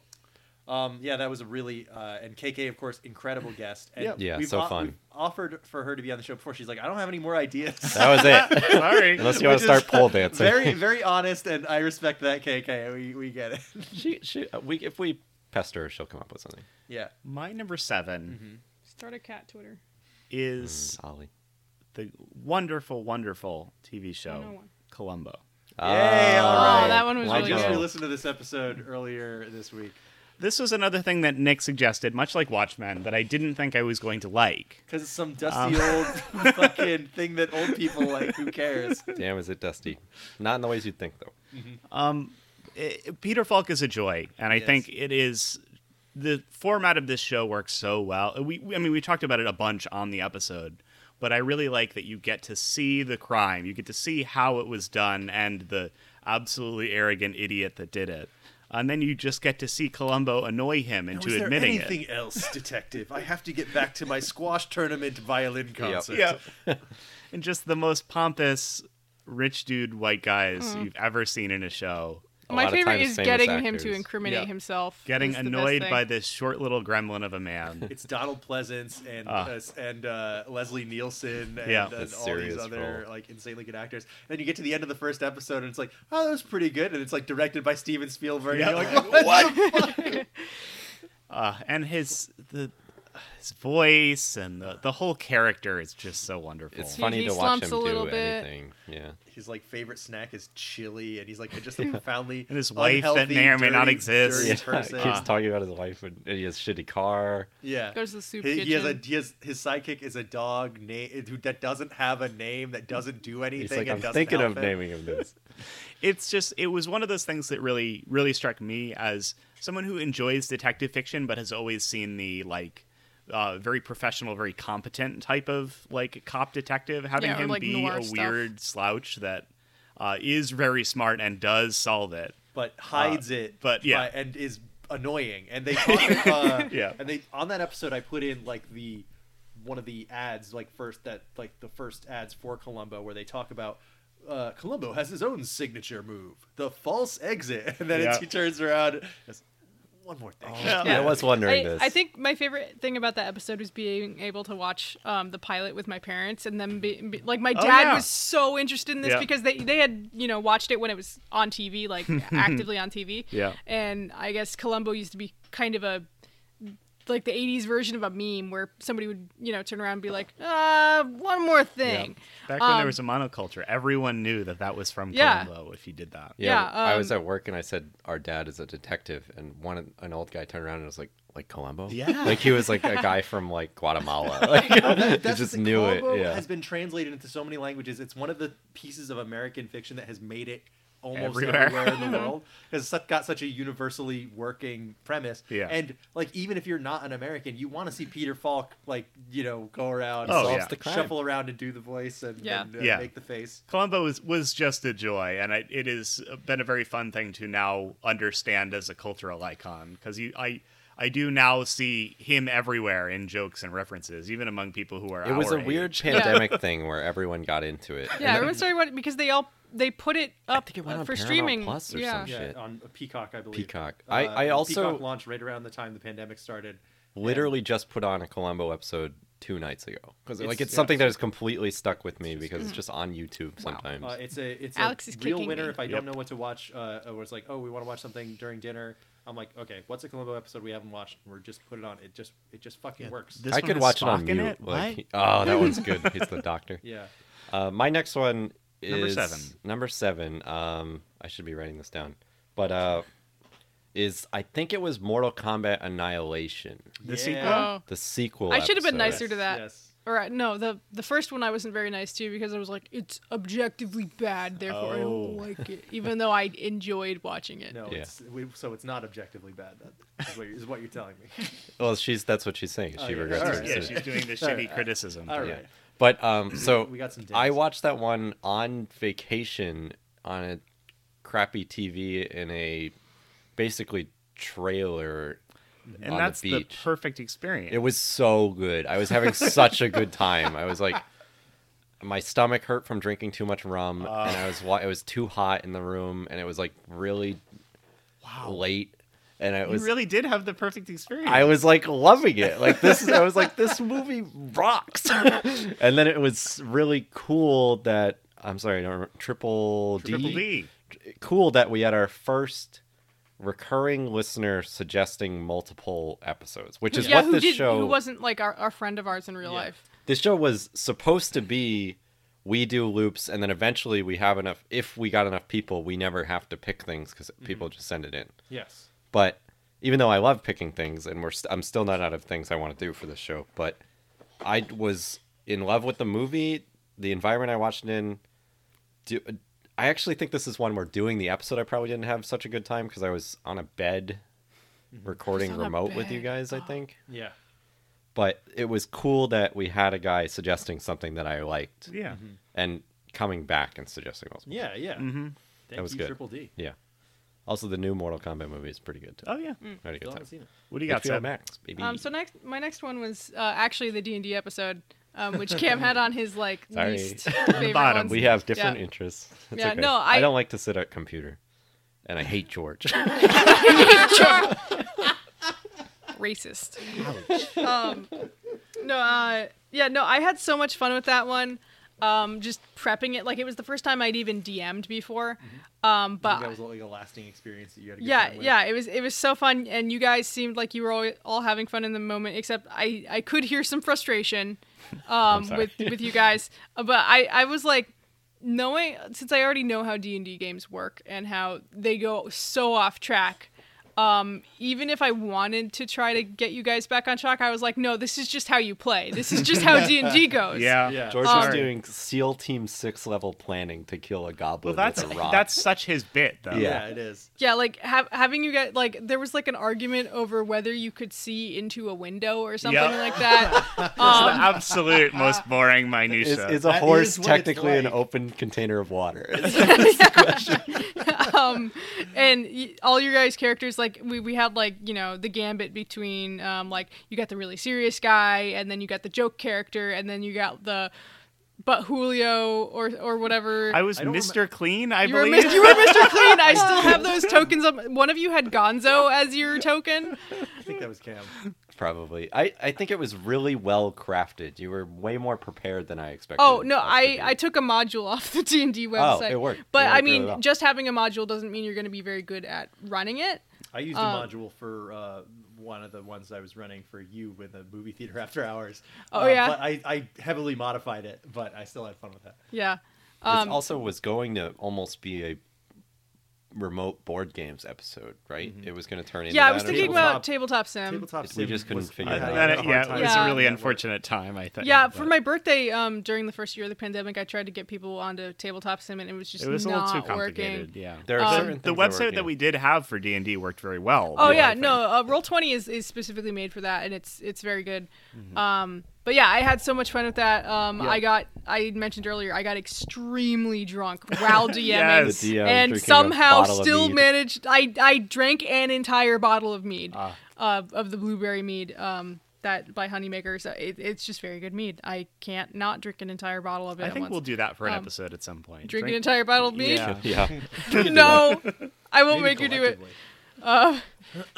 Um, yeah, that was a really uh, and KK, of course, incredible guest. And
Yeah,
we've
so
o-
fun.
we've offered for her to be on the show before. She's like, I don't have any more
[laughs]
ideas. [laughs]
That was it.
sorry.
[laughs] Unless you want to start pole dancing.
very, very honest, and I respect that, KK. We, we get it. [laughs]
she, she, uh, we, if we pester her, she'll come up with something.
Yeah,
My number 7
Mm-hmm.
Start a cat Twitter.
is
Ollie. Mm.
the wonderful, wonderful TV show
know one.
Columbo.
Yay,
Ah.
all
Oh, that one was
I
Why
really
just
go?
good.
re-listened to this episode earlier this week
This was another thing that Nick suggested, much like Watchmen, that I didn't think I was going to like.
because it's some dusty
Um. [laughs]
old fucking thing that old people like. Who cares?
Damn, is it dusty? Not in the ways you'd think, though.
I- Eh, Peter Falk is a joy, and I
Yes.
think it is the format of this show works so well. We, we- I mean, we talked about it a bunch on the episode, but I really like that you get to see the crime, you get to see how it was done, and the absolutely arrogant idiot that did it, and then you just get to see Columbo annoy him into
Was there
admitting it.
anything else, detective? I have to get back to my squash tournament violin concert.
[laughs] yeah.
Mm.
and just the most pompous rich dude white guys you've ever seen in a show.
a
My
lot of
favorite
times
is
famous
getting him
actors.
to incriminate
Yeah.
himself.
Getting
is the best
annoyed
thing.
by this short little gremlin of a man. [laughs]
It's Donald Pleasance and
Ah.
uh, and uh, Leslie Nielsen and,
Yeah.
uh,
That's
all
serious
these other
role.
like insanely good actors. And then you get to the end of the first episode and it's like, oh, that was pretty good. And it's like directed by Steven Spielberg.
Yeah.
And you're like, [laughs] what?
Uh, and his the his voice and the, the whole character is just so wonderful.
It's
He-
funny
he
to watch
slumps
him
a little
do
bit.
anything. Yeah.
His like favorite snack is chili, and he's like just a profoundly
And his wife that
unhealthy,
may or may not
dirty,
exist.
dirty
Yeah,
person.
He
"Ah."
keeps talking about his wife and and he has shitty car.
Yeah.
Goes to the soup
he, he has a
kitchen.
he has, his sidekick is a dog name who that doesn't have a name that doesn't do anything.
He's like,
and
I'm
doesn't
thinking
help
of
him."
naming him
[laughs]
this.
it's just it was one of those things that really really struck me as someone who enjoys detective fiction but has always seen the like uh, very professional very competent type of like cop detective having
Yeah, or,
him
like,
be
noir
a
stuff.
weird slouch that uh, is very smart and does solve it
but hides it.
Uh, but, yeah.
by- and is annoying. And
[laughs]
they talk, uh,
Yeah.
And they on that episode, I put in like the one of the ads, like first that like the first ads for Columbo, where they talk about. Uh, Columbo has his own signature move, the false exit, [laughs] and then it's,
Yeah. Oh,
he turns around. and goes, One more thing.
I was wondering
I,
this.
I think my favorite thing about that episode was being able to watch um, the pilot with my parents and them be, be- like my dad
Oh, yeah.
was so interested in this
Yeah.
because they they had you know watched it when it was on TV like
[laughs]
actively on TV
Yeah.
and I guess Columbo used to be kind of a like the 80s version of a meme where somebody would you know turn around and be like uh one more thing
back when
Um,
there was a monoculture everyone knew that that was from
Yeah.
columbo if you did that
Yeah,
I was
um,
at work and I said our dad is a detective, and one an old guy turned around and was like, like Columbo.
Yeah.
[laughs] like he was like a guy from like
[laughs]
Guatemala. [laughs] Like, he
That's
just
the thing,
knew it.
Columbo
Yeah.
has been translated into so many languages. It's one of the pieces of American fiction that has made it almost
Everywhere.
everywhere, [laughs] in the world. Has got such a universally working premise.
Yeah.
And like even if you're not an American, you want to see Peter Falk like you know go around,
Oh,
solves
yeah.
the crime. shuffle around and do the voice and,
Yeah.
and, uh,
Yeah.
make the face.
Columbo was, was just a joy, and I, it has been a very fun thing to now understand as a cultural icon because you, I, I do now see him everywhere in jokes and references, even among people who are.
it was a
our
weird
age.
pandemic thing where everyone got into it.
yeah everyone started watching because they all they put it up
think it went
uh,
on
for
Paramount
streaming
Plus or
yeah
some
Yeah,
Shit.
on uh, Peacock, I believe. Uh,
Peacock. I- I also-
Peacock launched right around the time the pandemic started.
Literally just put on a Columbo episode two nights ago because like
It's-
it's something that has completely stuck with me because it's just on YouTube sometimes.
Uh, it's a it's
Alex
a
is
real
kicking
winner
me.
if I don't
Yep.
know what to watch. Uh, or it's like, oh, we want to watch something during dinner. I'm like, okay, what's a Columbo episode we haven't watched? We're just put it on. It just it just fucking works.
this
I
one
could
has
watch it on
Spock in
mute.
it?
Like,
What?
[laughs] oh, that one's good. He's the doctor.
yeah,
Uh, my next one is
Number seven.
Number seven. Um, I should be writing this down, but uh, is I think it was Mortal Kombat Annihilation,
The
Yeah.
sequel.
Oh.
the sequel.
I should have been
episode.
nicer to that.
Yes.
All right, no, the the first one I wasn't very nice to because I was like, it's objectively bad, therefore I
Oh.
don't like it, even though I enjoyed watching it.
No,
Yeah.
it's, we, so it's not objectively bad. That is what, you're- is what you're telling
[laughs]
me.
Well, she's that's what she's saying. She
yeah.
regrets
All
her
right.
Yeah,
decision.
she's doing
[laughs]
the shitty criticism.
All
Yeah.
right.
But um, so
[clears throat] We got some digs.
I watched that one on vacation on a crappy TV in a basically trailer
and
on
that's
the
the,
beach.
perfect experience.
It was so good. I
[laughs]
was having such a good time. I was like, my stomach hurt from drinking too much rum,
Uh.
and I was wa- it was too hot in the room, and it was like really late, and it
you
was
really did have the perfect experience.
I was like loving it. Like this, I was like, this movie rocks. [laughs] and then it was really cool that I'm sorry, I don't remember, triple, D,
Triple D.
Cool that we had our first recurring listener suggesting multiple episodes, which is
yeah,
what
who
this
did
show
who wasn't like our, our friend of ours in real life?
this show was supposed to be we do loops and then eventually we have enough if we got enough people we never have to pick things because
Mm-hmm.
people just send it in
Yes.
but even though I love picking things, and we're st- I'm still not out of things I want to do for this show, but I was in love with the movie, the environment I watched it in. Do, I actually think this is one where doing the episode I probably didn't have such a good time because I was on a bed recording
on a
remote with you
bed.
guys. I think,
Yeah.
but it was cool that we had a guy suggesting something that I liked
Yeah.
and coming back and suggesting multiple.
Yeah. Yeah. Thank
Mm-hmm. was
you,
good.
Triple D.
Yeah. Also, the new Mortal Kombat movie is pretty good.
Oh yeah.
I had a
Still
good time.
haven't seen it.
What do you got?
HBO
Seb?
Max, baby.
Um, so next, my next one was uh, actually the D and D episode, um, which Cam had on his like
Sorry.
least favorite
bottom.
ones.
We have different
Yeah.
interests. It's
Yeah,
okay.
no,
I...
I-
don't like to sit at computer and I hate George.
[laughs] Racist. Um, no, uh, yeah, no, I had so much fun with that one. Um, just prepping it, like it was the first time I'd even DM'd before. Um, but
that was like a lasting experience that you had. A good
yeah
time with.
yeah it was it was so fun and you guys seemed like you were all, all having fun in the moment except i i could hear some frustration um with with you guys Uh, but i i was like knowing since i already know how d&d games work and how they go so off track um, even if I wanted to try to get you guys back on track, I was like, no, this is just how you play. This is just how D and D goes.
Yeah.
Yeah.
[laughs] George
Um,
was doing SEAL Team Six level planning to kill a
Well,
goblin
that's
with a rock.
that's such his bit though.
Yeah.
it is.
Yeah, like ha- having you guys like there was like an argument over whether you could see into a window or something
Yeah.
like that.
It's the
Um,
absolute most boring
is,
minutia.
is a
That
horse
is what it's
technically an
like.
open container
[laughs]
of water?
um, and y- all your guys' characters, like we, we had like you know the gambit between um, like you got the really serious guy, and then you got the joke character, and then you got the but Julio or or whatever.
I was
I don't
Mr. Clean, I
you were,
believe.
[laughs]
Mis- you were Mr. Clean. I still have those tokens. Up. One of you had Gonzo as your token.
I think that was Cam.
Probably. I, I think it was really well crafted. You were way more prepared than I expected.
Oh no,
us to
I,
be.
I took a module off the D and D website.
Oh, it worked. It
But I
worked really
mean,
well.
just having a module doesn't mean you're going to be very good at running it.
I used
Um,
a module for uh, one of the ones I was running for you with the movie theater [laughs] after hours.
Oh,
Uh,
yeah?
But I, I heavily modified it, but I still had fun with that.
Yeah.
This
Um,
also was going to almost be a remote board games episode, right?
Mm-hmm.
It was going to turn into
yeah, I
that
was
or
thinking
something.
about tabletop sim.
Tabletop
If we
sim
just couldn't
was-
figure
I
it
had
out.
a
That-
hard
yeah,
time
it was
with
a
Um, Yeah.
really
that one.
unfortunate time, I think.
Yeah,
but-
for my birthday, um, during the first year of the pandemic, I tried to get people onto tabletop sim, and it was just
it was a
not
little too
working.
complicated. Yeah.
There are
Um,
certain
the
things that
website
work
that
in-
we did have for D and D worked very well.
Oh
though, I
yeah,
think.
no, uh, roll twenty is, is specifically made for that, and it's it's very good.
Mm-hmm.
Um, but yeah, I had so much fun with that. Um, I got I mentioned earlier, I got extremely drunk
[laughs]
while DMing,
Yes.
The DM
and
drinking a
somehow
bottle of
still
mead.
managed. I I drank an entire bottle of mead,
Ah.
uh, of the blueberry mead. Um, that by Honeymakers, Uh, it, it's just very good mead. I can't not drink an entire bottle of it.
I
at
think
once.
we'll do that for an
Um,
episode at some point.
drink an entire bottle of mead.
Yeah.
[laughs] Yeah.
[laughs]
no, I
Maybe
won't make you do it.
collectively.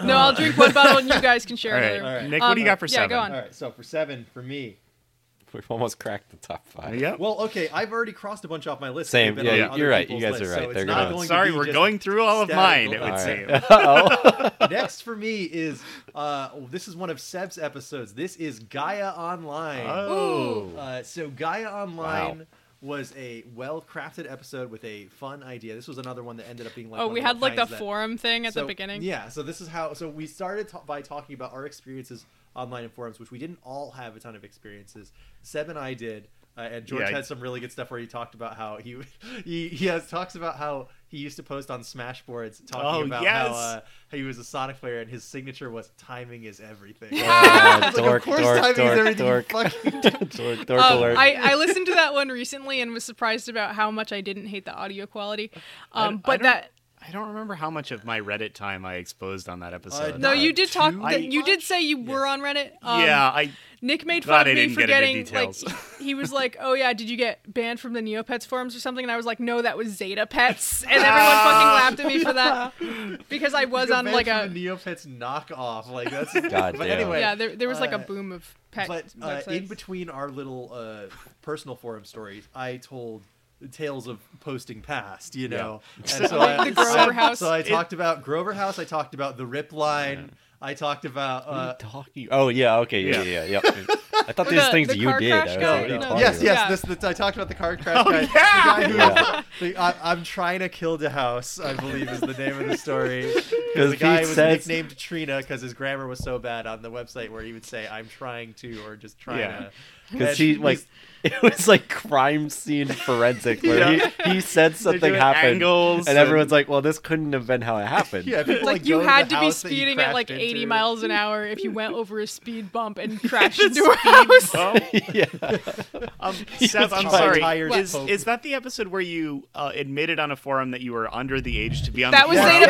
No, I'll drink one bottle and you guys can share
All right.
another.
Nick, what do you
Um,
got for
yeah,
seven?
go on.
All right, so for seven, for me.
We've almost cracked the top five. [laughs]
Yep.
Well, okay, I've already crossed a bunch off my list.
Same,
They've been
yeah,
on
you're
other
right, you
people's
guys are
lists,
right,
So it's
they're
not
gonna-
going to
Sorry,
be
we're
just
going through all of
static.
mine. It
All
would
right. [laughs]
seem.
Next for me is uh, this is one of Seb's episodes. This is Gaia Online.
Oh.
Uh, so Gaia Online was a well-crafted episode with a fun idea. This was another one that ended up being like.
Oh,
Oh,
we had like the
that,
forum thing at the
so-
beginning.
Yeah, so this is how. So we started ta- by talking about our experiences online and forums, which we didn't all have a ton of experiences. Seb and I did, uh, and George
Yeah.
had some really good stuff where he talked about how he [laughs] he, he has, talks about how he used to post on Smash boards talking
Oh,
about
yes.
how, uh, how he was a Sonic player and his signature was timing is everything.
Uh,
It's like,
[laughs] dork,
of course,
dork,
timing
dork,
is everything. you
dork.
fucking
dork, dork
Um,
alert.
[laughs]
I, I listened to that one recently and was surprised about how much I didn't hate the audio quality. Um,
I
but
don't-
that
I don't remember how much of my Reddit time I exposed on that episode. Uh,
no,
not
you did talk.
too
That, you did
much?
say you were on Reddit. Um,
yeah, I
Nick made
Glad
fun
I
of me
didn't
for
get
getting
into details.
like [laughs] he was like, "Oh yeah, did you get banned from the Neopets forums or something?" And I was like, "No, that was Zeta Pets," and everyone fucking laughed at me for that because I was
go
on
back
like
to
a
the Neopets knockoff. Like
[laughs]
that's
God
But
damn.
anyway,
yeah. There, there was like a
uh,
boom of pet
but uh, in
websites. [laughs]
between our little uh, personal forum stories, I told tales of posting past, you
[laughs]
know. And so,
Like
I,
the Grover
I-
House.
So I talked about Grover House. I talked about the Rip Line. I talked about. Uh,
talking. Oh yeah, okay, yeah, yeah, yeah. yeah. I thought these
the-
things
the
you
car
did.
crash
I was
guy?
like,
No.
what are you
yes,
talking
yes.
Yeah.
This, this I talked about the car crash.
Oh,
guy.
yeah.
The
about?
guy who- [laughs] the- I, am trying to kill the house. I believe is the name of the
[laughs]
story. Because
'Cause
the guy
Pete
was
says- [laughs]
nicknamed Trina because his grammar was so bad on the website where he would say "I'm trying to" or just trying
Yeah.
to.
because
And
she
he's-
like it was like crime scene forensic where he, he said something
doing
happened
angles
and everyone's
and-
like well this couldn't have been how it happened
[laughs]
yeah, people,
like
go
you
to the
had to be
house that you
speeding at
crashed
like 80
into.
miles an hour if you
[laughs]
went over a speed bump and crashed into a house.
Oh,
yeah
[laughs] um, Seth, I'm
trying
sorry.
to hire
Is,
Pope.
is that the episode where you uh, admitted on a forum that you were under the age to be on
That
the
was
forum?
Zeta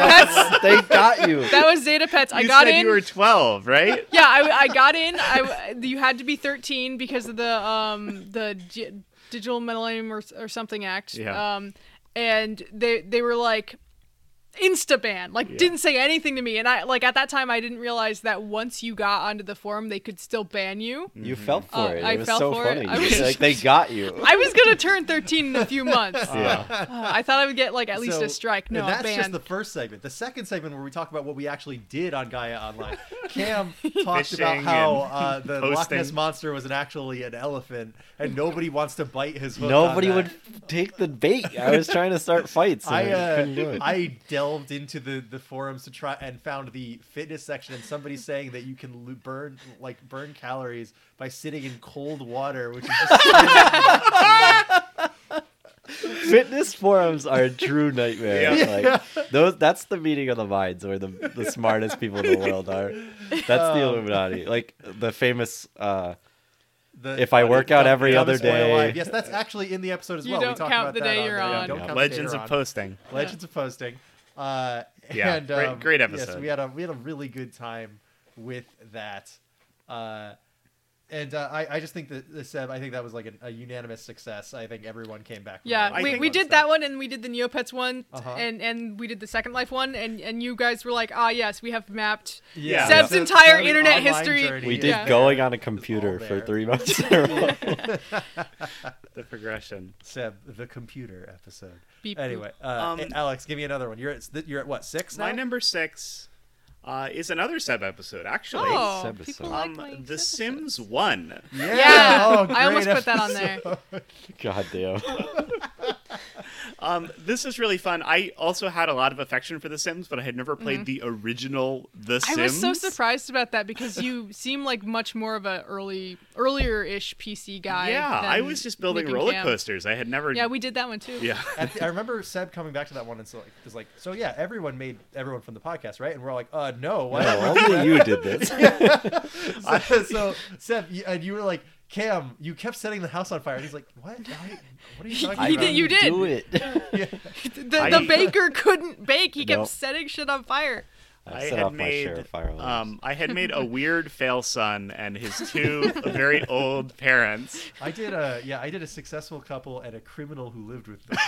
Pets.
they got you
[laughs] That was Zeta Pets. I
You
got
said
in.
you were 12, right?
[laughs] Yeah, I, I got in. I you had to be 13 because of the um the G- digital millennium or, or something act.
Yeah.
Um, and they they were like, insta ban like didn't say anything to me and i like at that time i didn't realize that once you got onto the forum they could still ban you
You fell for
Uh,
it.
I
it was
fell
so
for
funny.
it. I was-
like they got you.
[laughs] i was gonna turn 13 in a few months
yeah.
[laughs] Uh, i thought i would get like at least
So,
a strike no
and that's
a ban
just the first segment. The second segment where we talk about what we actually did on Gaia Online. Cam [laughs] talked
Fishing
about how
and
uh, the Loch
posting.
Ness monster was an, actually an elephant, and nobody wants to bite his hook. on
Nobody
that.
would take the bait. I was trying to start fights. And I,
I
couldn't do
uh,
it.
I delved into the, the forums to try and found the fitness section and somebody saying that you can lo- burn like burn calories by sitting in cold water, which is just
[laughs] Fitness forums are a true nightmare. Like those that's the meeting of the minds where the, the smartest people in the world are. That's the
Uh,
Illuminati. Like the famous uh
the,
if I work out every other
dumbest way
day.
alive. Yes, that's actually in the episode as
You
well. we
don't
talked
count
about
the
that
day
on
you're
there. Yeah,
on.
don't count the day
Legends
you're
of
on.
Posting.
Legends of Posting. Uh,
Yeah,
and,
great-
um,
great
Yes,
episode.
we had a we had a really good time with that, uh, and uh, I I just think that uh, Seb, I think that was like a, a unanimous success. I think everyone came back. from that
yeah,
one
we,
with
we
one
did
step.
that one and we did the Neopets one
Uh-huh.
and and we did the Second Life one and and you guys were like, ah yes, we have mapped
Yeah.
Seb's
So it's
entire
totally
internet
online
history.
journey.
we
Yeah.
did
Yeah.
going on a computer
all
for
there.
three months in a row.
The progression.
Seb the computer episode.
Beep, boop.
anyway, uh,
Um,
Alex, give me another one. You're at s- you're at what six now?
My number six uh, is another sub episode, actually.
Oh,
Seb's
people
episode.
like
um,
my
The
Seb's
Sims 1.
yeah.
[laughs] Yeah,
[laughs] Oh,
I almost
great
put that on there.
[laughs] God damn.
Um, this is really fun. I also had a lot of affection for The Sims, but I had never played the original The Sims.
Mm-hmm. I was so surprised about that because you seem like much more of a early, earlier-ish PC guy.
Yeah,
than
I was just building
Nick and
roller
Cam.
coasters. I had never.
Yeah, we did that one too.
[laughs] Yeah.
At the- [laughs] I remember Seb coming back to that one and so like, was like, so yeah, everyone made everyone from the podcast, right? And we're all like, uh, no, why not?
No, only you did this.
[laughs] so, so Seb, you, and you were like, Cam, you kept setting the house on fire. And he's like, what? I- what are you talking
[laughs] He
about?
did- [laughs] [laughs] you did.
Do it.
The, the
I-
baker couldn't bake; he kept
Nope.
setting shit on fire.
I set off my share of fire alarms.
um, I had made
[laughs]
a weird fail son and his two very old parents.
I did a yeah, I did a successful couple and a criminal who lived with them.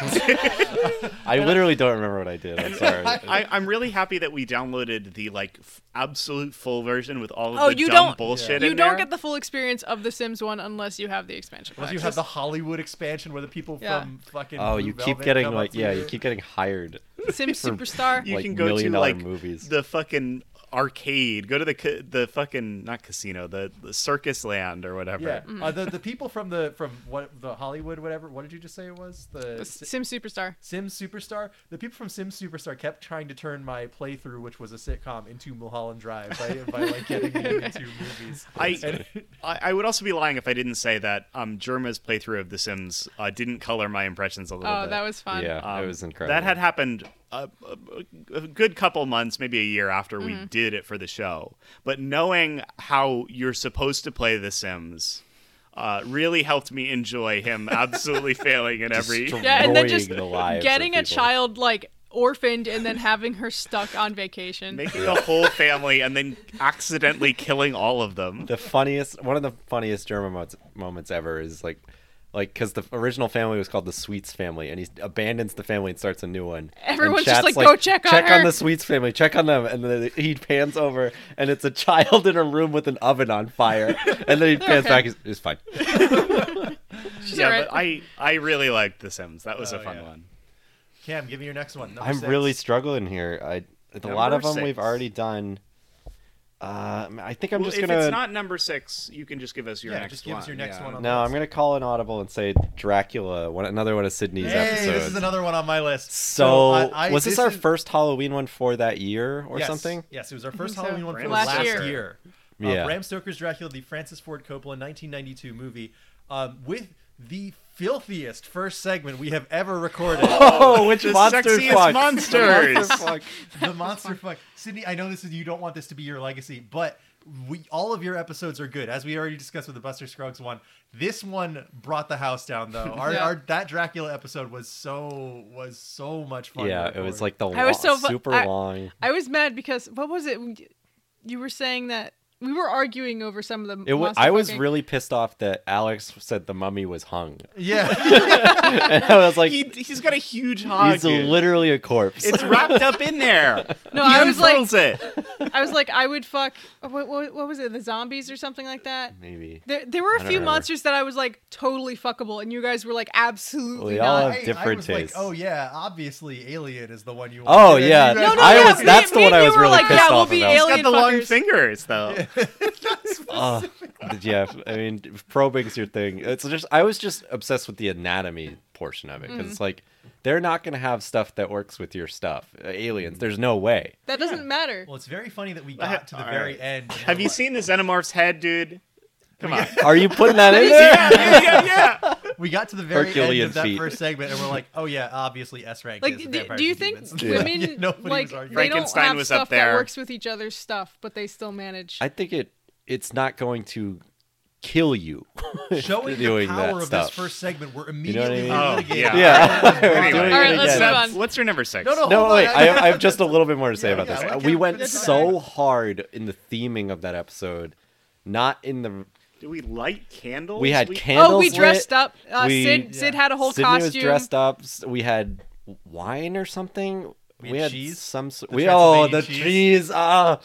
I literally don't remember what I
[laughs]
did. I'm sorry.
I, I'm really happy that we downloaded the like f- absolute full version with all of
Oh,
the
you
dumb
don't-
bullshit.
you
in
don't
there.
get the full experience of The Sims one unless you have the expansion.
Unless you
pack.
have the Hollywood expansion where the people
Yeah.
from fucking
oh,
Blue
[laughs]
you keep
Velvet
getting
come up
like
to
yeah, you keep getting hired.
Sims
[laughs]
Superstar.
you
like,
can go to
million-dollar
like
movies.
the fucking arcade go to the ca- the fucking not casino the, the circus land or whatever
Yeah, uh, the the people from the from what the Hollywood whatever. What did you just say it was the
The
Si-
Sims Superstar.
Sim Superstar. The people from Sim Superstar kept trying to turn my playthrough, which was a sitcom, into Mulholland Drive by, by like getting me into movies.
I, I I would also be lying if I didn't say that um Germa's playthrough of The Sims uh, didn't color my impressions a little
Oh,
bit.
that was fun.
Yeah,
Um,
it was incredible.
That had happened a, a, a good couple months, maybe a year after
Mm-hmm.
we did it for the show. But knowing how you're supposed to play The Sims uh, really helped me enjoy
[laughs]
him absolutely failing in every.
Yeah, and then just
destroying the lives of
getting a
people.
child like orphaned and then having her stuck on vacation.
Making a whole family and then accidentally killing all of them.
the funniest one of the funniest German moments, moments ever is like like because the original family was called the Sweets family, and he abandons the family and starts a new one. And
Everyone's just
Chat's
like, "Go check on
check
her."
the Sweets family, check on them, and then he pans over, and it's a child in a room with an oven on
[laughs]
fire, and then he pans
okay.
back, he's, he's fine.
She's
Yeah,
alright.
but I, I really liked The Sims. That was a
Oh,
fun
yeah.
one.
Cam, give me your next one. Number
I'm
six.
really struggling here. I a lot of
Number
them we've
six.
already done. Uh, I think I'm
Well,
just
if
gonna.
it's not number six, you can just give us your
Yeah,
next
just give
one.
us your next
Yeah.
one on
No,
the
I'm
list.
gonna call an audible and say Dracula. One, another one of Sydney's
Hey,
episodes.
this is another one on my list.
So,
I- I-
was this, our
is-
first Halloween one for that year or
yes,
something?
Yes, it was our first
so.
Halloween one for
Bram
last,
Stoker.
year. Uh,
Yeah.
Bram Stoker's Dracula, the Francis Ford Coppola 1992 movie, um, with the filthiest first segment we have ever recorded.
Oh, which
The
monster
sexiest
fuck? [laughs]
monsters.
the monster fuck sydney i know this is you don't want this to be your legacy but we all of your episodes are good as we already discussed with the buster scruggs one this one brought the house down though our,
Yeah.
our that dracula episode was so was so much fun to
yeah, it was
record.
like the
I was
lo-
so fu-
super
I-
long.
I was mad because what was it? You were saying that we were arguing over some of the.
It was,
monster
I was
fucking-
really pissed off that Alex said the mummy was hung. [laughs]
Yeah.
and I was like,
he, he's got a huge hog.
he's
dude.
literally a corpse.
it's wrapped up in there.
No,
[laughs] he
I was like,
unfurls it.
I was like, I would fuck. What, what, what was it? The zombies or something like that.
[laughs] Maybe.
[laughs] There, there were
I
a
don't
few
remember.
monsters that I was like totally fuckable, and you guys were like absolutely
We all
[laughs]
not.
have different tastes.
oh yeah, obviously Alien is the one you. want.
Oh
And
yeah,
you guys-
No, no,
I
yeah,
was.
me-
that's the
me
one
and
I
you
was
were
really
like,
pissed
yeah, we'll
off
be
about.
alien-
He's got the long
fuckers.
fingers though.
Ugh. yeah, I mean, probing's your thing. It's just I was just obsessed with the anatomy portion of it because
Mm-hmm.
it's like they're not gonna have stuff that works with your stuff. Uh, aliens, there's no way.
That doesn't matter.
Well, it's very funny that we got to the very
Alright.
end.
Have you seen the xenomorph's head, dude? Come on.
Are you putting that in
[laughs]
there?
yeah, yeah, yeah, yeah.
We got to the very end
Herculean
of that
feet.
first segment, and we're like, oh yeah, obviously S rank.
Like,
is
d-
the
do,
vampires
you
and
think
demons.
women
Yeah, nobody
[laughs] like
was arguing.
they don't
Frankenstein
have
was up
stuff
there.
that works with each other's stuff, but they still manage?
I think it. It's not going to kill you.
showing
doing
the
that
power of
stuff.
this first segment. We're
You know what I
immediately
mean?
Oh,
relitigating.
yeah.
Yeah. We're
[laughs] Anyway.
doing it
All right, let's
again.
move on.
Seb, what's your number six?
No, no,
No,
hold
wait.
on.
I have, I have just a little bit more to say
Yeah,
about
yeah,
this.
let
we
Kevin
went
finish that.
so hard in the theming of that episode, not in the.
Do we light candles?
We had candles.
oh, we
lit.
dressed up. Uh,
We-
Sid, Sid had a whole
Sydney
costume.
was dressed up. S- We had wine or something. We,
had
had
cheese?
some. s- we oh
Transylvanian
the
cheese?
cheese ah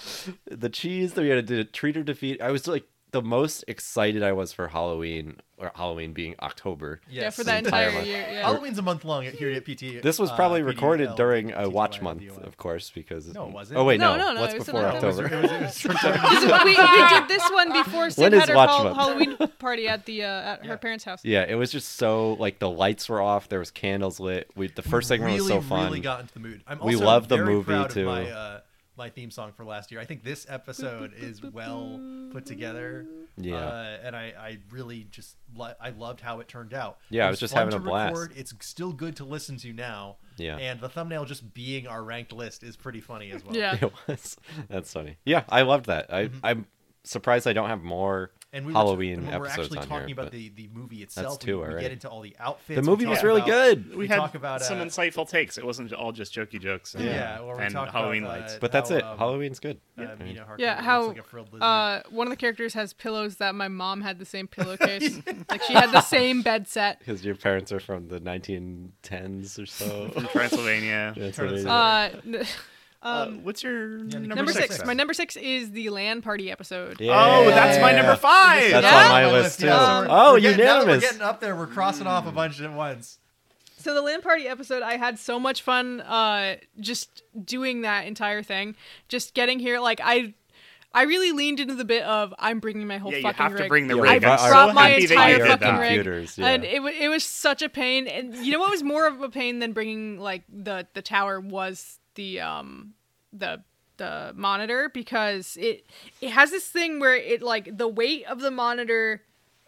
the cheese that we had to do, treat or defeat. I was like the most excited I was for Halloween or Halloween being October.
yeah,
Yes.
for that
The entire
entire
month.
year. Yeah.
Halloween's a month long at- here at PT.
[laughs] This was
uh,
probably
PDL,
recorded during a
TTY,
watch month,
DOI.
of course, because
No, it wasn't.
Oh wait,
No,
no,
no, no,
what's
it was in
before
It was-
October?
it was- it was recorded.
we, we did this one before Sid
When
had
is
her
Watch
hall-
Month?
Halloween party at the uh, at her parents' house.
Yeah, it was just so like the lights were off. There was candles lit. We the first segment
really,
was so fun.
Really got into the mood. I'm
We
also
love the
very
movie,
proud of
too.
my, uh, my theme song for last year. I think this episode is well put together.
Yeah.
uh, and I, I really just lo- I loved how it turned out.
Yeah,
It
I was just
fun
having
to
a blast.
Record. It's still good to listen to now.
Yeah.
and the thumbnail just being our ranked list is pretty funny as well.
Yeah.
[laughs] It was. That's funny. Yeah, I loved that. I, I'm surprised I don't have more
Mm-hmm. And we were- and
Halloween
we're
episodes
actually
on
talking
here.
about
but
the, the movie itself. we,
two
we
already.
get into all the outfits.
the
we
movie
talk
was really
about-
good.
We,
We, had
talk about
some
uh,
insightful takes. It wasn't all just jokey jokes. And,
Yeah, where we
and
talk
Halloween
about, uh,
lights.
But that's
how,
it.
um,
Halloween's good.
uh, Mina Harker
Yeah,
looks
how
like a frilled lizard.
uh, one of the characters has pillows that my mom had the
[laughs]
same pillowcase. like she had the same bed set.
Because your parents are from the 1910s
[laughs]
or so.
From Transylvania.
[laughs] That's
Turn it
amazing.
south.
Uh, n-
Uh, what's your number,
number six.
then?
My number six is the land party episode.
Yeah.
Oh, that's my number five.
That's
Yeah. Um,
on my list too.
Yeah, so we're-
oh,
we're getting- now that
unanimous.
We're getting up there. We're crossing off a bunch at once.
So the land party episode, I had so much fun uh, just doing that entire thing. Just getting here, like I, I really leaned into the bit of I'm bringing my whole
Yeah, you
fucking
have
rig.
to bring the
Yeah,
rig.
I
I'm
brought
so
my
happy that
entire
you did
fucking
that.
rig.
computers. Yeah.
And it, wa- it was such a pain. And you know what was more of a pain than bringing like the the tower was the um the the monitor because it it has this thing where it like the weight of the monitor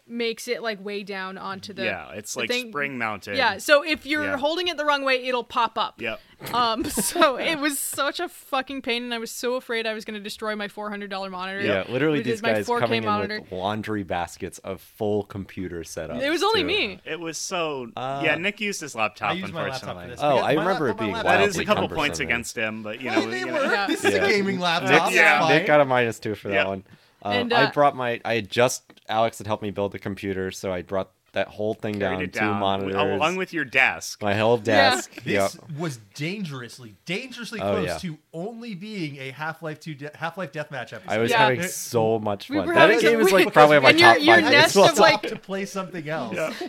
makes it like way down onto the
yeah, it's
the
like
thing.
spring mounted.
Yeah, so if you're
Yeah.
holding it the wrong way, it'll pop up.
Yep.
[laughs] Um, so it was such a fucking pain, and I was so afraid I was going to destroy my four hundred dollar monitor.
yeah, literally
which is
these
my
guys
4K
coming
monitor.
in with laundry baskets of full computer setups.
It was only
too.
me.
It was so.
Uh,
yeah, Nick used his laptop,
I used my
unfortunately.
laptop for this.
Oh,
Because
I
my
remember
laptop-
it being
my
that
laptop-
is a
Wildly
couple
cumbersome,
points
man.
against him, but you know.
Hey, they
you know,
work.
Yeah.
This is
Yeah.
a gaming laptop.
Nick- yeah.
It's
Nick
fine.
got a minus two for that
Yep.
one. Um,
And,
I
uh,
brought my. I had just Alex had helped me build the computer, so I brought that whole thing
carried
down,
it
two
down,
monitors,
along with your desk.
my whole desk. Yeah.
This was dangerously, dangerously
Oh,
close
yeah.
to only being a Half-Life 2 de- Half-Life Deathmatch episode.
I was
Yeah.
having so much
We
fun.
were
that
having
game
some-
is like
because
probably on my
and your-
top
your
five.
I
nest
as
just
well.
of, like-
stopped to play something else.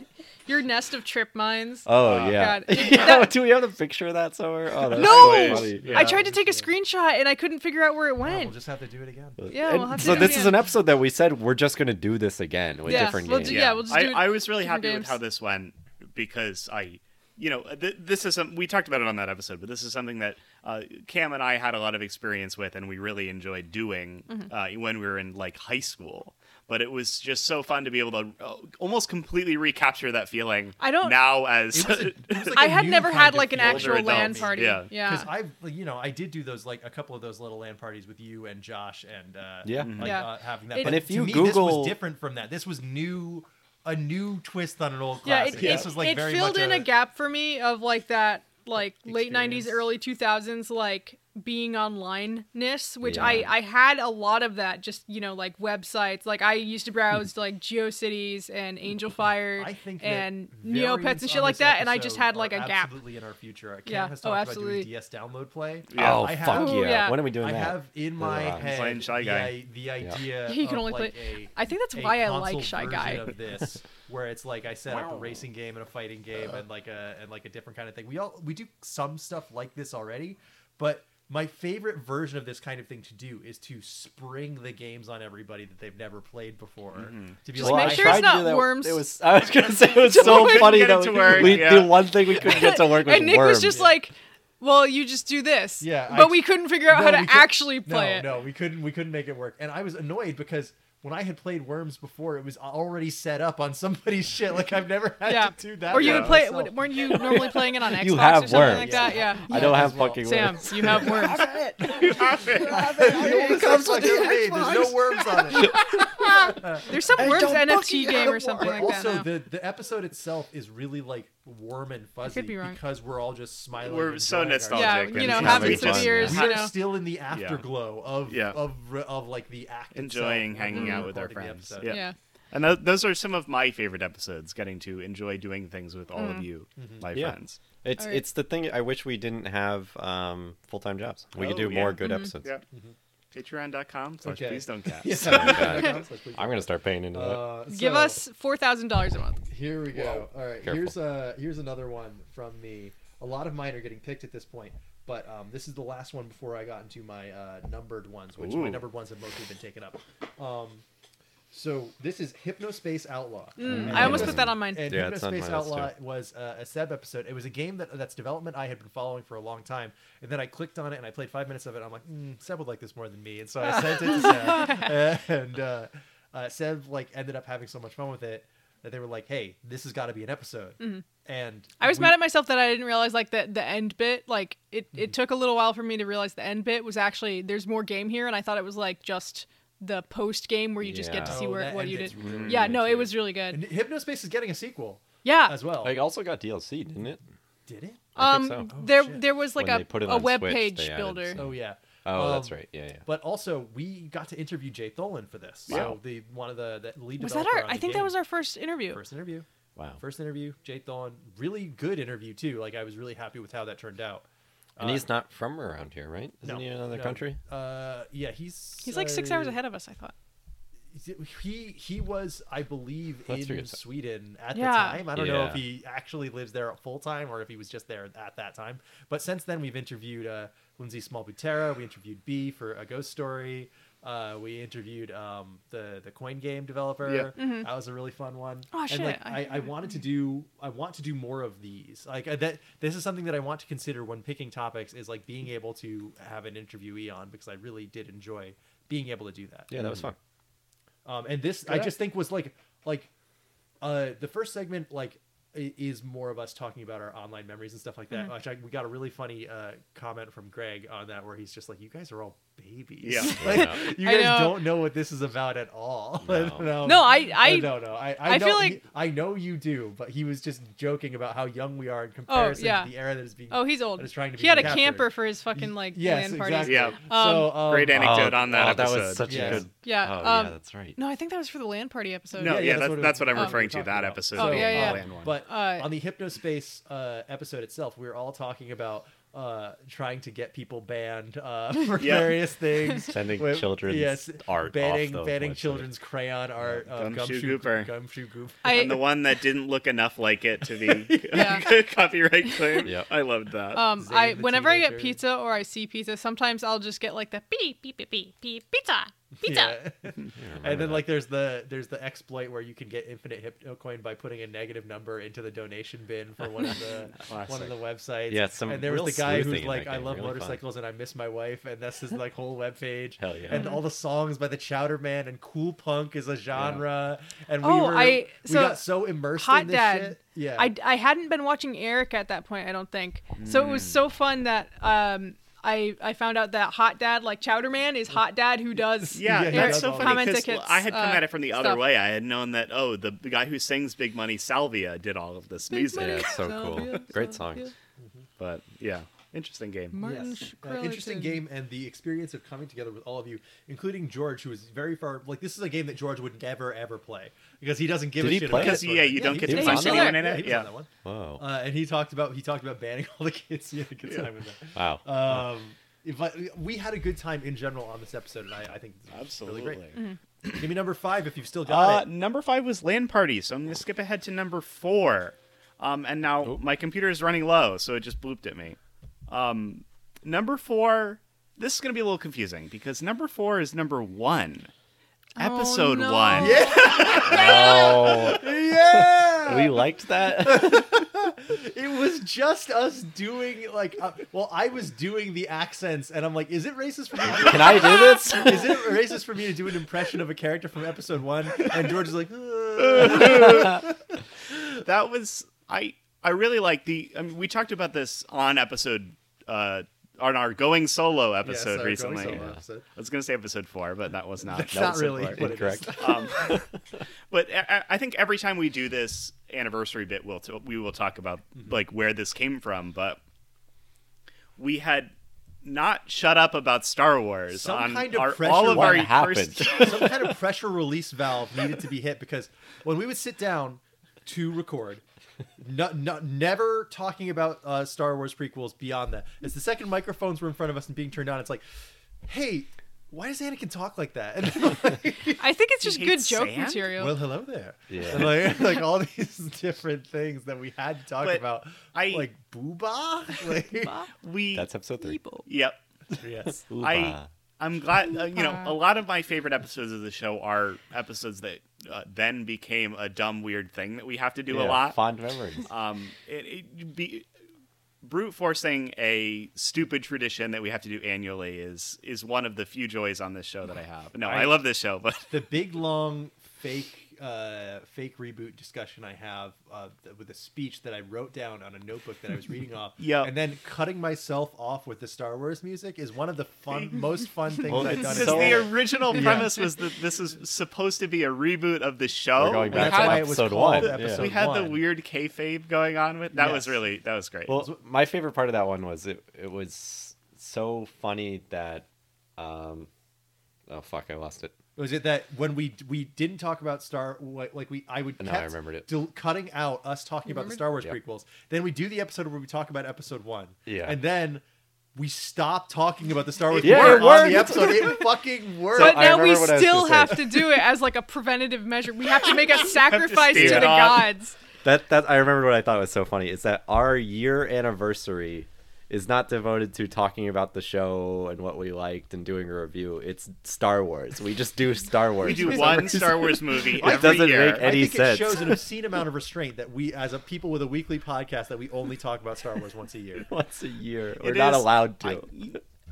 Your nest of trip mines.
Oh yeah. [laughs]
God. It-
Yeah,
that-
do we have a picture of that somewhere? Oh, that's
No!
so funny.
I tried to take a screenshot and I couldn't figure out where it
Yeah,
went.
we'll just have to do it again.
Yeah,
And
we'll have to
so
do it
this is an
again.
episode that we said we're just gonna do this again with
Yeah,
different
we'll
games.
do- yeah, we'll just
I,
do
I was really
different
happy with
games.
how this went because I, you know, th- this is some, we talked about it on that episode, but this is something that uh, Cam and I had a lot of experience with, and we really enjoyed doing
Mm-hmm.
uh, when we were in like high school. But it was just so fun to be able to uh, almost completely recapture that feeling.
I don't-
now as
It was a- it was like
I
a
had
new
never
kind
had
of
like an
feel.
actual
adults.
land party.
Yeah.
Yeah.
because I've like, you know I did do those like a couple of those little land parties with you and Josh and uh,
Yeah. Mm-hmm.
like,
Yeah.
uh, having that.
It-
but
And
if
to
you
me, this
Google-
was different from that. This was new, a new twist on an old
yeah,
classic.
it,
This
it-
was like
it
very
filled
much
in a gap for me of like that like late 90s
Experience.
early 2000s like being online ness, which I
Yeah.
I had a lot of that. Just you know, like websites. Like I used to browse like GeoCities and Angel Fire
I think that
and
variants
Neopets and shit
on
like
this
that, and I
episode
just had like
are
a gap.
Absolutely in our future. Cam
Yeah.
has
Oh,
talked
absolutely.
about doing DS download play.
Yeah.
Oh
I
fuck
have-
yeah.
Ooh, yeah.
When are we doing
I
that?
have in my
Ugh.
head
Playing Shy
the
Guy.
i- The,
[laughs]
idea.
Yeah, you can
uh, of,
only
like
play-
A,
I think that's
a
why I like
console
Shy
version
Guy.
Of
[laughs]
this, where it's like I set up a racing game and a fighting game and like a and like a different kind of thing. We all we do some stuff like this already, but my favorite version of this kind of thing to do is to spring the games on everybody that they've never played before. To be
Mm-hmm. Just
like,
make
I
sure
tried to
it's not
do that-
worms.
It was. I was gonna say it
[laughs]
was so
couldn't
funny
get it
that
to
we,
work,
we-
yeah.
the one thing we couldn't get to work was
and Nick
worms.
was just like, "Well, you just do this."
Yeah, I-
But we couldn't figure out
No,
how to
we cou-
actually play
no,
it.
No, we couldn't. We couldn't make it work. And I was annoyed because when I had played Worms before, it was already set up on somebody's shit. Like I've never had [laughs]
Yeah.
to do that.
or you
by
would play.
myself.
Weren't you normally
[laughs]
playing it on Xbox
You have
or something like
worms.
that? Yeah.
I don't have
well.
fucking
Sam,
worms.
you have worms.
[laughs]
[laughs]
It comes with the There's no worms on
[laughs]
it. [laughs]
There's some worms NFT game or something
But
like that.
also,
now.
the, the episode itself is really like warm and fuzzy
be wrong.
because we're all just smiling.
[laughs] We're
and
so
enjoying ourselves.
nostalgic.
Yeah,
and
you know,
it's
having
really
some
fun.
beers.
We
you
are
know.
still in the afterglow of,
Yeah.
of of like the act. itself
Enjoying
of
hanging out with our
recording the
friends.
episode.
Yeah.
yeah.
And th- those are some of my favorite episodes, getting to enjoy doing things with all
Mm.
of you,
Mm-hmm.
my
Yeah.
friends.
It's
Alright.
it's the thing. I wish we didn't have um, full time jobs. We could
Oh,
do more
yeah.
good
Mm-hmm.
episodes.
Yeah. Patreon.com slash
mm-hmm. Okay. [laughs]
please don't cast.
I'm gonna start paying into that.
Uh,
Give
so-
us four thousand dollars a month.
Here we go. All right,
Careful.
here's uh here's another one from me. A lot of mine are getting picked at this point, but um, this is the last one before I got into my uh, numbered ones, which my
Ooh.
numbered ones have mostly been taken up. Um, so this is Hypnospace Outlaw. And
Mm, I almost
Hypnospace-
put that on mine.
and
Yeah,
Hypnospace
it's on my list,
Outlaw
too.
was uh, a Seb episode. It was a game that that's development I had been following for a long time, and then I clicked on it and I played five minutes of it. and I'm like, mm, Seb would like this more than me, and so I sent it to
[laughs]
Seb, and uh, uh, Seb like ended up having so much fun with it that they were like, Hey, this has got to be an episode. And
Mm-hmm. I was
we-
mad at myself that I didn't realize like the the end bit. Like it,
Mm-hmm.
it took a little while for me to realize the end bit was actually there's more game here, and I thought it was like just the post game where you just get to
Yeah.
see
Oh,
where
that
what you
ending's
did.
really
yeah,
good,
no, it
too.
was really
And
good.
Hypnospace is getting a sequel
Yeah,
as well.
Like also got DLC, didn't it?
Did it?
I
um,
think so.
Oh,
there
shit.
there was like
When
a
they put it
a
on
web
Switch,
page
they added
builder.
some-
Oh yeah.
Oh,
Um,
that's right. Yeah, yeah.
But also, we got to interview Jay Tholen for this. So the one of the, the lead
Was that
developer
our?
on
I
the
think that
game.
was our first interview.
first interview.
Wow.
First interview, Jay Thon. Really good interview too. Like I was really happy with how that turned out.
and he's not from around here, right? Isn't
No,
he in another
no.
country?
Uh, yeah, he's
He's like six
uh,
hours ahead of us. I thought.
He he was, I believe,
Let's figure
in
this out.
Sweden at
Yeah.
the time. I don't know if
Yeah.
he actually lives there full time or if he was just there at that time. But since then, we've interviewed uh, Lindsay Small Butera. We interviewed B for a ghost story. Uh, we interviewed um, the the coin game developer.
Yeah.
That was a really fun one.
Mm-hmm. Oh,
and
shit,
Like,
I
I, I wanted to do I want to do more of these. Like I- that this is something that I want to consider when picking topics is like being able to have an interviewee on because I really did enjoy being able to do that.
Yeah, that was fun.
Um, and this I just think was like like uh the first segment like i- is more of us talking about our online memories and stuff like
Mm-hmm.
that. Which I, we got a really funny uh comment from Greg on that where he's just like, "You guys are all babies.
Yeah.
[laughs] Like, you
I
guys
know.
don't know what this is about at all." [laughs]
No.
no,
No, I- I-
no, no. I I,
I
know,
feel like-
he- I know you do, but he was just joking about how young we are in comparison
Oh, yeah.
to the era that is being.
Oh, he's old.
that is trying to
he
be
had a
captured.
camper for his fucking like
yes,
land parties.
exactly.
Yeah.
So, um,
Great anecdote
Oh,
on that
oh,
episode.
was such
Yeah.
a good.
Yeah,
Oh
um,
yeah, that's right.
No, I think that was for the land party episode.
no,
yeah,
yeah,
that's
that's,
what it
that's
was-
what I'm
that's what
referring
we're
to.
talking
That
about.
episode.
Oh,
the
yeah, yeah.
Land one.
But
Uh,
on the hypnospace uh, episode itself, we were all talking about uh, trying to get people banned uh, [laughs] for
Yeah.
various things.
Sending
With-
children's art off
banning
the
banning
website.
children's crayon art, uh,
Gumshoe
gumshoe
Gooper.
gumshoe gooper.
I,
and the one that didn't look enough like it to
[laughs]
be [laughs]
Yeah.
copyright claim.
Yep.
I loved that.
Um,
Zane
I
the
whenever I get
teenager.
pizza or I see pizza, sometimes I'll just get like the beep beep beep beep beep pizza
[laughs]
pizza. [laughs]
[laughs]
Yeah. and then like there's the there's the exploit where you can get infinite hypno coin by putting a negative number into the donation bin for one of
[laughs]
the one of
Classic.
the websites.
Yeah, some
and there was
real
the guy
sleuthing
who's
in
like,
that
I
game,
love
really fun.
motorcycles and I miss my wife, and that's his like whole webpage.
Hell yeah.
And all the songs by the Chowder Man and cool punk is a genre. And we
Oh,
were
I-
we
so,
got so immersed
Hot
in this
Dad.
shit. Yeah.
I, I hadn't been watching Eric at that point, I don't think. So it
Mm.
was so fun that um I I found out that Hot Dad like Chowder Man is Hot Dad who does
[laughs]
yeah,
Yeah,
that's
that's
so
all.
funny
Comment
because
tickets,
I had come
uh,
at it from the other
stuff.
way. I had known that oh, the, the guy who sings Big Money Salvia did all of this music,
Yeah, it's so
So
cool.
good,
Great
so
song.
good.
but yeah, Interesting game.
Martin
Yes. Uh,
Shkreliton.
interesting game and the experience of coming together with all of you, including George, who is very far. Like this is a game that George would never ever play because he doesn't give
Did
a
he
shit.
play
about
it?
Because yeah, you don't
he
get
was
to
on
punch
that.
anyone in
Yeah,
it.
he was on
Yeah.
that one.
Whoa.
Uh, and he talked about he talked about banning all the kids. [laughs] He had a good time with that.
wow.
Um, if I, we had a good time in general on this episode, and I, I think this was really
Absolutely.
great. Give me number five if you've still
Uh,
got it.
number five was land parties, so I'm gonna skip ahead to number four. Um, and now my computer is running low, so it just blooped at me. Um, number four. This is gonna be a little confusing because number four is number one, episode
no.
one.
Oh,
Yeah,
we liked that. [laughs]
it was just us doing like. Uh, well, I was doing the accents, and I'm like, is it racist for me? to do
Can I
[laughs]
do this?
Is it racist for me to do an impression of a character from episode one? And George is like,
that was I I really like the I mean we talked about this on episode uh on our going solo episode recently. I was gonna say episode four, but that was not
That's
that
not
was
really
four.
what it is.
Um, but I, I think every time we do this anniversary bit, we'll t- we will talk about like where this came from. But we had not shut up about Star Wars
Some
on
kind of
our,
pressure
all of
What
our
[laughs]
happened?
first.
Some kind of pressure release valve needed to be hit because when we would sit down to record, no, no, never talking about uh, Star Wars prequels beyond that. As the second microphones were in front of us and being turned on, it's like, hey, why does Anakin talk like that? [laughs] And then, like,
I think it's just
hate
good joke
sand?
material.
well, hello there.
Yeah.
And like, like all these different things that we had to talk
But
about.
I-
like booba. [laughs] Like,
We
That's episode three.
yep.
yes.
I
Ooh-bah.
I'm glad uh, you know a lot of my favorite episodes of the show are episodes that uh, then became a dumb weird thing that we have to do
Yeah,
a lot.
Fond memories.
Um, it, it be brute forcing a stupid tradition that we have to do annually is is one of the few joys on this show that I have. No, I, love this show, but
the big long fake uh, fake reboot discussion I have uh, th- with a speech that I wrote down on a notebook that I was reading off,
Yep.
and then cutting myself off with the Star Wars music is one of the fun, most fun things I've done.
because
in
so-
a
the
while.
original premise was that this is supposed to be a reboot of the show.
We're going
We
back to
had-
why it was episode one, yeah.
we had the weird kayfabe going on with that was
Yes.
really that was great.
Well, my favorite part of that one was it. It was so funny that, um, oh fuck, I lost it.
Was it that when we we didn't talk about Star like like we I would
No, I
kept
remembered it.
del- cutting out us talking about the Star Wars
Yep.
prequels. Then we do the episode where we talk about episode one.
Yeah.
and then. We stop talking about the Star Wars
[laughs] Yeah,
prequels
it
on the
worked.
episode. It
[laughs]
fucking worked.
but
I
now we
remember what I was
still
gonna say.
have to do it as like a preventative measure. We have
[laughs]
to make a sacrifice to,
stay
the
on.
gods.
That that I remember what I thought was so funny is that our year anniversary is not devoted to talking about the show and what we liked and doing a review. It's Star Wars. We just do Star Wars.
we do
[laughs] for some
one
reason.
Star Wars movie
[laughs] It
every
doesn't
year.
make
I
any
think
sense.
it
[laughs]
shows an obscene amount of restraint that we, as a people with a weekly podcast, that we only talk about Star Wars once a year.
once a year. We're
It
not
is-
allowed to.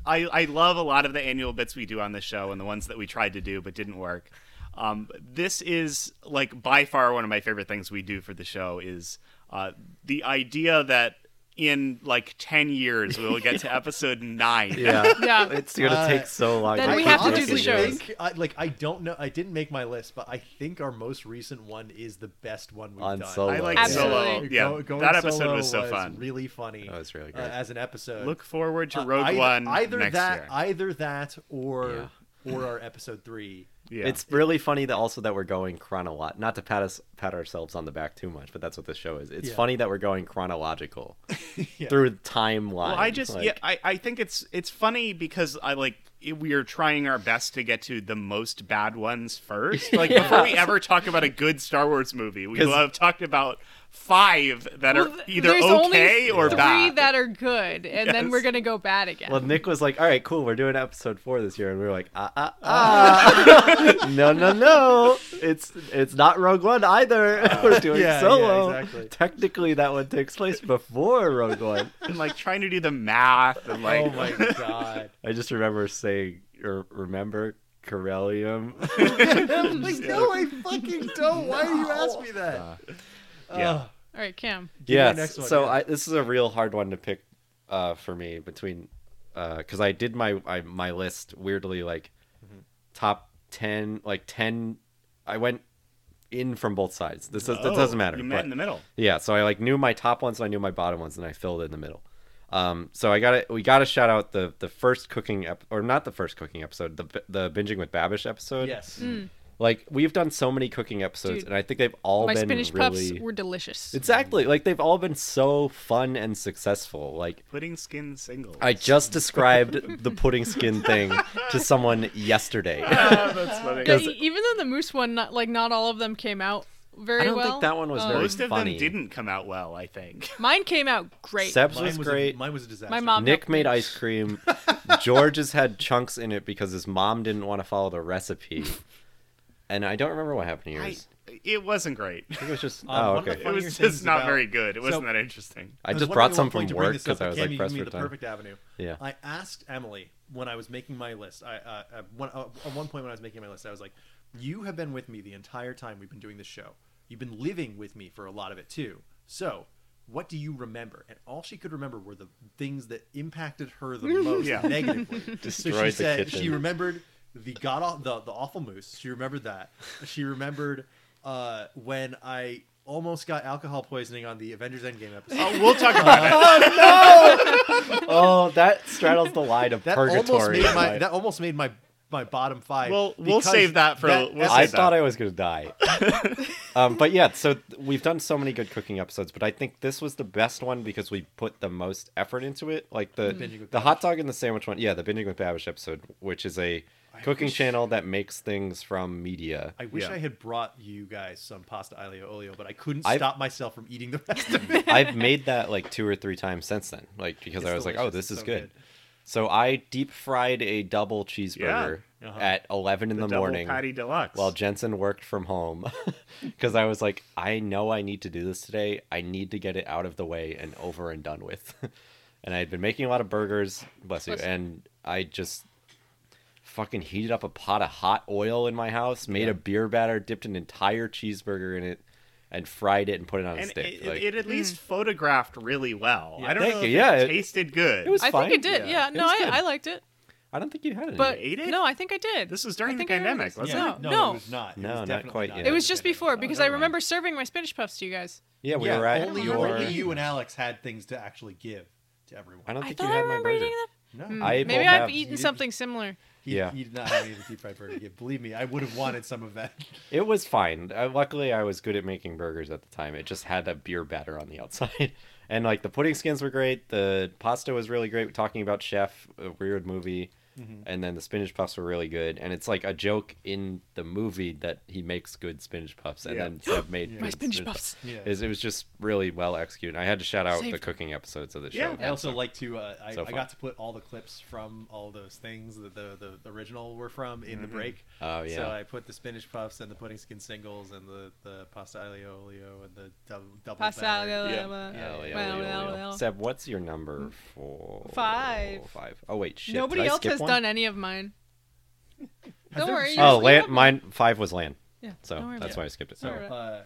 I, I love a lot of the annual bits we do on this show and the ones that we tried to do but didn't work. Um, this is like by far one of my favorite things we do for the show is uh, the idea that in like 10 years we'll
[laughs]
get to episode 9
yeah.
Yeah.
[laughs] It's gonna
Uh,
take so long.
then
to
we
put
have to do
this
the
in.
shows.
Think, I, like I don't know. I didn't make my list, but I think our most recent one is the best one we've
On
done.
solo.
i like
Absolutely.
solo yeah
Go- Going
that episode
Solo
was so fun
Really funny.
That was really
uh,
great.
as an episode.
look forward to
Uh,
rogue
either,
one
Either
next
that,
year
either that, or or our episode
[laughs]
three.
yeah.
It's really funny that also that we're going chronolo not to pat us pat ourselves on the back too much, but that's what this show is. It's
Yeah.
funny that we're going chronological
Yeah.
through timeline.
Well, I just
like-
yeah, I, I think it's it's funny because I like it- we are trying our best to get to the most bad ones
[laughs]
first. Like before we ever talk about a good Star Wars movie, we
'Cause-
will have talked about five that are
Well, th-
either
there's
okay
only
or
three
bad.
that are good, and then
Yes.
we're gonna go bad again.
Well, Nick was like, "All right, cool. We're doing episode four this year," and we were like, "Ah, ah, ah! [laughs] no, no, no! It's it's not Rogue One either. [laughs] we're doing
yeah, yeah,
solo.
exactly.
Technically, that one takes place before Rogue One."
and like trying to do the math and like
oh my god!
[laughs]
I just remember saying, or remember Corellium.
like [laughs] no, I fucking don't. Why do you ask me that?
yeah.
Ugh.
All right, Cam.
Give me your
yes.
next one,
so
yeah.
I, this is a real hard one to pick uh, for me between because I did my I, my list weirdly like top ten like ten. I went in from both sides. This does, that
Oh,
doesn't matter.
You met
but-
in the middle.
yeah, so I like knew my top ones and I knew my bottom ones and I filled in the middle. Um, so I got to We got to shout out the the first cooking ep- or not the first cooking episode, the the binging with Babish episode.
Yes.
Hmm.
Like we've done so many cooking episodes,
Dude,
and I think they've all
My
been
spinach
really
puffs were delicious.
exactly like they've all been so fun and successful. Like
Pudding skin singles. [laughs]
I just described the pudding skin thing to someone yesterday.
Ah,
[laughs]
that's funny.
Yeah, e- even though the moose one, not, like not all of them came out very
I don't
well. uh,
think that one was very
Most of
funny.
them didn't come out well, I think. [laughs]
Mine came out great.
Seb's
Mine
was,
was
great.
A, mine was a disaster.
My mom
Nick
helped
made
me.
ice cream.
[laughs]
George has had chunks in it because his mom didn't want to follow the recipe. And I don't remember what happened to
I,
yours.
it wasn't great.
I think it was just
Um,
oh
one of the
okay.
It
Funnier
was
things
just not
about-
very good. It wasn't
So-
that interesting.
I
was
just
wondering
brought
at
some
what
from
point to bring
work
this up,
because
but
I was
Cam,
like
you
pressed
gave me
for
the
time.
perfect avenue.
Yeah.
I asked Emily when I was making my list. I uh, at one uh, at one point when I was making my list, I was like, "You have been with me the entire time we've been doing this show. You've been living with me for a lot of it too. So." What do you remember? And all she could remember were the things that impacted her
[laughs]
the most
Yeah.
negatively. so she
Destroyed the
said she
kitchen.
remembered the god aw- the the awful moose. She remembered that. She remembered uh, when I almost got alcohol poisoning on the Avengers Endgame episode.
Oh, we'll
[laughs]
talk about it.
Oh, that straddles the line
[laughs]
of
That almost
purgatory.
made my that almost made my my bottom five.
We'll- we'll
because
save that for- we'll
episode-
I
save that.
thought I was gonna die. um, but yeah, so th- we've done so many good cooking episodes, but I think this was the best one because we put the most effort into it. Like the
Mm. Binging with
the hot dog and the sandwich one. Yeah, the binging with Babish episode, which is a cooking channel that makes things from media.
I wish
Yeah.
I had brought you guys some pasta aglio olio, but I couldn't
I've-
stop myself from eating the rest of
[laughs]
it.
I've made that like two or three times since then, like because
It's
I was like, oh,
delicious. It's
this is
so
good.
good.
So I deep fried a double cheeseburger
Uh-huh.
at eleven in the,
Double
morning
Patty Deluxe.
while Jensen worked from home [laughs] because I was like, I know I need to do this today. I need to get it out of the way and over and done with. [laughs] and I had been making a lot of burgers, bless you,
Bless you.
and I just fucking heated up a pot of hot oil in my house, made a beer batter, dipped an entire cheeseburger in it, and fried it and put it on a
and it,
stick.
it-
like,
it at
Hmm.
least photographed really well. I don't
Thank
know
you.
if
Yeah,
it
it-
tasted good.
it was
I
fine.
think it did. Yeah.
It
No,
was
I,
good.
I liked it.
I don't think you had it.
But
ate it?
no, I think I did.
This was during
I
the
think I remember
pandemic,
this.
wasn't
no,
it?
No,
it was not. It
No,
was
not
definitely
quite yet.
It was just
pandemic.
before because
Oh,
I
never mind.
remember serving my spinach puffs to you guys.
yeah, we
yeah,
were at
only,
your.
only you and Alex had things to actually give to everyone.
I don't
I
think
thought
you
I
had my
remember
burger.
eating them.
No,
I
Maybe
will
I've
have-
eaten
You did-
something similar.
he,
Yeah.
he did not have any of the deep fried burger to give. Believe me, I would have wanted some of that.
It was fine. Uh, luckily, I was good at making burgers at the time. It just had a beer batter on the outside, [laughs] and like the pudding skins were great. The pasta was really great. Talking about chef, a weird movie,
Mm-hmm.
and then the spinach puffs were really good. And it's like a joke in the movie that he makes good spinach puffs,
[laughs]
and
Yeah.
then Seb made
My
good
spinach puffs.
Yeah.
Is- It was just really well executed. I had to shout out
Saved
the
them.
cooking episodes of the
Yeah.
show.
I also like to. Uh, I,
So
I
fun.
got to put all the clips from all those things that the the, the original were from in the break.
Oh, yeah.
So I put the spinach puffs and the pudding skin singles and the the pasta aglio olio and the double double.
Pasta.
batter.
Yeah.
Oh, yeah,
Well,
yeah,
well,
yeah.
well.
Seb, what's your number for
Mm. Five.
Five. Oh wait, shit. did
Nobody
I
else
skip
has
one?
done any of mine. Don't
there-
worry. you-
Oh,
you
land,
have mine.
mine five was land.
Yeah, don't
So
worry
that's
about
why I skipped it.
So,
Alright.
uh,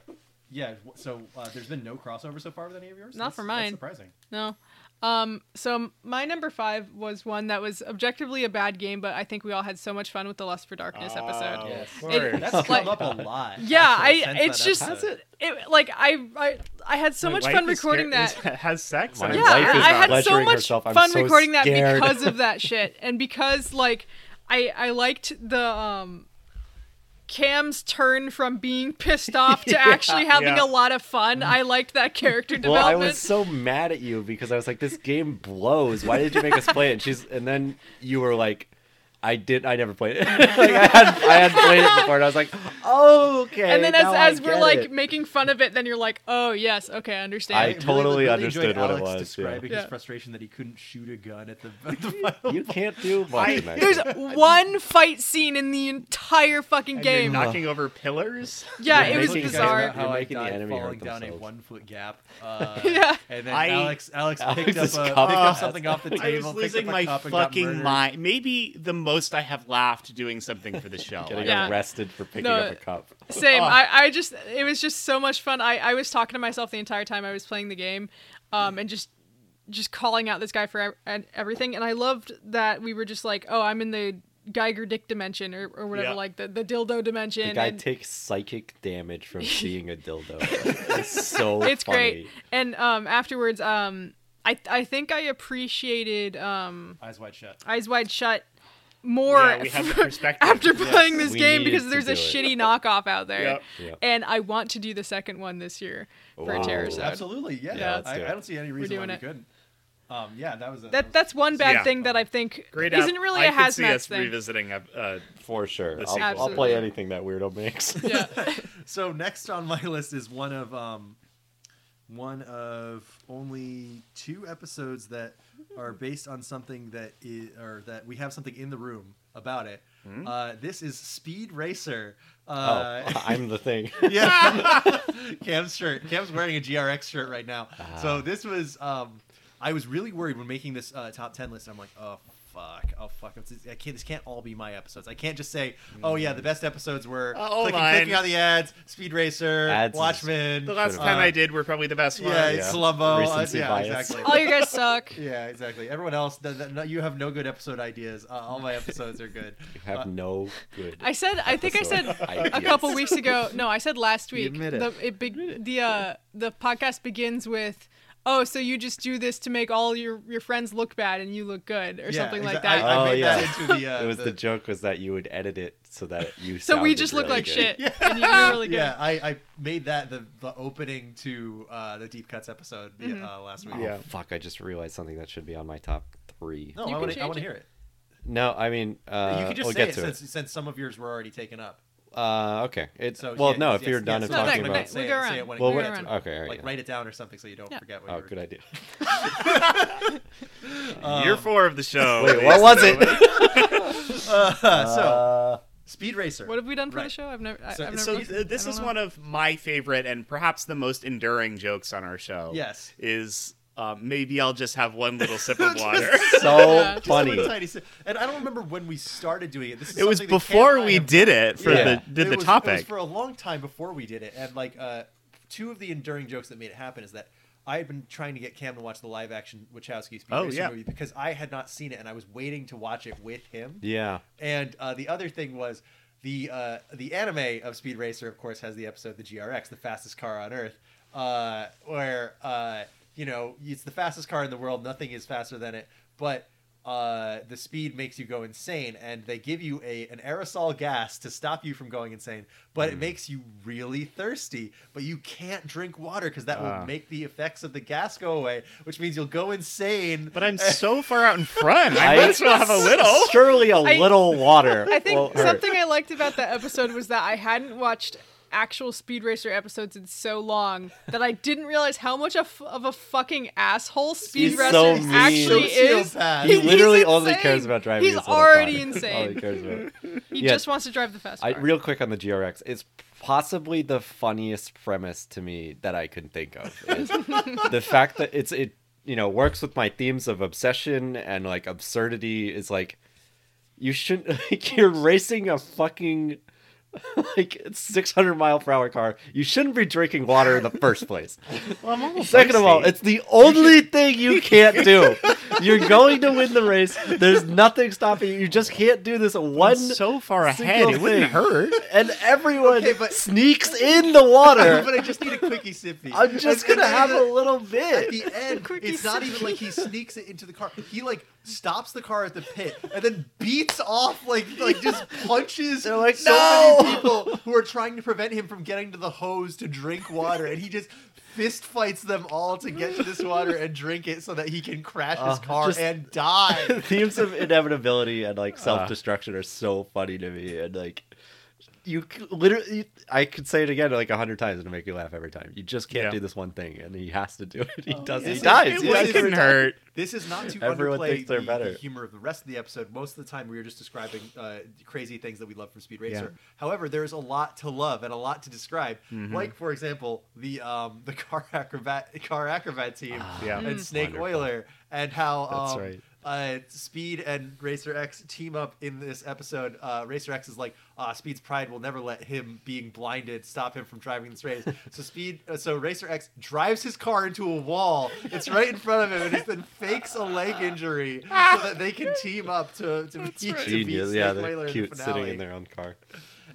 yeah. w- So uh, there's been no crossover so far with any of yours. That's-
Not for
that's
mine. [laughs]
surprising.
No. Um, so m- my number five was one that was objectively a bad game, but I think we all had so much fun with the Lust for Darkness
Oh,
Yeah.
episode.
Yes.
It-
That's
Like-
come up a lot.
[laughs] Yeah,
actually,
I
since
it's
that
just
episode.
it, like I, I I had so
My
much
wife
fun
is
recording
scared-
that.
is- [laughs] Has sex.
My
and
yeah,
I'm
wife
I,
is
laughing
I
about
had so
pleasuring
much
herself. I'm
fun
so
recording that
scared.
because
[laughs]
of that shit, and because like I I liked the um Cam's turn from
[laughs]
being pissed off to actually having
yeah.
a lot of fun. I liked that character
Well, I
development.
was so mad at you because I was like, "This game blows. Why did you make us play it?" And she's, and then you were like, "I did. I never played it. [laughs] like, I had, I had played it before." And I was like, "Okay."
and then
now
as,
I
as we're
get
like [laughs]
it.
making fun of it, then you're like, oh yes, okay, I
I
I
understand.
really-
totally
really
understood
enjoyed
what
Alex
it was, yeah.
Describing his
Yeah.
frustration that he couldn't shoot a gun at the, [laughs] at the final
"You can't do much." in that [laughs]
There's
game.
one fight scene in the entire fucking
you're
game.
knocking over
[laughs]
pillars.
yeah,
you're
it was
making guys
bizarre.
You're
How I
making the
died
enemy hurt
falling down a
themselves.
one foot
[laughs]
gap. Uh,
Yeah.
And then
I-
Alex Alex picked up,
Alex's
a, picked
cup.
up something off the table.
I was
picked
losing
up a
my
cup and got
fucking
murdered.
mind. Maybe the most I have laughed doing something
[laughs]
for the show.
Getting
Yeah.
arrested for picking
No,
up a cup.
Same. I, I just it was just so much fun. I, I was talking to myself the entire time I was playing the game, um, and just just calling out this guy for ev- and everything. And I loved that we were just like, oh, I'm in the Geiger Dick dimension or, or whatever,
Yeah.
like the, the dildo dimension.
The guy
and-
takes psychic damage
[laughs]
from seeing a dildo. it's so
it's
funny.
great. And um, afterwards, um, I I think I appreciated um,
Eyes wide shut.
Eyes Wide Shut more
Yeah, we
[laughs]
had the perspective.
after
Yes.
playing this
We
game
needed
because
to
there's a
do it.
shitty knockoff out there,
Yep.
Yep.
and I want to do the second one this year for a
Ooh.
Terror Zone.
Absolutely, yeah.
Yeah, let's
I,
do it.
I don't see any reason why
doing
we
it.
couldn't. Um, yeah, that was a,
That
was-
that's one bad
Yeah.
thing that I think
Great app.
isn't really
I
a
could see
hazmat
us
thing.
revisiting a, a
For sure.
The
I'll,
sequel.
I'll play
Absolutely.
anything that weirdo makes.
yeah.
so next on my [laughs] list is one of um, one of only two episodes that are based on something that is or that we have something in the room about it. Uh, this is Speed Racer. Uh, [laughs]
oh, [laughs] I'm the thing.
yeah. [laughs] Cam's shirt. Cam's wearing a GRX shirt right now.
Ah.
So this was. Um, I was really worried when making this uh, top ten list. I'm like, oh fuck, oh fuck. It's- I can't, this can't all be my episodes. I can't just say, oh yeah, the
Mm.
best episodes were
Uh, all
clicking,
mine.
clicking on the ads, Speed Racer,
Ads is-
Watchmen.
The last
uh,
time I did Oh, were probably the best one.
Yeah, it's Slumbo. Uh,
Recency
yeah,
bias.
exactly.
All Oh, you
[laughs]
guys suck.
yeah, exactly. Everyone else, th- th- no, you have no good episode ideas. Uh, all my episodes are good.
[laughs]
Uh,
You have no good.
I said. I think I said
episode
a
ideas.
couple weeks ago. No, I said last week.
admit it.
The it beg the uh, the podcast begins with. Oh, so you just do this to make all your, your friends look bad and you look good or
Yeah,
something
exa-
like that.
I, I
Oh,
made that
[laughs] yeah.
into the. Uh,
it was the, joke was that you would edit it so that you.
so we
sounded
just look
really
like
good.
shit and you do
[laughs]
really good.
Yeah, I, I made that the, the opening to uh, the Deep Cuts episode uh,
Mm-hmm.
last week.
Oh, Fuck! I just realized something that should be on my top three.
No,
You
I
can
want to
change
I want to
it.
hear it.
No, I mean, uh,
you can just
we'll
say
get
it
to
since, since some of yours were already taken up.
it. Uh, okay. It's
So
well,
yeah,
no.
yes,
If you're
yes,
done
yes,
and
No,
yes,
no,
talking
no,
we'll
about,
no.
say
We'll
it-
go
say
around.
it when it
well,
comes
We'll go
to
what?
around.
it.
Okay, all right,
like
yeah.
write it down or something so you don't
Yeah.
forget what
Oh,
you were-
good
[laughs]
idea.
Year four of the show.
Wait, what was it?
Uh, so Speed Racer.
What have we done for the
Right.
show? I've never. I,
So-
have never
So
looked- I
uh, this
don't
is
know.
one of my favorite and perhaps the most enduring jokes on our show.
Yes.
Is uh, maybe I'll just have one little sip of water.
so
Just
funny.
one tiny si- And I don't remember when we started doing it. This is
[laughs] it was
something that Cam
before
and I
we
have-
did it for
Yeah.
the did
It
the
was-
topic.
It was for a long time before we did it, and like uh, two of the enduring jokes that made it happen is that I had been trying to get Cam to watch the live action Wachowski Speed
Oh,
Racer
yeah.
movie because I had not seen it, and I was waiting to watch it with him.
yeah.
And uh, the other thing was the uh, the anime of Speed Racer, of course, has the episode the GRX, the fastest car on Earth, uh, where uh, you know it's the fastest car in the world. Nothing is faster than it, but uh, the speed makes you go insane, and they give you a an aerosol gas to stop you from going insane, but
Mm.
it makes you really thirsty. But you can't drink water because that
Ah.
will make the effects of the gas go away, which means you'll go insane. [laughs]
but I'm so far out in front. I might as well have a little.
[laughs] Surely a little water.
[laughs] I think
will hurt.
something I liked about that episode was that I hadn't watched actual Speed Racer episodes in so long that I didn't realize how much of, of a fucking asshole Speed
He's
Racer
so mean.
actually is.
Sociopath.
He
He's
literally only
insane.
cares about driving.
He's
his little
already
car. [laughs] All he
insane.
cares about.
He
Yeah.
just wants to drive the fast
I,
car.
real quick on the GRX, it's possibly the funniest premise to me that I can think of. is the fact that it's it you know works with my themes of obsession and like absurdity is like you shouldn't [laughs] like you're racing a fucking [laughs] like 600 mile per hour car. You shouldn't be drinking water in the first place. Second of all, it's the only thing you can't do. You're going to win the race. There's nothing stopping you. You just can't do this one
so far ahead.
single
It wouldn't
thing.
hurt.
[laughs] and everyone
Okay, but-
sneaks in the water.
[laughs]
[laughs]
but I just need a quickie sippy.
I'm just
[laughs]
gonna have a little [laughs]
at
bit.
the end, it's not even like he sneaks it into the car. He like stops the car at the pit and then beats off like like
[laughs]
just punches
They're like,
so
"No!"
many people who are trying to prevent him from getting to the hose to drink water, and he just fist fights them all to get to this water and drink it so that he can crash his
Uh,
car
just-
and
[laughs]
die.
Themes of inevitability and like self destruction are so funny to me, and like you c- literally, I could say it again like a hundred times and it'll make you laugh every time. You just can't
Yeah.
do this one thing, and he has to do Oh, it. He does.
yeah.
He
It
dies.
It
He dies every
wouldn't
time.
hurt.
This is not to
Everyone
underplay
thinks they're
the,
better.
the humor of the rest of the episode. Most of the time, we were just describing uh, crazy things that we love from Speed Racer. However, there is a lot to love and a lot to describe.
Mm-hmm.
Like, for example, the um, the [laughs] car acrobat car acrobat team
Ah.
yeah.
and Snake
Wonderful.
Oiler, and how
That's
um,
right.
uh, Speed and Racer X team up in this episode. Uh, Racer X is like, ah, Speed's pride will never let him being blinded stop him from driving this
[laughs]
race. so Speed, uh, so Racer X drives his car into a wall. It's right in front of him, and he then fakes a leg injury so that they can team up to to, beat, to beat
Genius.
Snake
Yeah,
Whaler
they're
in the
cute sitting
finale.
in their own car.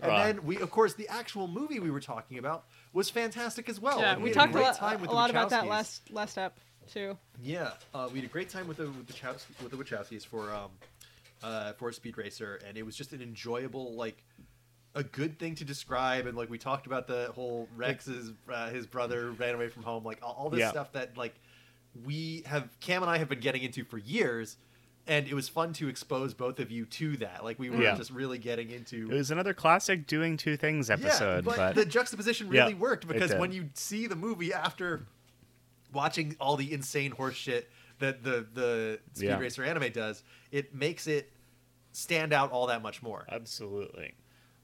And
Uh.
then we, of course, the actual movie we were talking about was fantastic as well.
yeah,
And
we
had a
talked a
great
lot,
time with
a
the
lot about that
Wachowskis.
last last up. too.
Yeah, uh, we had a great time with the with the, Chows- with the Wachowskis for um, uh, for Speed Racer, and it was just an enjoyable like a good thing to describe. And like we talked about the whole Rex's uh, his brother ran away from home, like all, all this
Yeah.
stuff that like we have Cam and I have been getting into for years. And it was fun to expose both of you to that. Like we were
Yeah.
just really getting into
It was another classic doing two things episode,
yeah, but,
but,
the juxtaposition
Yeah,
really worked
it
because
did.
when you see the movie after watching all the insane horse shit that the the Speed
Yeah.
Racer anime does, it makes it stand out all that much more.
absolutely.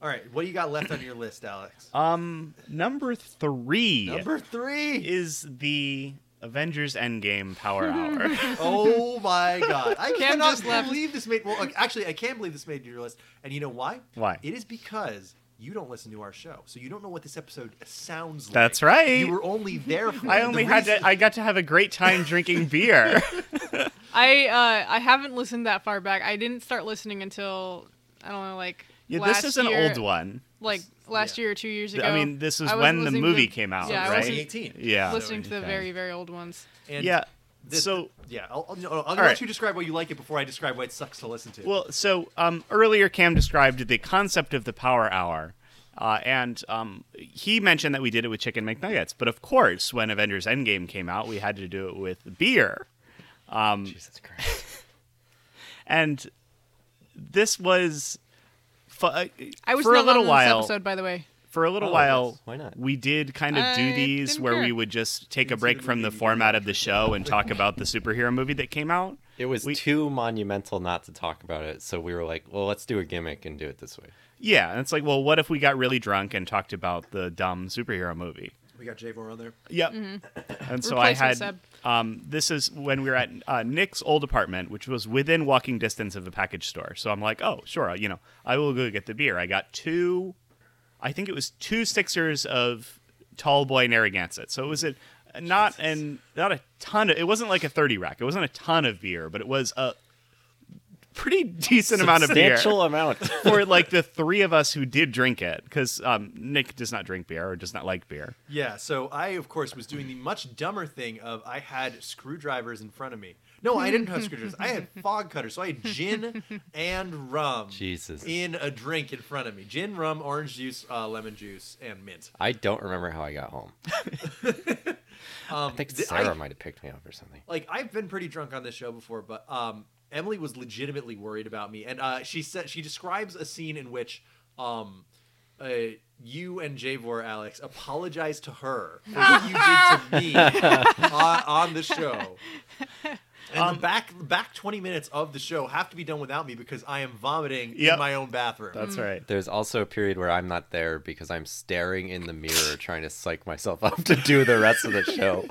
All right, what do you got left on your list, Alex?
Um, number three
Number three.
is the Avengers Endgame
[laughs]
Power Hour.
[laughs] Oh my god! I
Cam
cannot
just left.
believe this made. Well, actually, I can believe this made your list. And you know why?
Why?
It is because you don't listen to our show, so you don't know what this episode sounds like.
That's right.
You were only there for.
I
the
only had
reason-
to. I got to have a great time drinking
[laughs]
beer. [laughs]
I uh, I haven't listened that far back. I didn't start listening until I don't know, like
yeah,
last
this is an
year-
old one.
Like last year or two years ago.
I mean, this was
I
when the
listening
movie
to-
came out,
yeah, I
right?
wasn't
2018.
Yeah.
listening to the
Okay.
very very old ones.
And
yeah.
This-
so
yeah, I'll, I'll, I'll, I'll let
right.
you describe why you like it before I describe why it sucks to listen to.
Well, so um, earlier Cam described the concept of the power hour. Uh, and um, he mentioned that we did it with chicken McNuggets, but of course, when Avengers Endgame came out, we had to do it with beer.
Jesus Christ.
And this was fu- uh,
I was
for a
not
little
on
while.
This episode, by the way.
For a little
Oh,
while,
yes. Why not?
we did kind of
I
do these
didn't
where we
care.
would just take a break from the format of the show and talk about the superhero movie that came out.
It was
We-
too monumental not to talk about it, so we were like, well, let's do a gimmick and do it this way.
Yeah, and it's like, well, what if we got really drunk and talked about the dumb superhero movie?
we got Javor on there.
Yep. And so I
Replacement
had
sub.
um, this is when we were at uh, Nick's old apartment, which was within walking distance of the package store. So I'm like, oh sure, you know, I will go get the beer. I got two, I think it was two sixers of Tall Boy Narragansett. So it was a not and not a ton. Of, it wasn't like a thirty rack. It wasn't a ton of beer, but it was a pretty decent amount of beer
Substantial amount.
for like the three of us who did drink it, because um, Nick does not drink beer or does not like beer.
Yeah, so I of course was doing the much dumber thing of I had screwdrivers in front of me. No, I didn't have screwdrivers. I had fog cutters. So I had gin and rum.
Jesus.
In a drink in front of me, gin, rum, orange juice, uh, lemon juice, and mint.
I don't remember how I
[laughs]
got home.
Um,
I think
th-
Sarah
I-
might have picked me up or something.
like I've been pretty drunk on this show before, but um, Emily was legitimately worried about me, and uh, she said she describes a scene in which um, uh, you and Javor Alex apologize to her for what
[laughs]
you did to me uh, on the show. And
Um,
the back back twenty minutes of the show have to be done without me because I am vomiting
Yep.
in my own bathroom.
That's right.
There's also a period where I'm not there because I'm staring in the mirror trying to psych myself up to do the rest of
[laughs]
the show.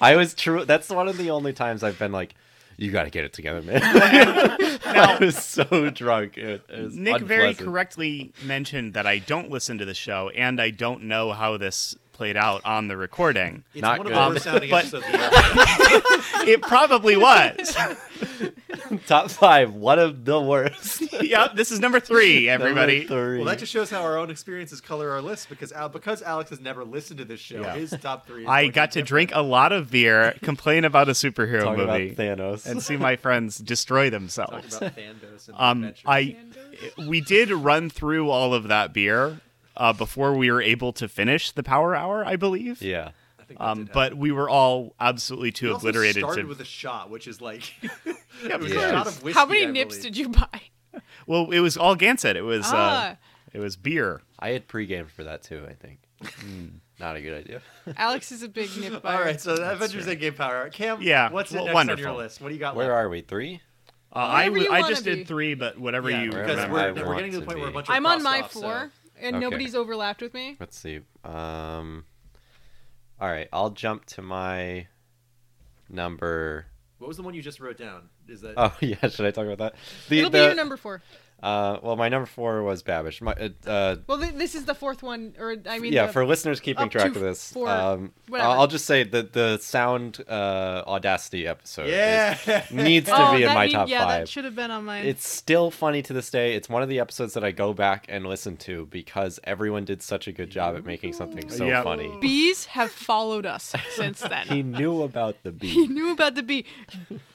I was true. That's one of the only times I've been like, you got to get it together,
[laughs]
man. [laughs] I was so drunk. It, it was
Nick very
unpleasant.
correctly mentioned that I don't listen to the show and I don't know how this played out on
[laughs]
the recording.
it's
Not
one of
good.
the worst sounding
But-
episodes. of
[laughs]
the year.
It probably was. [laughs]
Top five. One of the worst.
yep, this is number three, everybody.
Number three.
Well, that just shows how our own experiences color our list because Al- because Alex has never listened to this show.
Yeah.
His top three. is
I
going
got
be
to drink a lot of beer, complain about a superhero
Talk about
movie,
Thanos.
and see my friends destroy
Talk
themselves. [laughs]
about Thandos and
Um,
adventures.
I eh, we did run through all of that beer uh, before we were able to finish the power hour, I believe.
yeah.
I think that did
Um,
happen.
but we were all absolutely too
We also
obliterated
started
to
with a shot, which is like [laughs]
Yeah,
it was
because-
a shot of whiskey.
How many
I
nips
believe.
did you buy? [laughs]
Well, it was all Gansett. It was uh,
Ah.
it was beer.
I had pregame for that too, I think. Not a good idea.
Alex is a big nip buyer.
All right, so that Avengers Endgame Game Power. Hour. Cam,
Yeah,
what's
well,
next on
wonderful.
your list? What do you got
Where
left?
are we? Three?
Uh, I
Whatever you
w- I
wanna
just
be.
did three, but whatever
yeah,
you
because
remember.
we're,
I
we're
want
getting to the
to
point where a
be.
bunch of
I'm on
crossed
my
off, so-
floor, and
Okay.
nobody's overlapped with me.
Let's see. Um, all right, I'll jump to my number.
What was the one you just wrote down? Is that
Oh [laughs] yeah, should I talk about that? The
It'll be
the-
your number four.
Uh, well, my number four was Babish. My, uh,
Well, th- this is the fourth one, or I mean,
yeah,
the-
for listeners keeping
up to
track of this,
four-
um,
whatever.
I'll I'll just say that the sound uh, Audacity episode is-
Yeah.
[laughs]
needs to
Oh,
be in
that
my
need-
top
yeah,
five.
that should have been on my.
It's still funny to this day. It's one of the episodes that I go back and listen to because everyone did such a good job at making something so
Yep.
[laughs]
funny.
Bees have followed us since then.
He knew about the
[laughs]
bee.
he knew about the bee.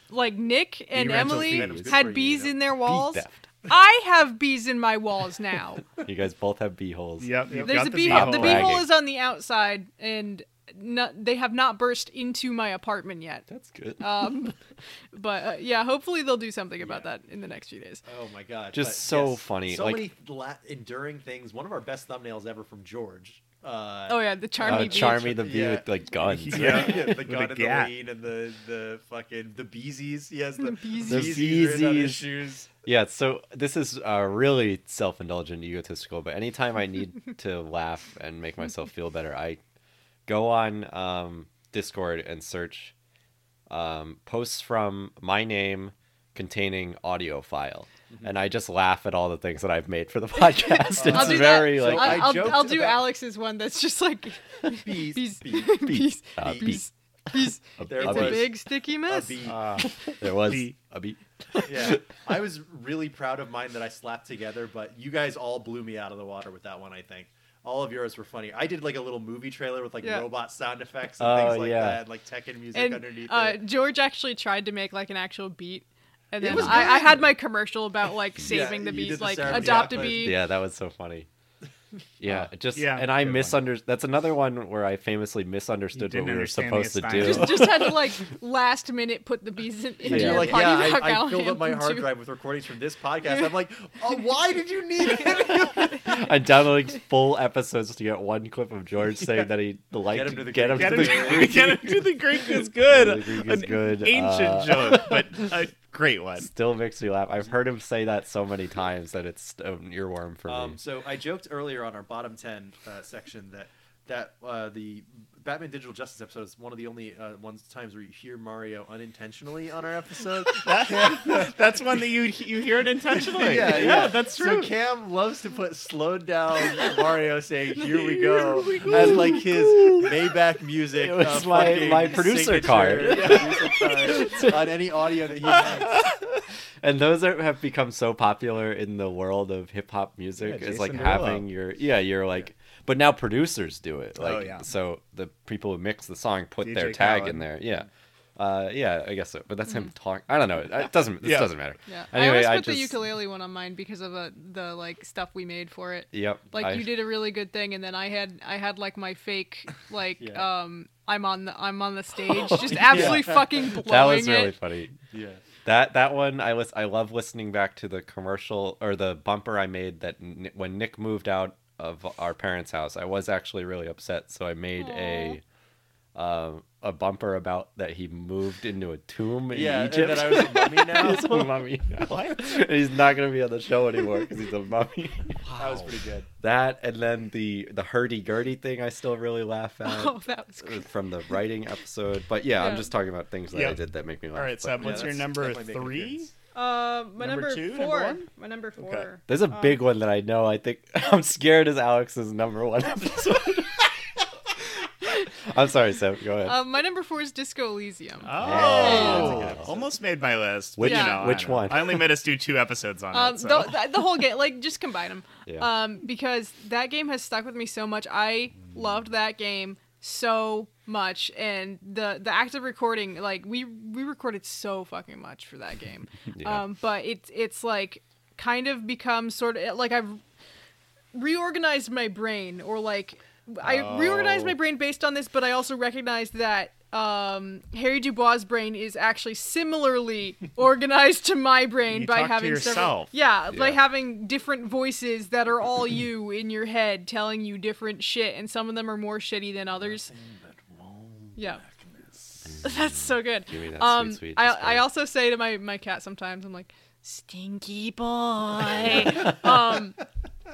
Like Nick and
rental
Emily
thieves. Good for
had
you,
bees
yeah.
in their walls.
theft.
I have bees in my walls now.
You guys both have bee holes.
Yep. yep,
There's
got
a
the
bee hole. The
beehole.
bee hole
Bragging.
is on the outside, and no, they have not burst into my apartment yet.
That's good.
Um, but uh, yeah, hopefully they'll do something about that in the next few days.
Oh my god!
Just
but
so funny,
so
like-
many la- enduring things. One of our best thumbnails ever from George. Uh, [laughs]
Oh yeah, the
uh,
charmy. bee.
Charmy the bee
Yeah.
with like
[laughs]
guns.
Yeah.
yeah, the gun
With the
and the
gat.
lean and the the fucking the beesies. He has the,
The Beesies.
Beesies written on his
Beesies.
shoes.
Yeah, so this is uh, really self-indulgent, egotistical. But anytime I
[laughs]
need to laugh and make myself feel better, I go on um, Discord and search um, posts from my name containing audio file, and I just laugh at all the things that I've made for the [laughs] podcast.
Mm-hmm. I'll
it's
do
very
that.
like
I
I'll, I'll,
joked
I'll do
about-
Alex's one that's just like
Bees,
[laughs] bees,
bees,
bees,
bees,
bees,
uh,
bees. bees.
There
It's
was
a big sticky
a
mess.
bee.
Uh, there was
Bee.
a beat.
[laughs] yeah, I was really proud of mine that I slapped together, but you guys all blew me out of the water with that one. I think all of yours were funny. I did like a little movie trailer with like
Yeah.
robot sound effects and
Oh,
things like
yeah.
that, and, like Tekken music
And
underneath
uh,
it.
George actually tried to make like an actual beat. And then
was
I, I
good.
had my commercial about like saving the
you did
bees,
the
like
Sarah
adopt a
Jacqueline.
bee.
Yeah, that was so
[laughs]
funny. Yeah, it just
Oh, yeah,
and I
good one.
misunderstood. That's another one where I famously misunderstood what
didn't
we were
understand the
supposed to do.
assignment.
Just, just had to like last minute put the bees in, into
Yeah.
your
You're like,
potty
yeah,
rock
I, I
out
filled up my
and
hard
do-
drive with recordings from this podcast. I'm like, oh, why did you need it?
I'm downloading full episodes to get one clip
[laughs]
of George saying that he liked
Get him to the
get him
Greek.
Get
to
him,
the
to,
[laughs] Greek.
get him to the Greek is good.
The Greek is
An
good,
ancient
uh, [laughs]
joke, but a great one.
Still makes me laugh. I've heard him say that so many times that it's an earworm for me.
Um,
[laughs]
so I joked earlier on our bottom ten uh, section that that uh, the Batman Digital Justice episode is one of the only uh, ones times where you hear Mario unintentionally on our [laughs] episode.
That's one that you you hear it intentionally.
yeah, yeah,
that's
So
true.
Cam loves to put slowed down Mario saying "Here we go" as like his Maybach music.
It was
uh,
my-
fucking
my producer
signature- [laughs]
card.
[laughs]
producer card on any audio that he makes.
and those are, have become so popular in the world of hip hop music.
Yeah,
is like
Jason Derulo.
having your yeah, you're like, but now producers do it. Like,
Oh, yeah.
so the people who mix the song put
DJ
their tag
Khaled.
in there. Yeah. Uh, yeah, I guess so. But that's him talking. I don't know. It, it doesn't. This
Yeah.
doesn't matter.
Mm. Yeah.
Anyway,
I
I
always
just-
put the ukulele one on mine because of uh, the like stuff we made for it.
Yep.
Like
I-
you did a really good thing, and then I had I had like
[laughs]
my fake like um I'm on the I'm on the stage, just absolutely fucking blowing
That was really
it.
funny.
Yeah.
That that one I lis- I love listening back to the commercial or the bumper I made that Ni- when Nick moved out of our parents' house. I was actually really upset, so I made a um a bumper about that he moved into a tomb in
Yeah, and
Egypt. [laughs]
then I was "Oh, a mummy now.
He's a
[laughs]
mummy. And [laughs] he's not gonna be on the show anymore because he's a mummy. [laughs]
That was pretty good.
that and then the the hurdy gurdy thing I still really laugh at
[laughs] Oh, [laughs] that was
uh,
great.
from the writing episode. But yeah, I'm
Yeah.
just talking about things that I
Yeah.
did that make me laugh.
All right,
but-
Seb, what's
Yeah,
your
that's
number
definitely making a
three?
difference.
Uh, my
Number
number,
two, number
four.
one?
my number four. Um,
There's a big one that I know. I think [laughs] I'm scared is Alex's number one episode. [laughs] I'm sorry, Seb. Go ahead.
Uh, my number four is Disco Elysium.
Ah, Oh,
Yeah.
almost made my list.
Which-
but, you know, I
which
don't know.
one?
I only made us do two episodes on
um,
it. So.
the, the- the whole game, like just combine them,
Yeah.
um, because that game has stuck with me so much. I loved that game so much, and the the act of recording, like we we recorded so fucking much for that game.
[laughs] Yeah.
Um, but it's it's like kind of become sort of like I've reorganized my brain or like I reorganized
Oh.
my brain based on this, but I also recognized that um, Harry Dubois' brain is
[laughs]
actually similarly organized to my brain
You
by
talk to
having
yourself.
several, yeah, by
Yeah.
having different voices that are
[clears throat]
all you in your head telling you different shit, and some of them are more shitty than others. Yeah. [laughs] That's so good.
Give me that
um,
sweet, sweet despair.
I, I also say
[laughs]
to my, my cat sometimes, I'm like, stinky boy. um,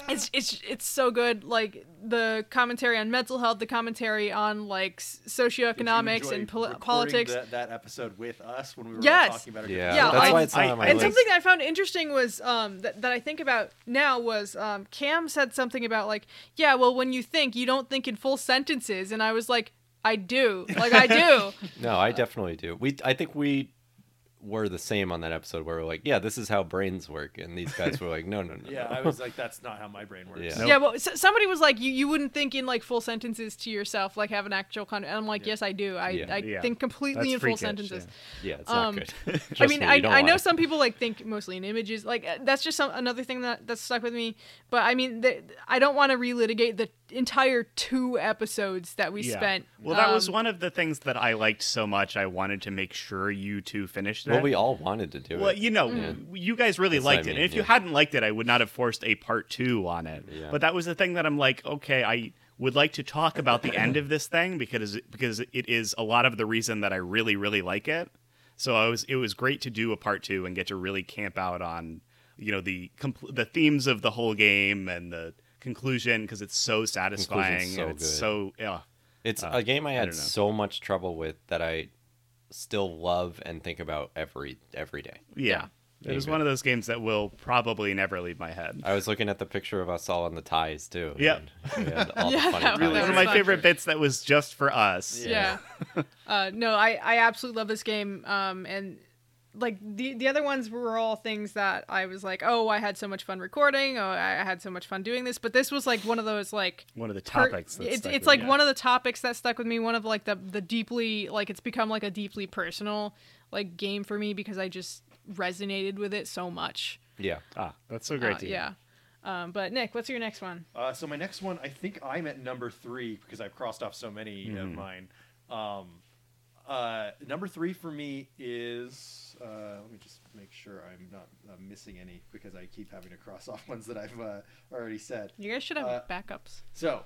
it's it's it's so good. Like the commentary on mental health, the commentary on like s-
Did you
socioeconomics
enjoy
and poli-
recording
politics.
That, that episode with us when we were
Yes.
all talking about it.
Yeah,
Yeah,
that's
I-
why it's not on my
and
list.
something I found interesting was um, that that I think about now was um, Cam said something about like, yeah, well, when you think, you don't think in full sentences, and I was like, I do, like
[laughs]
I do.
No, I definitely do. We I think we were the same on that episode where we're like, yeah, this is how brains work, and these guys were like, no, no, no.
Yeah, I was like, that's not how my brain works.
Yeah.
Yeah, well, s- somebody was like, you, you wouldn't think in like full sentences to yourself, like have an actual con. And I'm like, yes, I do. I,
Yeah.
I
Yeah.
think
That's
completely in full
freakish,
sentences.
yeah, it's
um,
not
[laughs]
good. [laughs] Trust
I mean,
me, you
I,
don't
I know
wanna-
some people like think mostly in images. Like uh, that's just some, another thing that that stuck with me. But I mean, the, I don't want to relitigate the entire two episodes that we
Yeah.
spent.
Well, that was
um,
one of the things that I liked so much. I wanted to make sure you two finished it.
Well, we all wanted to do
Well,
it.
you know, you guys really
That's what
liked
I
it.
mean,
And if you
yeah.
hadn't liked it, I would not have forced a part two on it.
Yeah.
But that was the thing that I'm like, okay, I would like to talk about the end of this thing because because it is a lot of the reason that I really really like it. So I was it was great to do a part two and get to really camp out on you know the compl- the themes of the whole game and the conclusion because it's so satisfying
so
and it's
good.
so yeah.
It's
Uh,
a game I
I
had
don't know.
so much trouble with that I still love and think about every every day.
Yeah. It
you
was
go.
one of those games that will probably never leave my head.
I was looking at the picture of us all on the ties too.
Yep.
and we had all the
[laughs] Yeah,
funny
that was
ties.
One of
That's
my
fun.
favorite bits that was just for us.
yeah. uh, no, I, I absolutely love this game. Um, and like the the other ones were all things that I was like, oh, I had so much fun recording. Oh, I I had so much fun doing this. But this was like one of those like
One of the
per-
topics. that
it's
stuck
it's
with
like
me.
one of the topics that stuck with me. One of like the the deeply like it's become like a deeply personal like game for me because I just resonated with it so much.
Yeah.
Ah, that's so
Uh,
great. to hear.
yeah. Um, but Nick, what's your next one?
Uh, so my next one, I think I'm at number three because I've crossed off so many
Mm-hmm.
of mine. Um, uh, number three for me is uh, let me just make sure I'm not uh,
um,
missing any because I keep having to cross off ones that I've uh, already said.
You guys should have
Uh,
backups.
So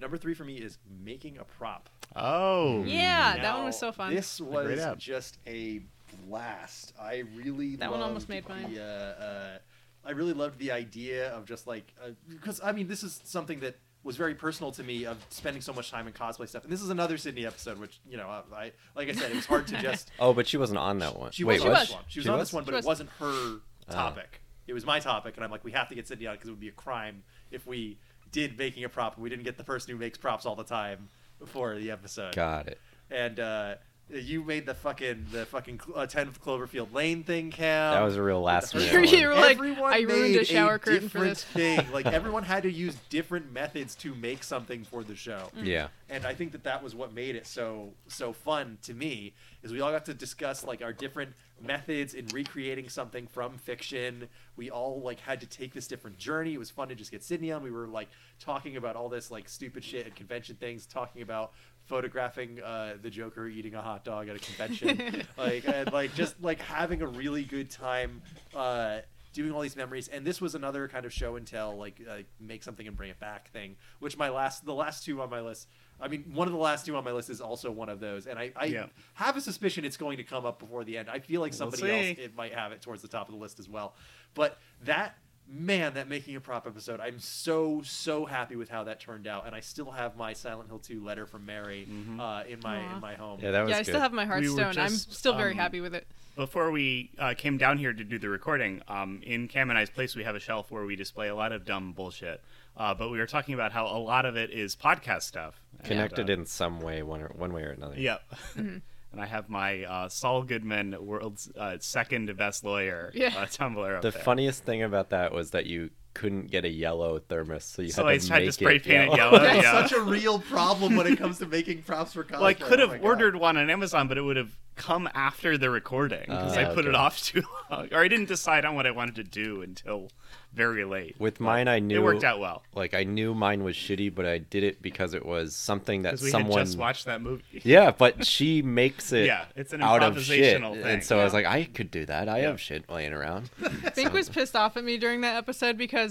number three for me is making a prop.
Oh.
Mm-hmm.
Yeah, that
Now,
one was so fun.
This
great
was
app.
just a blast. I really
That one almost made
loved
mine.
The, uh, uh, I really loved the idea of just like because uh, I mean this is something that was very personal to me of spending so much time in cosplay stuff. And this is another Sydney episode, which you know I, I like I said it was hard
[laughs]
to just.
Oh, but she wasn't on that one.
She
Wait,
was on
what?
this one. She was on this one, but
She
it
was.
wasn't her topic. It was my topic, and I'm like, we have to get Sydney on because it would be a crime if we did making a prop and we didn't get the person who makes props all the time for the episode
Got it.
and uh, you made the fucking the fucking cl- uh, 10th Cloverfield Lane thing count.
That was a
[laughs]
real last
the-
minute.
[laughs]
one.
You were like,
Everyone
I ruined
made
a shower curtain for
different
this.
Thing.
[laughs]
Like everyone had to use different methods to make something for the show.
Yeah.
And I think that that was what made it so so fun to me is we all got to discuss like our different methods in recreating something from fiction. We all like had to take this different journey. It was fun to just get Sydney on. We were like talking about all this like stupid shit at convention things, talking about photographing uh, the Joker eating a hot dog at a convention, like and like just like having a really good time. Uh, doing all these memories and this was another kind of show and tell like uh, make something and bring it back thing which my last the last two on my list i mean one of the last two on my list is also one of those and i, I
Yeah.
have a suspicion it's going to come up before the end i feel like somebody
see.
else it might have it towards the top of the list as well but that man that making a prop episode i'm so so happy with how that turned out and i still have my silent hill 2 letter from mary
Mm-hmm.
uh, in my
Aw.
in my home
Yeah, that was
Yeah, I
good.
still have my
We were
Hearthstone. I'm
just,
still very
um,
happy with it.
Before we uh, came down here to do the recording, um, in Cam and I's place, we have a shelf where we display a lot of dumb bullshit. Uh, but we were talking about how a lot of it is podcast stuff. And,
Connected
uh,
in some way, one or, one way or another.
Yep.
Mm-hmm.
[laughs] and I have my uh, Saul Goodman, world's uh, second best lawyer,
Yeah.
uh, Tumblr up
The
there.
funniest thing about that was that you couldn't get a yellow thermos, so you
so Oh, I
had
just
to
had
make
to spray
it
paint
yellow.
it yellow.
that's
yeah.
such a real Oh problem when it comes to making props for college
Well, I
Oh
could have ordered one on Amazon, but it would have come after the recording because
Ah,
I put it
okay.
off too long, [laughs] or I didn't decide on what I wanted to do until very late.
[laughs] With mine, I knew
it worked out well
Like I knew mine was shitty, but I did it because it was something that
because we
someone.
had just watched that movie.
[laughs] Yeah, but she makes it.
Yeah, it's an
out of shit,
improvisational thing.
and so I was
Yeah.
like, I could do that. I
Yeah.
have shit
[laughs]
laying around.
Fink was pissed off at me during that episode because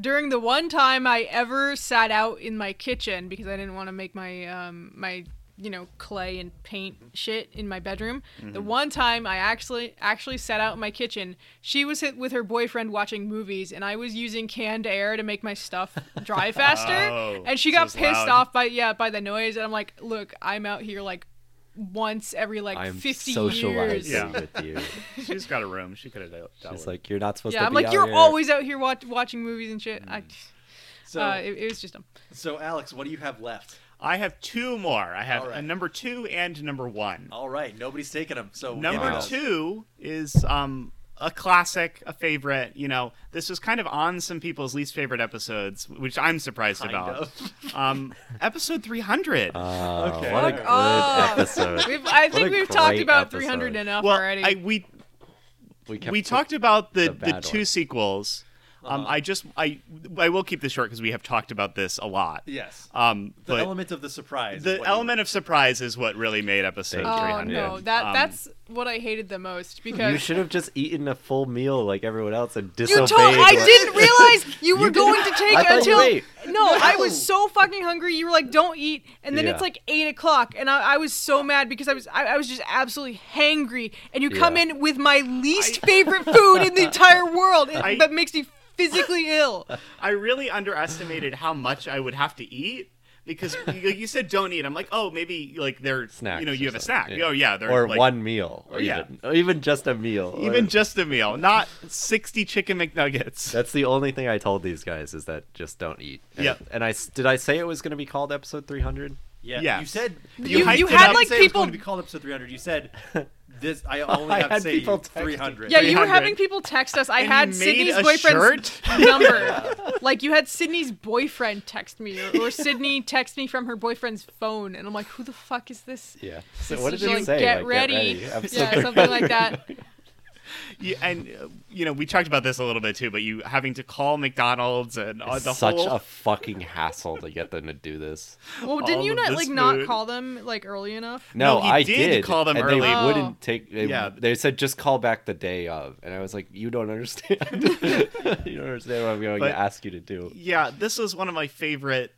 during the one time I ever sat out in my kitchen because I didn't want to make my um my you know clay and paint shit in my bedroom. The
Mm-hmm.
one time I actually actually sat out in my kitchen, she was hit with her boyfriend watching movies, and I was using canned air to make my stuff
[laughs]
dry faster.
Oh,
and she
so
got
it's
pissed
loud.
off by yeah by the noise, and I'm like, look, I'm out here like once every like
I'm
50
socializing
years.
Yeah.
with you.
[laughs] [laughs] She's got a room. She could have dealt with
She's
it.
like, you're not supposed
Yeah,
to
I'm
be
like
out
you're
here."
always out here watch, watching movies and shit. I,
So,
uh, it, it was just dumb.
so Alex, what do you have left?
I have two more. I have
All right.
a number two and number one.
Oh,
All right, nobody's taking them. So
Number
wow.
two is um, a classic, a favorite. You know, this was kind of on some people's least favorite episodes, which I'm surprised
Kind
about.
of.
[laughs] Um, episode 300.
Oh,
Okay.
What a
Fuck
good
off.
episode.
We've, I think
a
we've talked
great
about
episode.
300 enough
well,
already.
I, we
We,
[laughs]
kept
we talked about the
the
the,
bad
two
one.
sequels. Um,
Uh-huh.
I just I I will keep this short because we have talked about this a lot.
Yes.
Um,
the
but
element of the surprise. is
the
what you-
element of surprise is what really made episode
Thank you.
oh
300.
no,
Yeah.
that
Um,
that's what I hated the most
You
because
should have just eaten a full meal like everyone else and
you
disobeyed.
told I
what- [laughs]
didn't realize you were
did-
going to take
I thought you
until
ate.
no, I was so fucking hungry. You were like, "Don't eat," and then it's
Yeah.
like eight o'clock, and I, I was so mad because I was I, I was just absolutely hangry, and you come
Yeah.
in with my least favorite food
[laughs]
in the entire world and,
I-
that makes me physically ill.
I really underestimated how much I would have to eat because you, you said don't eat. I'm like, oh, maybe like they're
Snacks
You know,
or
you have a
something,
snack.
yeah.
Oh yeah, they're
or
like, Oh,
one meal. Or
yeah.
even, or even just a meal.
even
Or-
just a meal, not 60 chicken McNuggets.
That's the only thing I told these guys is that just don't eat. And,
Yep.
And I s- did I say it was going to be called episode 300?
Yeah.
Yes.
You said
You-
hyped
you
it
had,
up.
like,
say it was
people-
going to be called episode 300. You said this.
[laughs]
I only
I
have
had
to say
people texting.
300.
Yeah, you were
300.
having people text us. I
And
had
you made
Sydney's
a
boyfriend's
shirt? [laughs]
[laughs] number. like you had Sydney's boyfriend text me, or, or Sydney text me from her boyfriend's phone, and I'm like, who the fuck is this?
Yeah. So what did
She's
it
like,
say?
Get,
Like,
ready.
Episode
Yeah, something like that.
[laughs] You- and uh, you know, we talked about this a little bit too, but you having to call McDonald's and [laughs] uh, the
Such
whole
a fucking hassle to get them to do this.
Well, didn't
All
you
of
not
this
like not
food.
call them like early enough?
No,
No, he
I
did
did,
call them
and
early.
They
Oh.
wouldn't take. They,
Yeah.
they said just call back the day of, and I was like, "You don't understand. [laughs] you don't understand what I'm going
But-
to ask you to do."
yeah, this was one of my favorite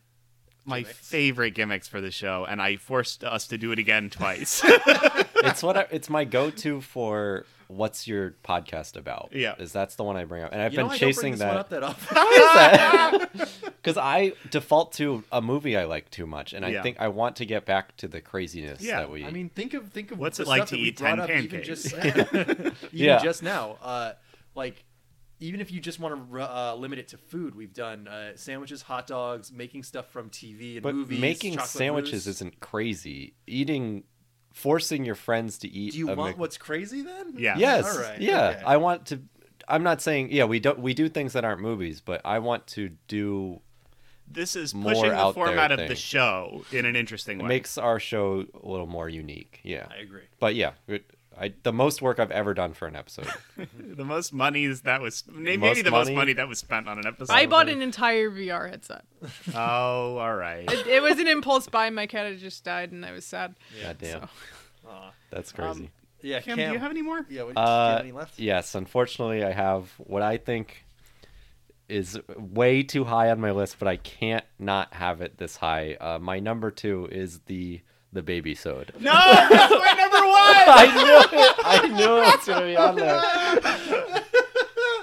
my favorite gimmicks for the show, and I forced us to do it again
[laughs]
twice.
It's what I, it's my go-to for what's your podcast about?
Yeah.
is that's the one I bring up, and I've
You know,
been
I don't bring
chasing
this
that.
One up that often. [laughs]
[laughs] because I default to a movie I like too much, and I
Yeah.
think I want to get back to the craziness
Yeah,
that we.
I mean, think of think of
What's
the
it
stuff
like to
that we
eat 10
brought up even
pancakes? [laughs]
just [laughs] even
Yeah.
just now. Uh, like even if you just want to uh, limit it to food, we've done uh, sandwiches, hot dogs, making stuff from TV and
but
movies.
making
chocolate mousse.
sandwiches isn't crazy. Eating, forcing your friends to eat.
Do you
a
want
Mc-
what's crazy then? [laughs]
Yeah.
Yes.
All right,
Yeah.
okay.
I want to. I'm not saying yeah we don't we do things that aren't movies, but I want to do
this is
More
pushing the
out there
format of the
thing.
show in an interesting
it
way.
makes our show a little more unique. Yeah.
I agree.
But yeah, it, I the most work I've ever done for
[laughs]
an episode.
the most money is that was maybe
Most
the most
money?
money that was spent on an episode.
I bought an entire VR headset.
[laughs] Oh, all right.
It, it was an impulse buy. My cat had just died, and I was sad.
God damn. That's
Um,
crazy.
Yeah,
Cam, do you have any more?
Yeah, what, do you
Uh,
have any left?
yes, unfortunately, I have what I think is way too high on my list, but I can't not have it this high. Uh, my number two is the the baby soda.
No, [laughs] that's my number one.
I knew it. I knew it was gonna be on there.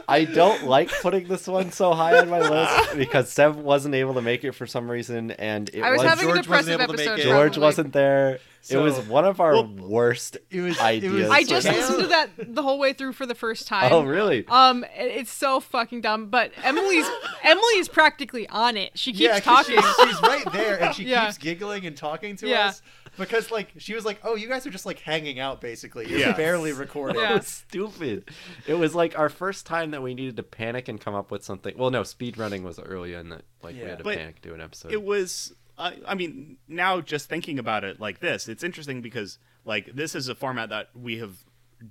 I don't like putting this one so high on
[laughs]
my list because Sev wasn't able to make it for some reason, and it
I was
was-
having a
George wasn't
depressive
able to make
episode.
it.
George
probably.
wasn't there. it
So-
was one of our
Well,
worst
it was- it was-
ideas.
I just
Yeah.
listened to that the whole way through for the first time.
oh really?
Um, it- it's so fucking dumb. But
[laughs]
Emily's Emily is practically on it. She keeps
yeah, 'cause
talking.
she's, she's right there,
[laughs]
and she
Yeah.
keeps giggling and talking to
Yeah.
us because, like, she was like, "Oh, you guys are just like hanging out, basically. You're
[laughs] Yeah.
barely recording."
Yeah.
[laughs]
[laughs]
It was stupid. It was like our first time that we needed to panic and come up with something. Well, no, speed running was early in the like
Yeah.
we had to
But
panic do an episode. [laughs]
It was. I I mean, now just thinking about it like this, it's interesting because like this is a format that we have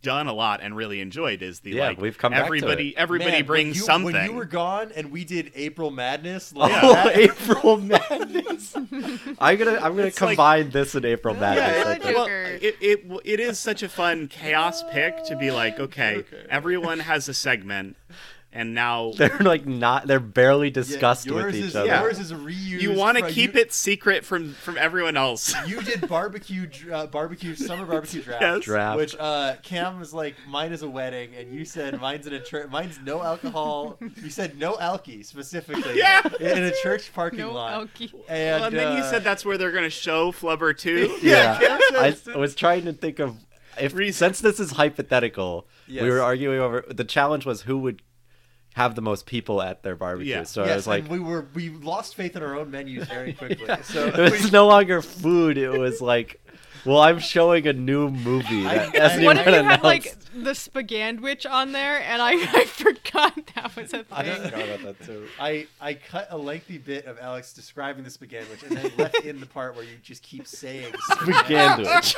done a lot and really enjoyed. Is the
Yeah,
like
we've come back to
everybody
it.
everybody
Man, when
brings
you-
something.
When you were gone and we did April Madness, like
Yeah.
[laughs]
Oh,
that,
April Madness. I'm gonna I'm gonna
It's like-
combine this and April Madness.
Yeah,
I
I
it,
think.
think.
well,
Joker.
it, it, w- it is such a fun chaos pick to be like, okay, everyone has a segment, and now
[laughs] They're like not. They're barely discussed with
yours
each
is
other.
yours is reused.
Oh. you want to
from-
keep
you-
it secret from from everyone
[laughs]
else.
You did barbecue, dr- uh, barbecue summer
[laughs]
barbecue draft,
Yes.
Draft.
which uh, Cam was like, "Mine is a wedding," and you said, "Mine's in a church. Mine's no alcohol." You said no alky specifically,
[laughs] Yeah.
in a church parking
No
lot.
alky.
And,
Well, and then you
uh,
said that's where they're going to show Flubber too.
[laughs] Yeah, I,
says-
I was trying to think of if since this is hypothetical, we
Yes.
were arguing over the challenge was who would have the most people at their barbecue.
Yeah.
So I
yes,
was like,
and we were we lost faith in our own menus
[laughs]
very quickly. So
it was no longer food. It was like, well, I'm showing a new movie that hasn't
What if
even
you
announced.
had like the Spagandwich on there, and I, [laughs] I forgot that was a thing.
I forgot about that too. [laughs] I, I cut a lengthy bit of Alex describing the spaghetti, which and then left in the part where you just keep saying
[laughs]
Gandwich.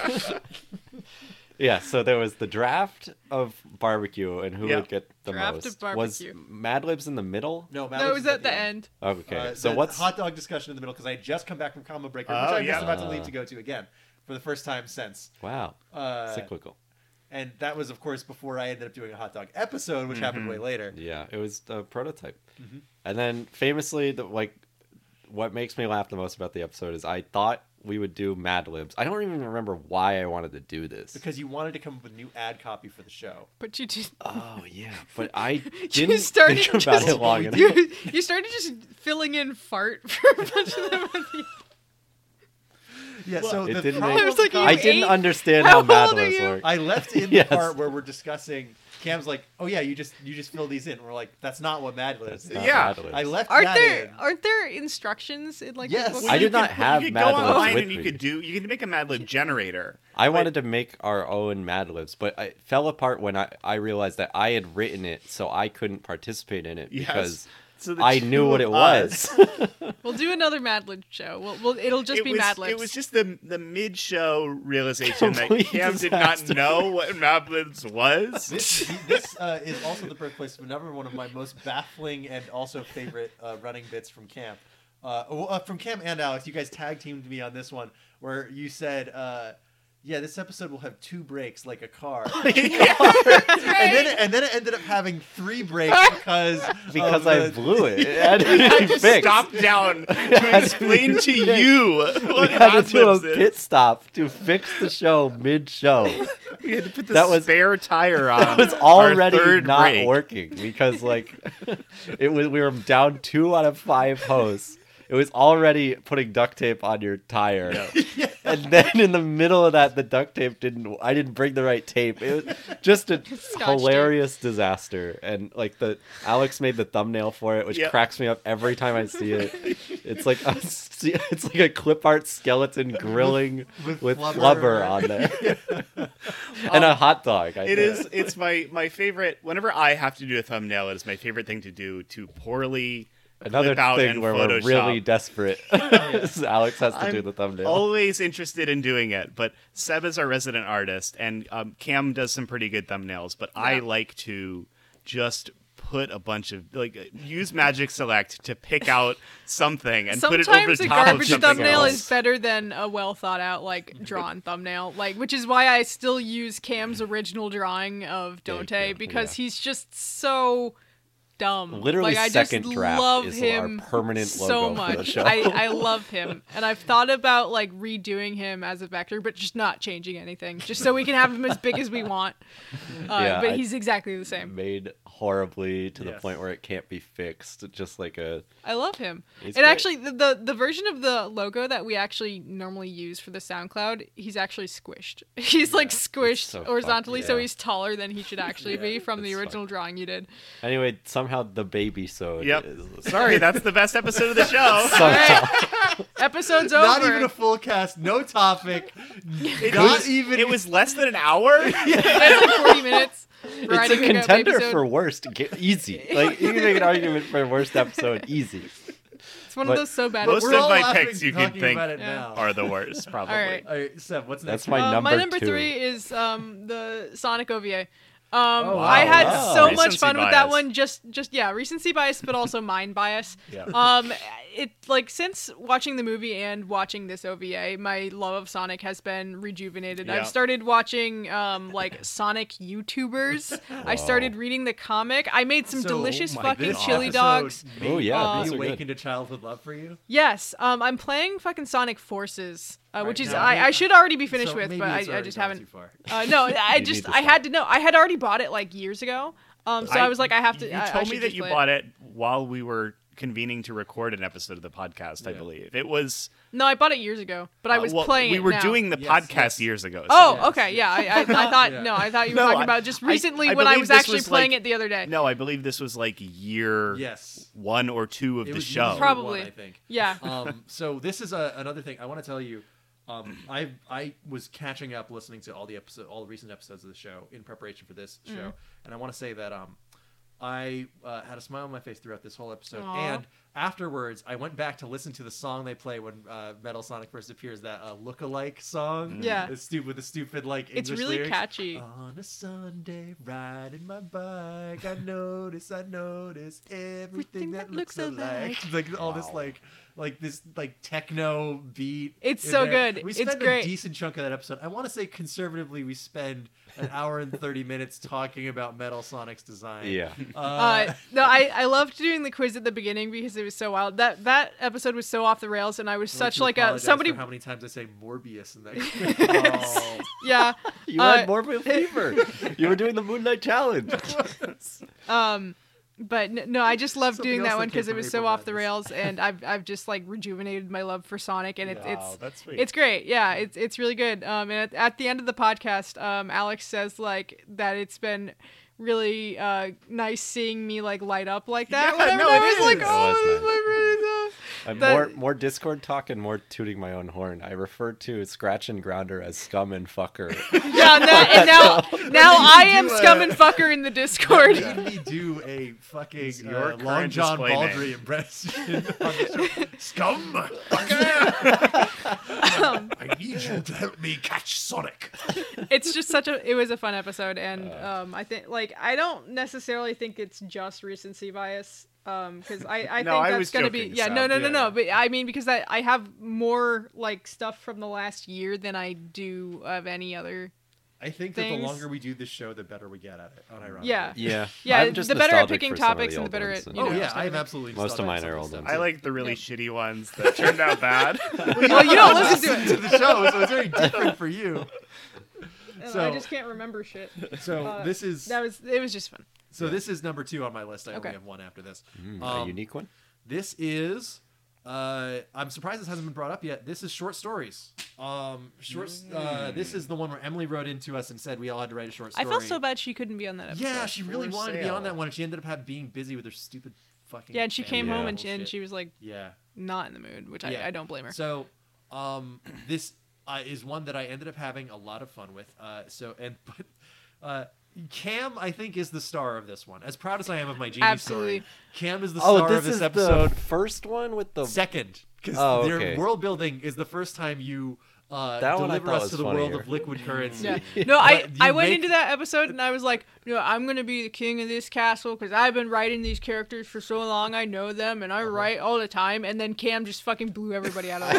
yeah, so there was the draft of barbecue and who
Yeah.
would get the
Draft
most.
of barbecue.
Was Mad Libs in the middle?
No, Matt
No, it was at the end.
Okay,
Uh,
so
the
what's
hot dog discussion in the middle? Because I had just come back from Combo Breaker,
Oh,
which I'm
yeah.
just about to leave
Ah.
to go to again for the first time since.
wow?
Uh,
cyclical.
and that was, of course, before I ended up doing a hot dog episode, which happened way later.
Mm-hmm. Yeah, it was a prototype.
Mm-hmm.
And then famously, the, like, what makes me laugh the most about the episode is I thought we would do Mad Libs. I don't even remember why I wanted to do this.
Because you wanted to come up with a new ad copy for the show.
But you just
Oh yeah, but I didn't
[laughs] you started
think about
just,
it long enough.
[laughs] you, you started just filling in fart for a bunch of them.
[laughs]
on the-
Yeah, so
It
the
[laughs]
didn't
problem
make-
with
I was like,
the
Oh, you
Oh I didn't
ate-
understand
How
how, Mad
old are
Libs
you?
work.
I left
[laughs]
in
Yes.
the part where we're discussing. Cam's like, "Oh yeah, you just you just fill these in." We're like, "That's not what Mad Libs."
That's
is."
not
Yeah.
Mad Libs.
I left
Aren't
that
there
in.
aren't there instructions in like
Yes.
the book?
I
I
You
did not
could-
have
You could
Mad
go
Libs
online
with
and you
me.
could do. You could make a Mad Lib generator.
I wanted to make our own Mad Libs, but it fell apart when I, I realized that I had written it, so I couldn't participate in it
Yes.
because
So the
I
two
knew what
of
it
us-
was.
[laughs]
We'll do another Mad Lib show. We'll, we'll it'll just
it
be
was,
Mad Libs.
It
[laughs]
was just the the mid show realization that
Complete
Cam did not
disaster.
know what Mad Libs was.
[laughs]
This, this uh, is also the birthplace of another one of my most baffling and also favorite uh, running bits from Cam. Uh, well, uh, from Cam and Alex, you guys tag teamed me on this one where you said, uh, "Yeah, this episode will have two breaks like a car," and then it, and then it ended up having three breaks because
because
of
I
the-
blew it. It had to
I
be
just
fixed.
stopped [laughs] down to explain to you
We
what
had
Mad
to do a
Libs is.
pit stop to fix the show mid-show.
We had to put the
That was-
spare tire on.
It was
our
already
third
not
break.
working because like it was we were down two out of five hosts. It was already putting duct tape on your tire. [laughs] And then in the middle of that the duct tape didn't I didn't bring the right tape. It was just a
tape.
hilarious disaster. And like the Alex made the thumbnail for it, which
Yep.
cracks me up every time I see it. It's like a, it's like a clip art skeleton grilling with,
with
flubber.
flubber.
on there.
[laughs]
and a hot dog. I
It
think.
is. It's my my favorite. Whenever I have to do a thumbnail, it is my favorite thing to do to poorly
Another
clip out
thing
and
where
Photoshop.
we're
[laughs]
really desperate. [laughs] is Alex has to do
I'm
the thumbnail.
Always interested in doing it, but Seb is our resident artist, and um, Cam does some pretty good thumbnails. But I like to just put a bunch of like use Magic Select to pick out something and
Sometimes
put it over the
a
top of
garbage
something
thumbnail
else.
is better than a well thought out, like drawn thumbnail. Like, which is why I still use Cam's original drawing of Dote
yeah,
because he's just so dumb.
Literally,
like, I
second
just
draft
love
is
him
our permanent
so
logo for the
much.
show.
I,
[laughs]
I love him, and I've thought about like redoing him as a vector, but just not changing anything, just so we can have him as big as
[laughs]
we want. Uh,
Yeah,
but
I-
he's exactly the same.
made horribly to the
Yes.
point where it can't be fixed. Just like a
I love him.
He's great.
and actually, the, the the version of the logo that we actually normally use for the SoundCloud, he's actually squished. [laughs] He's like squished
so fucked,
horizontally, so
yeah.
he's taller than
[laughs]
he should actually be from the
it's
original
fucked.
drawing
[laughs]
you did.
anyway. Somehow the baby so
Yep. [laughs]
is,
Sorry, that's the best episode of the [laughs] show.
All right, [laughs] episode's over.
Not even a full cast, no
[laughs]
topic,
It
not
was-
even
It was less than an [laughs] hour.
That's like
[laughs]
forty minutes.
it's a contender for worst. Ge- easy, like you can make an argument for worst episode. Easy.
It's one of
but
those so bad.
most
We're
of
all
my
laugh-
laughing
picks you
talking
can think
about it
Yeah.
now.
are the worst, probably.
All right. Um,
All right, Seb, what's next?
That's my
Uh,
number.
my number
two.
three is um, the Sonic OVA. Um,
Oh,
wow.
I had
Wow.
so
Recency
much fun with
bias.
that one. Just, just yeah, recency bias,
[laughs]
but also mind bias.
Yeah.
Um, it like since watching the movie and watching this OVA, my love of Sonic has been rejuvenated.
Yeah.
I've started watching um like
[laughs]
Sonic YouTubers. I started reading the comic. I made some
So,
delicious
my
fucking
goodness.
chili
Episode
dogs.
may
Oh, yeah,
have
these are good.
reawakened a childhood love for you.
Yes, um, I'm playing fucking Sonic Forces, uh, which
Right,
is
now,
I, I should already be finished
So
with,
maybe
but I,
it's
I
already
just
gone
haven't.
Too far.
Uh, no,
[laughs]
I
need
just
to
I
stop.
had to know. I had already bought it like years ago, um, so I, was like, I have to.
You
I,
told me that you bought it while we were convening to record an episode of the podcast. I
Yeah.
believe it was.
No, I bought it years ago, but I
uh,
was
well,
playing.
We
it
were
now.
doing the
Yes,
podcast
yes.
years ago. so-
Oh,
Yes,
okay, yeah.
yes. [laughs]
I, I, I thought
Yeah.
no, I thought you were
No,
talking
I-
about just
I-
recently
I
when I
believe
was
this
actually
was,
playing
like-
it the other day.
No, I believe this was like year
Yes.
one or two of
It
the
was
show.
year
Probably.
One, I think.
Yeah.
um, so this is a, another thing I want to tell you. Um, [clears throat] I I was catching up listening to all the episode, all the recent episodes of the show in preparation for this show,
Mm-hmm.
and I want to say that um, I uh, had a smile on my face throughout this whole episode,
Aw.
and afterwards I went back to listen to the song they play when uh, Metal Sonic first appears, that uh, look-alike song,
Yeah.
the stupid with the stupid like
It's
English
really
lyrics.
catchy.
On a Sunday, riding my bike, I notice, I notice everything that, looks alike. [laughs] Like all this, like, like this, like techno beat.
It's
in
so
there.
good.
We
It's
spend
great.
a decent chunk of that episode. I want to say conservatively, we spend an hour and thirty minutes talking about Metal Sonic's design.
[laughs]
Yeah.
Uh,
Uh, no, I, I loved doing the quiz at the beginning because it was so wild. That that episode was so off the rails, and I was
I'd
such
to
like a
apologize
somebody.
For how many times I say Morbius in that? [laughs] oh,
Yeah.
[laughs]
You
Uh,
had more of a fever. you were doing the Moon Knight challenge.
Um, but n- no, I just loved
Something
doing
else
that
that
one
came
because it
from
was
April
so off the
Madness.
rails, and I've I've just like rejuvenated my love for Sonic, and it's
Wow,
it's
that's sweet.
it's great. Yeah, it's it's really good. Um, and at, at the end of the podcast, um, Alex says like that it's been really uh nice seeing me like light up like that.
Yeah,
whatever.
no,
I
it
was like,
is. [laughs]
oh,
Oh, that's
this is my
Uh,
The-
more more Discord talk and more tooting my own horn. I refer to Scratch and Grounder as scum and fucker.
friend." yeah, and, that, and now now I
you
am
do, uh,
scum and fucker in the Discord.
made me do a
It's
fucking
your
uh,
current
Long John
display name.
Baldry impression. on the show. Scum!
Um,
I need you to help me catch Sonic.
[laughs]
Uh.
it's just such a it was a fun episode and um i think like i don't necessarily think it's just recency bias um because i
[laughs]
i
No,
think
I
that's
was
gonna be
joking,
yeah
so-
no no no
yeah,
no
yeah.
but i mean because that i have more like stuff from the last year than i do of any other
I think that
Things.
the longer we do this show, the better we get at it. Unironically.
Yeah.
[laughs] yeah.
yeah
I'm just
the better at
nostalgic
picking
for some of
topics and the
old
better
ones,
at
so-
you
Oh
know,
yeah,
stuff.
I have absolutely.
Most of
started
mine
some
are old
stuff.
ones.
I like the really shitty ones that turned
[laughs]
out bad.
well you don't listen to
[laughs]
it
to the show, so it's
[laughs]
very different for you.
And Uh, i
So-
just can't
[laughs]
remember shit
So
Uh,
this is
that was it was just fun
so this is number two on my list. I
Okay.
only have one after this.
Mm, a
Um,
unique one.
This is. Uh, I'm surprised this hasn't been brought up yet. This is short stories. Um, short. Uh, this is the one where Emily wrote into us and said we all had to write a short
i
story.
felt so bad she couldn't be on that episode
Yeah, she really
for
wanted to be
sale.
on that one, and she ended up have, being busy with her stupid fucking.
yeah and she came
family
home and she, and
bullshit.
she was like
Yeah.
not in the mood which
Yeah.
I, I don't blame her
So, um, this uh, is one that I ended up having a lot of fun with. Uh, so and [laughs] but, uh, Cam I think is the star of this one. As proud as I am of my genie
Absolutely.
story, Cam is the
Oh,
star of Oh, this episode.
first one with the.
Second, because
Oh,
their
okay.
world building is the first time you uh,
That one I
deliver
thought
us
was
to the world
funnier.
of
[laughs]
liquid currency.
[laughs]
Yeah. No, I,
But you
I went
make-
into that episode and I was like, no, I'm going to be the king of this castle because I've been writing these characters for so long. I know them and I write all the time. And then Cam just fucking blew everybody out of the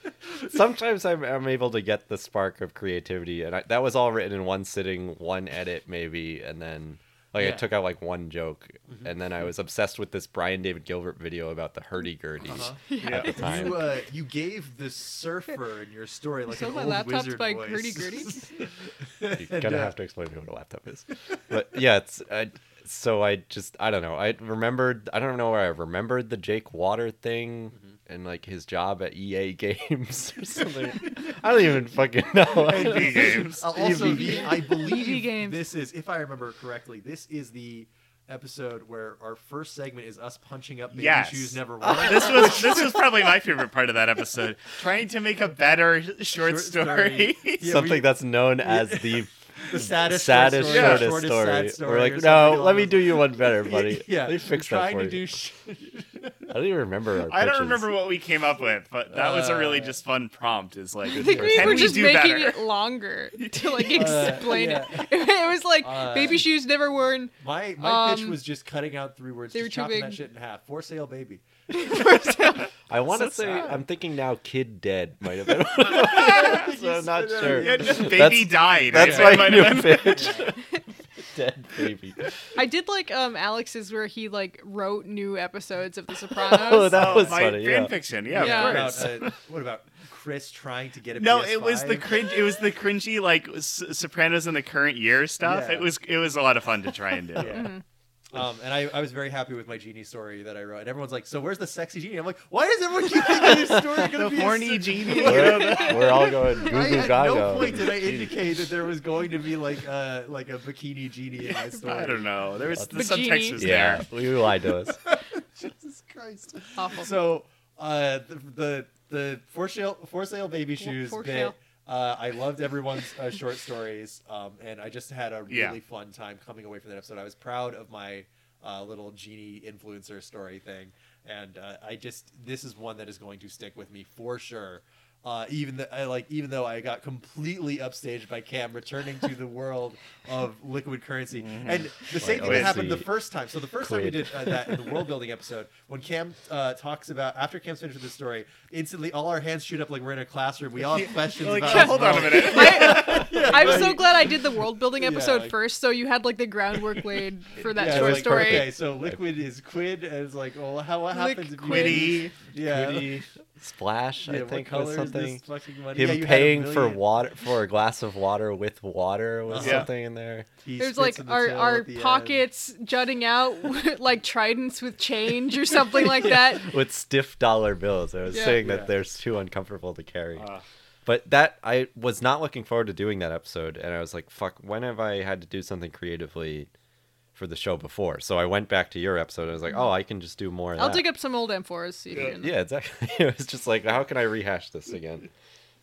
water.
Sometimes I'm, I'm able to get the spark of creativity, and I, that was all written in one sitting, one edit maybe, and then like I
Yeah.
took out like one joke,
Mm-hmm.
and then I was obsessed with this Brian David Gilbert video about the hurdy gurdy
Uh-huh.
at the time.
You, uh, you gave the surfer in your story like
So
an
my
old
laptop's
wizard
by
voice. [laughs]
[laughs] Gurdy-Gurdy?
You're gonna
uh,
have to explain to me what a laptop is. But yeah, it's I, so I just I don't know. I remembered I don't know where I remembered the Jake Water thing
Mm-hmm.
and like his job at EA [laughs] Games
[laughs]
or something. I don't even fucking know.
Indie games.
[laughs]
Uh,
Oh.
also, the,
[laughs]
I
Video
believe
games.
this is, if I remember correctly, this is the episode where our first segment is us punching up baby
Yes.
shoes never worn.
This was this was probably my favorite part of that episode. Trying to make a better short, story.
story. Yeah,
something
we-
that's known as the
the saddest,
saddest,
short
shortest
story, or
story.
Sad story
We're
or
like,
something
no,
along
let
[laughs]
me
those-
do you one better, buddy.
yeah,
let me fix
we're
that
trying
for
to
you.
do. Sh-
I don't even remember. Our
[laughs] I don't
pitches.
remember what we came up with, but that was a really
Uh,
just fun prompt. Is like,
I think we
can
were
we
just
do
making
better?
it longer to like explain it. [laughs] It was like baby shoes never worn.
My my pitch
Um,
was just cutting out three words,
they
just
were too
chopping
big.
that shit in half. For
[laughs]
sale, baby.
I want to say I'm thinking now. Kid dead
[laughs]
might have been. [laughs] One of those, so I'm not
[laughs]
sure.
Yeah, just baby
That's-
died.
That's
I think
my
that
new
might have been- [laughs]
pitch. dead baby.
I did like um Alex's where he like wrote new episodes of The Sopranos.
Oh, that was
my
funny.
fan
Yeah.
fiction. Yeah,
Yeah.
of
What
course.
about, uh, what about Chris trying to get a
No,
PS5?
it was the cringe. It was the cringy like S- Sopranos in the current year stuff.
Yeah.
It was it was a lot of fun to try and do.
Um, and I, I was very happy with my genie story that I wrote. And everyone's like, "So where's the sexy genie?" I'm like, "Why does everyone keep thinking this story
[laughs]
going to
The
be a
horny
[laughs]
se-
genie. [laughs]
[laughs]
We're, we're all going goo
I,
goo
at
gaga.
no point did I indicate that there was going to be like uh, like a bikini genie in my
[laughs]
story.
I don't know. There was the
The genie.
subtext was there.
[laughs] yeah, you lied to us.
Jesus Christ.
Awful.
So uh, the, the the for sale for sale baby shoes
for
bit.
sale.
Uh, I loved everyone's uh, short stories, um, and I just had a really
Yeah.
fun time coming away from that episode. I was proud of my uh, little genie influencer story thing, and uh, I just this is one that is going to stick with me for sure. Uh, even though I like, even though I got completely upstaged by Cam returning to the world of liquid
[laughs]
currency, and the
Mm-hmm. Like,
same thing that happened the
OSC.
first time. So the first time we
Quid.
did uh, that in the
[laughs]
world building episode when Cam uh, talks about after Cam's finished with the story, instantly all our hands shoot up like we're in a classroom. We all have questions
Like,
about.
hold on a minute.
[laughs] I, am so glad I did the world building
Yeah,
episode
like-
first, so you had like the groundwork
[laughs]
laid for that
Yeah,
short
like,
story.
Okay, so liquid is quid, and it's like, well, how what happens if you?
Quiddy.
Yeah.
Quiddy, Splash,
[laughs] yeah,
I
what
think
color
was
is
something.
this fucking money? Yeah,
Him
you had a
paying for
million.
water for a glass of water with water was
Uh-huh. Yeah.
something in there.
He
There's like
spits in the
our
till
our
at the end.
pockets jutting out [laughs] like tridents with change or something
[laughs]
like that.
with stiff dollar bills. I was
Yeah.
saying that
Yeah. Uh.
they're too uncomfortable to carry. but that I was not looking forward to doing that episode, and I was like, "Fuck! When have I had to do something creatively for the show before?" So I went back to your episode. and I was
Mm-hmm.
like, "Oh, I can just do more." Of
I'll
that.
dig up some old M4s. See if you can-
Yeah, exactly. [laughs] it was just like, how can I rehash this again?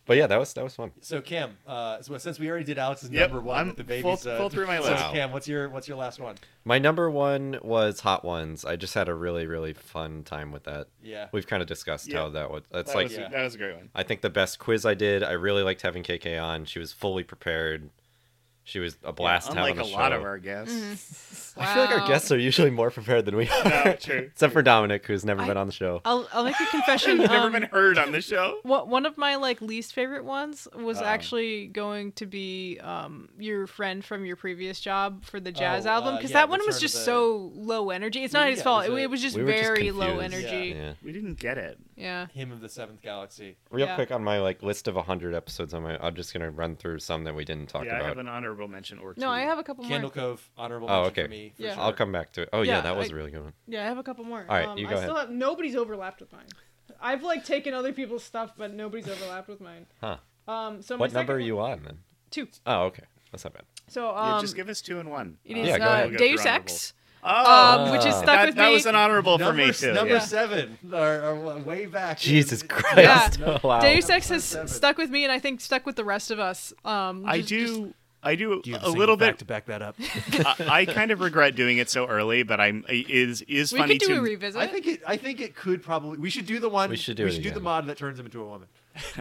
But yeah, that was that was fun.
So Cam, uh, so since we already did Alex's
Yep,
number one
I'm
with the baby,
full-
so,
full through my
so
list.
Cam, what's your what's your last one?
My number one was Hot Ones. I just had a really really fun time with that.
Yeah.
We've kind of discussed
Yeah.
how that was. That's
That,
like
was,
Yeah.
that was a great one.
I think the best quiz I did. I really liked having KK on. She was fully prepared. She was a blast
Yeah,
to have
unlike
on
a
the
lot
show.
of our guests.
I feel like
Wow.
our guests are usually more prepared than we are,
[laughs]
Mm.
No, true.
[laughs] except for Dominic, who's never
I-
been on the show.
I'll I'll [laughs] make a confession.
Never
um,
been heard
[laughs]
on the show.
Wha- one of my like least favorite ones was
Uh-huh.
actually going to be um, your friend from your previous job for the jazz
Oh, uh,
album because
yeah,
that one was
Return of
just
the-
so low energy. It's not his
Yeah, it
fault. It
was
it
a-
was just
We were just
very low
confused.
energy.
Yeah.
We didn't get it.
Yeah.
Him of the Seventh Galaxy.
Real
Yeah.
quick on my like list of 100 episodes on my I'm just going to run through some that we didn't talk
yeah, I
about.
have an honorable mention or two.
No, I have a couple more.
Candle Cove, honorable
Oh,
mention
okay.
for me. For
Yeah.
sure.
I'll come back to it. Oh yeah,
Yeah,
that was
I-
a really good one.
Yeah, I have a couple more. Um,
All right, you go
I still
ahead.
have nobody's overlapped with mine. I've like taken other people's stuff, but nobody's overlapped with mine.
Huh.
Um, so my
What number
second
are you
one-
on then?
Two.
Oh, okay. That's not bad.
So um,
Yeah, just give us two and one.
it
Uh,
is
Yeah, go
uh,
ahead.
We'll go through
Deus Ex,
Oh,
um, which is
Ah.
stuck
that,
with
that
me.
was an honorable for
number,
me too.
number
yeah.
seven, or, or way
[laughs]
back.
Jesus [laughs]
in-
Christ. Oh, wow.
Deus Ex has
Seven.
stuck with me, and I think stuck with the rest of us. Um,
I
just- just-
do. I do,
Do you have
a little
back
bit.
to back that up.
I, I kind of regret doing it so early, but I'm it is is
we
funny
could do
to
a revisit.
I think it. I think it could probably. We should do the one.
We should do
We
it
should do the
again.
mod that turns him into a woman.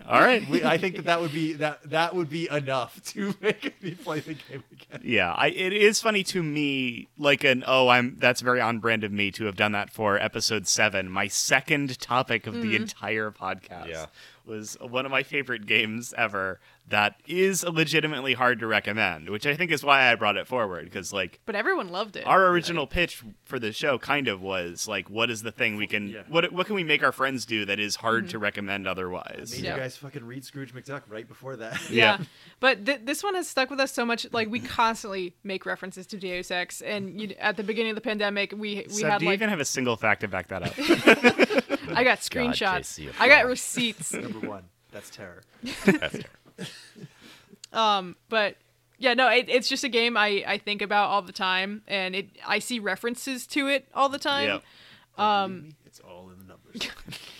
All right.
[laughs] We, I think that that would be that that would be enough to [laughs] make me play the game again.
Yeah, I, it is funny to me, like an oh, I'm that's very on brand of me to have done that for episode seven, my second topic of
Mm.
the entire podcast.
Yeah.
was one of my favorite games ever. That is legitimately hard to recommend, which I think is why I brought it forward because like
but everyone loved it.
our original pitch for the show kind of was like, what is the thing we can what what can we make our friends do that is hard
Mm-hmm.
to recommend otherwise?
Made
Yeah.
you guys fucking read Scrooge McDuck right before that.
yeah.
yeah.
But th- this one has stuck with us so much. Like we constantly make references to Deus Ex, and you, at the beginning of the pandemic, we we
so
had
do you
like
even have a single fact to back
[laughs]
that up?
I
God,
got screenshots,
JC, you're
I got
wrong.
receipts, [laughs]
Number one, that's terror.
but yeah, no, it, it's just a game I I think about all the time, and it I see references to it all the time.
yeah.
Um, it's all in the numbers.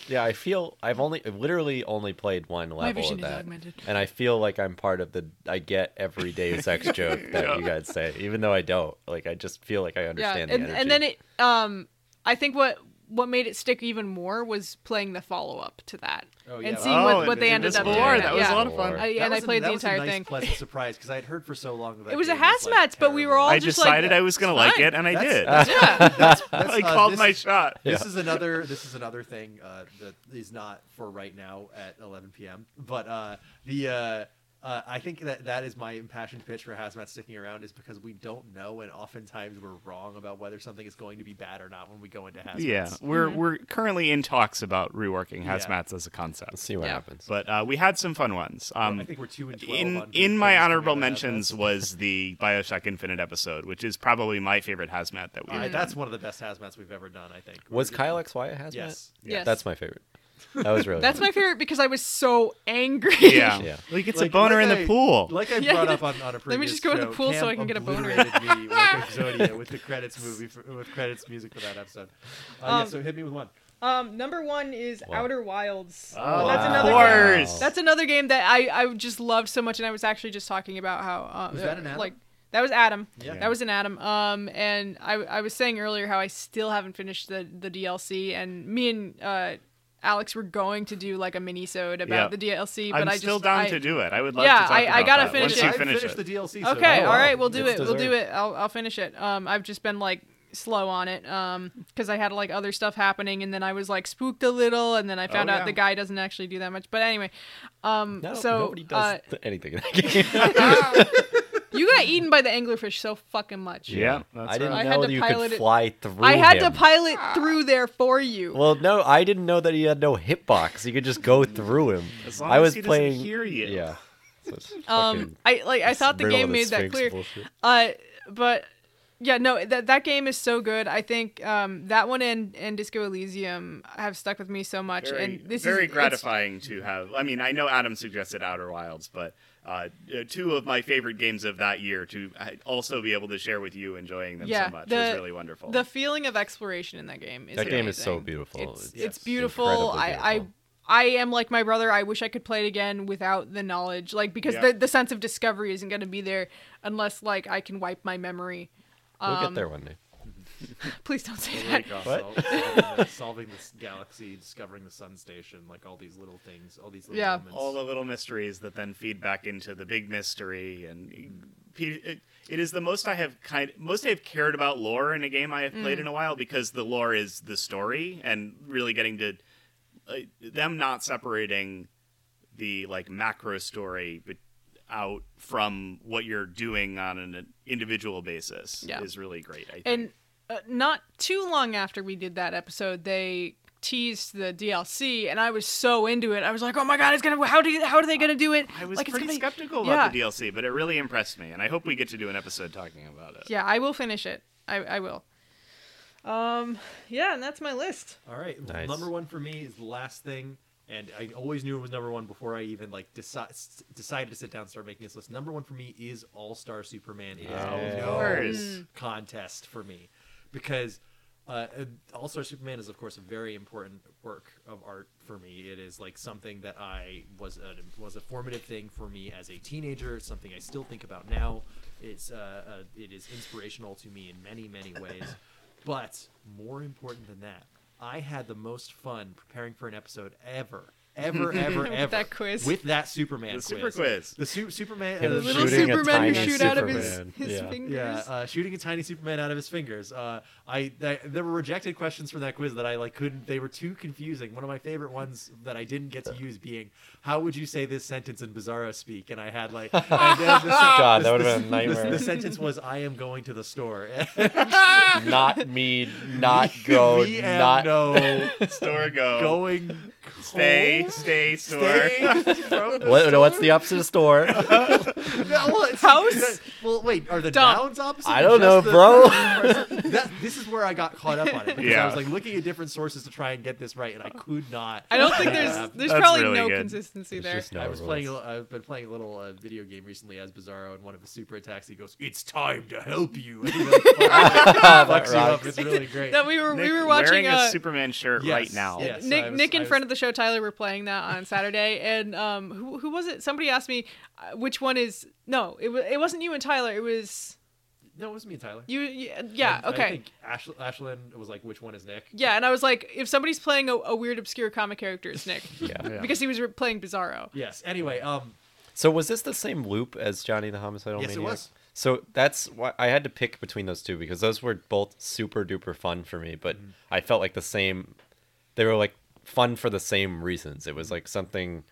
Yeah, I feel I've only I've literally only played one level
vision
of
is
that,
augmented.
and I feel like I'm part of the. I get every Deus
[laughs]
Ex joke that you guys say, even though I don't. Like I just feel like I
yeah
understand
and,
the energy.
and then it um i think what what made it stick even more was playing the follow up to that
Oh, yeah.
and seeing
Oh,
what, what they ended up
Invisible
doing.
War,
in it.
that was a
Yeah.
lot of fun.
I,
That
and I
was a-
played
that
the
was
entire
a nice,
thing.
Pleasant surprise because I had heard for so long. That
It was a
game was, like,
hazmat, but we were
terrible.
all
I
just
decided
like,
I was gonna
"That's
like it, and I
That's-
did.
that's-
[laughs] Yeah.
that's- that's,
[laughs] I
uh,
called
this-
my shot.
This is another. This is another thing uh, that is not for right now at 11 p.m. But uh, the uh, uh, I think that that is my impassioned pitch for hazmat sticking around is because we don't know, and oftentimes we're wrong about whether something is going to be bad or not when we go into hazmat.
Yeah, we're we're currently in talks about reworking
Mm-hmm. Yeah.
hazmats as a concept.
Let's see what
Yeah.
happens.
But uh, we had some fun ones. Um,
I think we're two and 12
in
on
in
good
my
things
honorable
coming out of
mentions
hazmat.
was the Bioshock Infinite episode, which is probably my favorite hazmat that we.
Uh,
did.
that's one of the best hazmats we've ever done. I think
was
We're-
Kyle X Y a hazmat?
Yes.
Yes.
That's my
[laughs]
favorite. That was really.
That's
fun.
my favorite because I was so angry.
yeah.
[laughs]
Yeah.
Like it's a
Like-
boner
like
in the
I-
pool.
Like I
Yeah,
brought up on, on a previous
let me just go to the
show,
pool so
Cam
I can get a boner.
obliterated
[laughs]
me like Exodia with the credits movie for, with credits music for that episode. Uh, yeah,
Um,
so hit me with one.
Um, number one is
Wow.
Outer Wilds.
Oh,
that's
of
another
course.
That's another game that I, I just loved so much, and I was actually just talking about how uh,
Was that an Adam?
like that was Adam.
Yeah.
That was an Adam. Um, and I I was saying earlier how I still haven't finished the the DLC, and me and uh, Alex were going to do like a minisode about
Yeah.
the DLC, but
I'm
I
still
just,
down
I-
to do it. I would love
Yeah,
to talk
I- I
about
gotta
that
finish
once
it.
you
I
finish
finished
it.
the DLC. so-
Okay,
Oh,
all
wow.
right, we'll do
It's
it. We'll do
deserved.
it. I'll, I'll finish it. Um, I've just been like slow on it um because i had like other stuff happening and then i was like spooked a little and then i found
Oh,
out
yeah.
the guy doesn't actually do that much but anyway um
No,
so
nobody does
uh,
th- anything in that game.
you got eaten by the anglerfish so fucking much
Yeah, that's
[laughs] I didn't
right. I had
know
to
that you
pilot
could
it-
fly through.
i had to
him.
pilot through there for you
Well, no, I didn't know that he had no hitbox. You could just go through him.
[laughs] As long
I
as
was
he doesn't
playing.
hear you.
Yeah. So it's
um
fucking-
i like i thought the
riddle
game
the
made that
Sphinx
clear
bullshit.
uh but yeah no that that game is so good i think um that one and and disco elysium have stuck with me so much
Very,
and this
very
is it's-
gratifying to have. I mean, I know Adam suggested Outer Wilds, but uh, uh, two of my favorite games of that year to uh, also be able to share with you enjoying them so much was really wonderful.
The feeling of exploration in that game is
That game is
amazing.
so beautiful.
It's,
It's-
it's,
yes.
beautiful.
Incredibly
I, I
beautiful.
I am like my brother. I wish I could play it again without the knowledge, like because
Yeah.
the the sense of discovery isn't going to be there unless like I can wipe my memory. [laughs]
we'll
Um,
get there one day. [laughs]
Please don't say
There
that.
you go. Sol- solving the- Solving this galaxy, discovering the sun station, like all these little things, all these little
[laughs] Yeah.
moments.
all the little mysteries that then feed back into the big mystery and it it is the most i have kind most i have cared about lore in a game i have played
Mm.
in a while because the lore is the story and really getting to uh, them not separating the like macro story but out from what you're doing on an individual basis
Yeah.
is really great i think
And uh, not too long after we did that episode, they teased the DLC, and I was so into it. I was like, "Oh my god, it's gonna! How do you, how are they gonna do it?"
I was
like, it's
pretty
gonna be-
skeptical
Yeah.
about the DLC, but it really impressed me, and I hope we get to do an episode talking about it.
Yeah, I will finish it. I, I will. Um, yeah, and that's my list.
All right.
Nice.
Number one for me is the last thing, and I always knew it was number one before I even like decide, decided to sit down and start making this list. Number one for me is All Star Superman. It is no
course.
contest for me, because uh, All Star Superman is of course a very important work of art for me. It is like something that I was a, was a formative thing for me as a teenager. It's something I still think about now. It's uh, uh, it is inspirational to me in many many ways. But more important than that, I had the most fun preparing for an episode ever,
[laughs]
ever, ever,
With
ever.
that quiz.
With that Superman
The
quiz.
super quiz.
The su- Superman.
Him
uh,
Little
Shooting a
Superman who
tiny
shoot out of his,
Superman.
his
Yeah.
fingers.
yeah, uh, shooting a tiny Superman out of his fingers. Uh, I, I there were rejected questions from that quiz that I like couldn't. They were too confusing. One of my favorite ones that I didn't get to use being, "How would you say this sentence in Bizarro speak?" And I had
[laughs]
like, and then the,
Oh, God, that
the-
would have been a
the- the-
nightmare.
The sentence was, "I am going to the store." [laughs]
[laughs]
not [laughs] me, not go,
we am
Oh,
[laughs]
not.
no
Store [laughs] go.
going
Stay,
home.
stay, store.
Stay from the
What, what's the opposite of store?
No, well, it's-
House?
that- Well, wait, are the
Dump.
downs opposite?
I
or
don't know,
just
bro.
[laughs]
[laughs]
the- [laughs] that, this is where I got caught up on it because I
Yeah.
was like looking at different sources to try and get this right, and I could not.
I don't think there's there's
That's
probably
really
no
good.
consistency there.
just no
I was
rules.
playing. a- I've been playing a little uh, video game recently as Bizarro, and one of his super attacks, he goes, "It's time to help [laughs] you." And he like, fucks you up.
rocks.
It's
[laughs]
really great.
That we were we
Nick
were watching
wearing
uh,
a Superman shirt
Yes,
right now.
yes,
Nick,
I was-
Nick
I
in
was-
front of the show, Tyler, were playing that on Saturday, and um, who, who was it? Somebody asked me uh, which one is no, it was it wasn't you and Tyler, it was
No, it was me and Tyler.
You, you yeah,
And
okay.
I think Ash- Ashlyn was like, "Which one is Nick?"
yeah, and I was like, if somebody's playing a, a weird, obscure comic character, it's Nick.
Yeah.
Because he was re- playing Bizarro.
Yes. Anyway, um,
So was this the same loop as Johnny the Homicidal
Yes, it
Maniac?
was.
So that's why I had to pick between those two because those were both super duper fun for me, but
Mm-hmm.
I felt like the same. They were like fun for the same reasons. It
Mm-hmm.
was like something.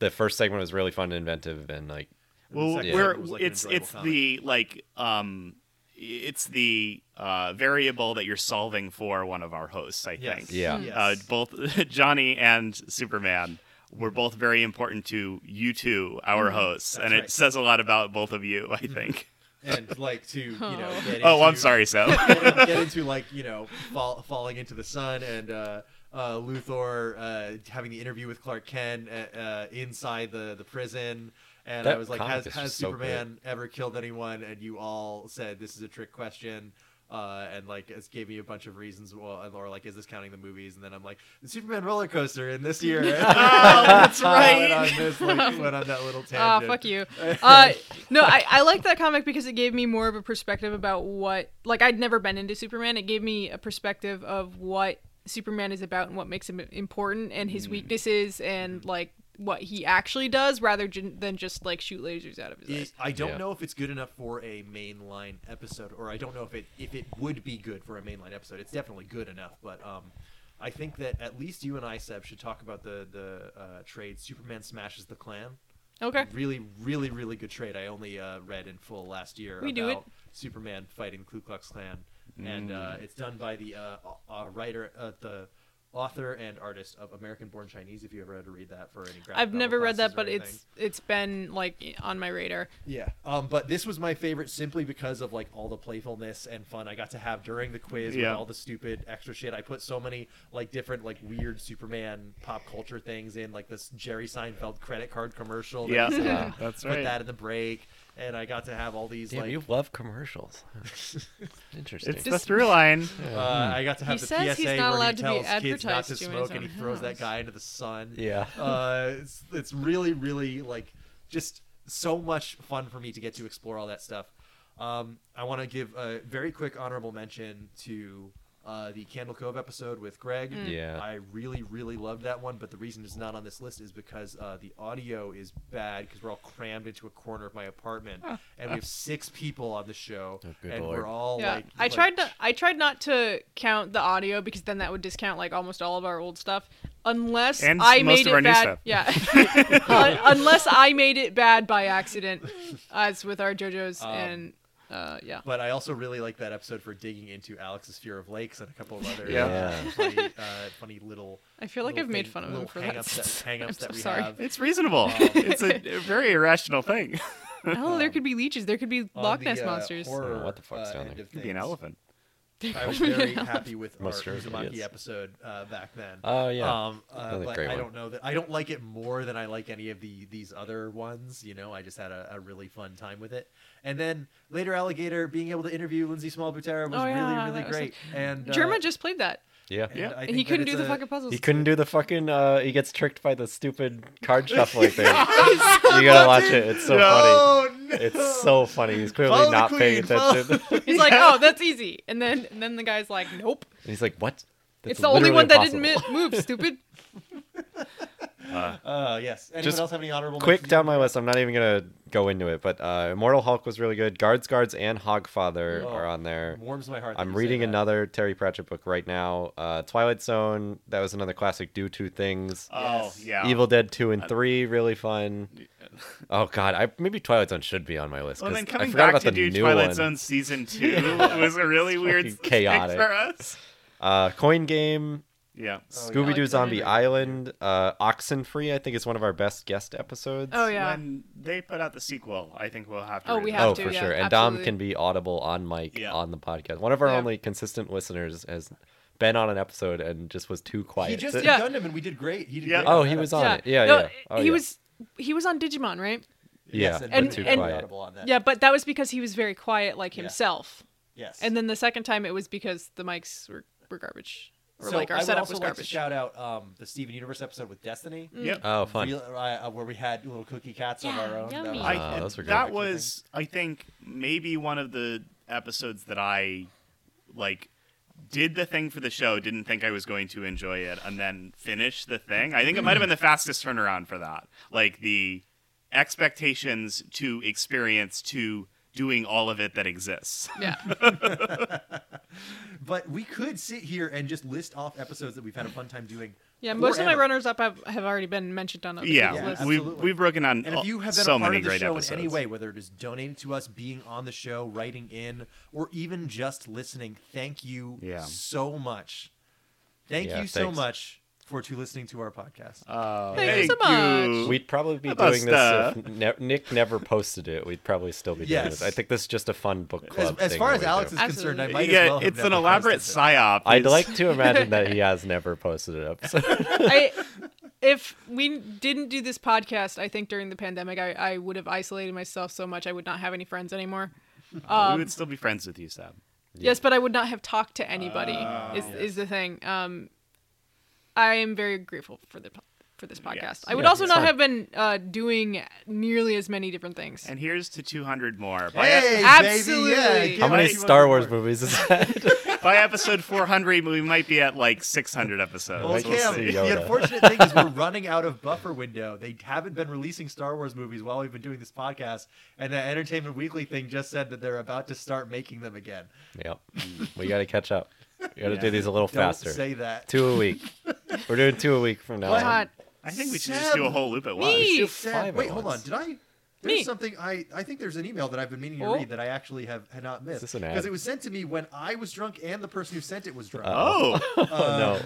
The first segment was really fun and inventive, and like
Well,
second
we're,
one was, like, an
it's
enjoyable
it's the like um, it's the uh, variable that you're solving for one of our hosts. I
Yes.
think.
Yeah.
Yes.
Uh, both [laughs] Johnny and Superman were both very important to you two, our hosts, and it
right.
says a lot about both of you. I think.
and like to you know.
Oh.
Mm-hmm.
Get
Oh, I'm
into-
sorry, [laughs] Sam.
[laughs] get, get into like you know fall, falling into the sun and uh, uh, Luthor uh, having the interview with Clark Kent uh, uh, inside the the prison. And I
That
was like,
comic
has,
is
has
just so
Superman ever killed anyone? And you all said this is a trick question. Uh, and like, it's gave me a bunch of reasons. Well, and or like, is this counting the movies? And then I'm like, the Superman roller coaster in this
[laughs]
year. [laughs] oh,
[laughs]
that's
right.
went, on this, like, went on that little
Ah,
tangent.
fuck you. Uh, no, I, I like that comic because it gave me more of a perspective about what, like, I'd never been into Superman. It gave me a perspective of what Superman is about and what makes him important and his weaknesses and, like, what he actually does rather j- than just, like, shoot lasers out of his eyes.
It- I don't
Yeah.
know if it's good enough for a mainline episode, or I don't know if it if it would be good for a mainline episode. It's definitely good enough, but um, I think that at least you and I, Seb, should talk about the the uh, trade Superman smashes the Klan.
Okay.
Really, really, really good trade. I only uh, read in full last year
We
about
do it.
Superman fighting the Ku Klux Klan, and uh, it's done by the uh, au- uh, writer, uh, the author and artist of American Born Chinese. If you ever had to read that for any, graphic
I've
novel
never read
classes
that,
or
but
anything.
it's it's been, like, on my radar.
Yeah. Um, but this was my favorite simply because of like all the playfulness and fun I got to have during the quiz
Yeah.
with all the stupid extra shit. I put so many like different like weird Superman pop culture things in, like this Jerry Seinfeld credit card commercial. that
Yeah,
he said,
that's
Put that in the break, and I got to have all these
damn,
like
you love
[laughs]
commercials. Interesting.
It's the through line.
uh, I got to have
He
the
says
PSA
he's not
where
allowed
he
to be
tells kids not to
advertised to in his
smoke, and he
own
throws that
house.
guy into the sun.
Yeah.
uh, it's it's really really like just so much fun for me to get to explore all that stuff. Um, I want to give a very quick honorable mention to uh, the Candle Cove episode with Greg.
Mm.
Yeah.
I really really loved that one, but the reason it's not on this list is because uh, the audio is bad because we're all crammed into a corner of my apartment, and we have six people on the show,
Oh, good
and
lord.
we're all
Yeah,
like
I
like-
tried to I tried not to count the audio because then that would discount like almost all of our old stuff, unless
And
I
most
made
of
it
our new
bad.
[laughs]
Yeah, [laughs] Un- unless I made it bad by accident, as with our JoJo's
Um,
and uh, yeah.
But I also really like that episode for digging into Alex's fear of lakes and a couple of other
Yeah.
uh, funny, uh, funny little.
I feel like
little
I've made
thing-
fun of them
little
for that.
hang-ups
[laughs]
that. Hang-ups
I'm
that
so
we
sorry.
have.
It's reasonable. It's a, a very irrational thing. [laughs]
Oh, there could be leeches. There could be
um, on
Loch
the,
Ness
uh,
monsters.
horror,
Oh, what the fuck's
uh,
down
end
there?
of
Could be an
things.
elephant.
I was
[laughs]
very happy with our
Most sure it
Uzumaki
is.
episode uh, back then.
Oh, yeah.
Um, uh,
Another
but
great
I
one.
don't know that I don't like it more than I like any of the these other ones. You know, I just had a, a really fun time with it. And then later, Alligator being able to interview Lindsay Small Butera was
Oh, yeah,
really,
that
really
was
great. And uh,
Germa just played that.
yeah.
and
Yeah.
I
and
think
he
that
couldn't
it's
do the
a-
fucking puzzles.
He couldn't do the fucking. uh He gets tricked by the stupid
[laughs]
card shuffling thing. you gotta watch it. It's so funny.
Oh no!
It's so funny. He's clearly
Follow the
not paying
queen, follow-
attention.
He's like, oh, that's easy. And then and then the guy's like, nope.
[laughs] And he's like, "What? That's
it's the only
literally
one that
impossible."
didn't mi- move.
[laughs]
Stupid.
Uh, yes. Anyone
Just
else have any honorable
Quick
mentions?
down my list. I'm not even gonna go into it, but uh, Immortal Hulk was really good. Guards, Guards, and Hogfather
Oh,
are on there.
Warms my heart. that
I'm
you say
reading
that.
another Terry Pratchett book right now. Uh, Twilight Zone. That was another classic. Do two things.
Oh yeah. Uh,
Evil Dead two and three really fun. [laughs] Oh god, I maybe Twilight Zone should be on my list.
Well,
'cause
then
I
coming
forgot
back
about
to do
the new
Twilight
one.
Zone
[laughs]
season two was a really weird
fucking
chaotic
chaotic.
for us.
Uh, Coin Game,
Yeah.
Oh,
Scooby Doo
Twilight Zone
Zombie
is-
Island, uh, Oxen Free. I think is one of our best guest episodes.
Oh yeah.
When they put out the sequel, I think we'll have to.
Oh,
read
we
it.
have
oh,
to,
for
yeah,
sure. And Dom
absolutely.
can be audible on mic
Yeah.
on the podcast. One of our
Yeah.
only consistent listeners has been on an episode and just was too quiet.
He just
to-
did
Yeah.
Gundam and we did great. He did
Yeah.
great
Oh,
on
he
that
was
episode.
on it. Yeah,
No,
yeah. Oh,
he
yeah.
was he was on Digimon, right?
Yes,
Yeah,
and,
but
and,
too
and,
quiet.
audible on that.
Yeah, but that was because he was very quiet, like
Yeah.
himself.
Yes.
And then the second time, it was because the mics were, were garbage, or
so
like our
I would
setup
also
was
like to
garbage. Mm.
shout out um, the Steven Universe episode with Destiny.
Yep.
Oh, fun.
Real- uh, where we had little cookie cats of
Yeah,
Uh,
our own. That
yummy.
was-
I,
Ah, those were good.
that was, I think, maybe one of the episodes that I like did the thing for the show, didn't think I was going to enjoy it, and then finish the thing. I think it might have been the fastest turnaround for that. Like the expectations to experience to doing all of it that exists.
[laughs] Yeah.
But we could sit here and just list off episodes that we've had a fun time doing.
[laughs]
Yeah, most of my
forever.
runners up have, have already been mentioned on other
yeah,
people's lists.
[laughs] Yeah,
we've
absolutely.
we've broken on
And if you have been
Oh, so
a part
many
of the
great
show
episodes.
in any way, whether it is donating to us, being on the show, writing in, or even just listening, thank you
Yeah.
so much. Thank
Yeah,
you so
thanks.
much for to listening to our podcast.
Oh,
Thank you so much.
We'd probably be
How about
doing this if ne- Nick never posted it. We'd probably still be doing
Yes.
this. I think this is just a fun book
as,
club.
as
thing
far
that
as
we
Alex
do.
is concerned, I
Absolutely.
might as
yeah,
well. have
it's an
never
elaborate
posted it.
psyop.
I'd
It's-
like to imagine that he has never posted it up. So.
I, if we didn't do this podcast, I think during the pandemic, I, I would have isolated myself so much I would not have any friends anymore.
we would um, still be friends with you, Seb.
Yes, but I would not have talked to anybody. is is the thing? Um, I am very grateful for the for this podcast.
Yes.
I would
Yeah,
also
it's
not
fine.
have been uh, doing nearly as many different things.
And here's to 200 more. By,
Hey, baby,
Absolutely.
yeah, give
How
us
many
what you
Star
want.
Wars movies is that?
by episode 400, we might be at like 600 episodes.
Well,
Wait till
Cam,
see
[laughs] the
Yoda.
unfortunate thing is we're running out of buffer window. They haven't been releasing Star Wars movies while we've been doing this podcast, and the Entertainment Weekly thing just said that they're about to start making them again.
yep. We got to catch up. We got to do these a little
Don't
faster.
say that.
Two a week. We're doing two a week from now
What?
on.
God.
I think we should just do a whole loop at once.
Me.
do
Sam,
five at
wait, hold on.
once.
Did I? There's
Me.
something I I think there's an email that I've been meaning to
Oh.
read that I actually have had not missed
this an ad?
because it was sent to me when I was drunk and the person who sent it was drunk.
Oh,
Oh, no.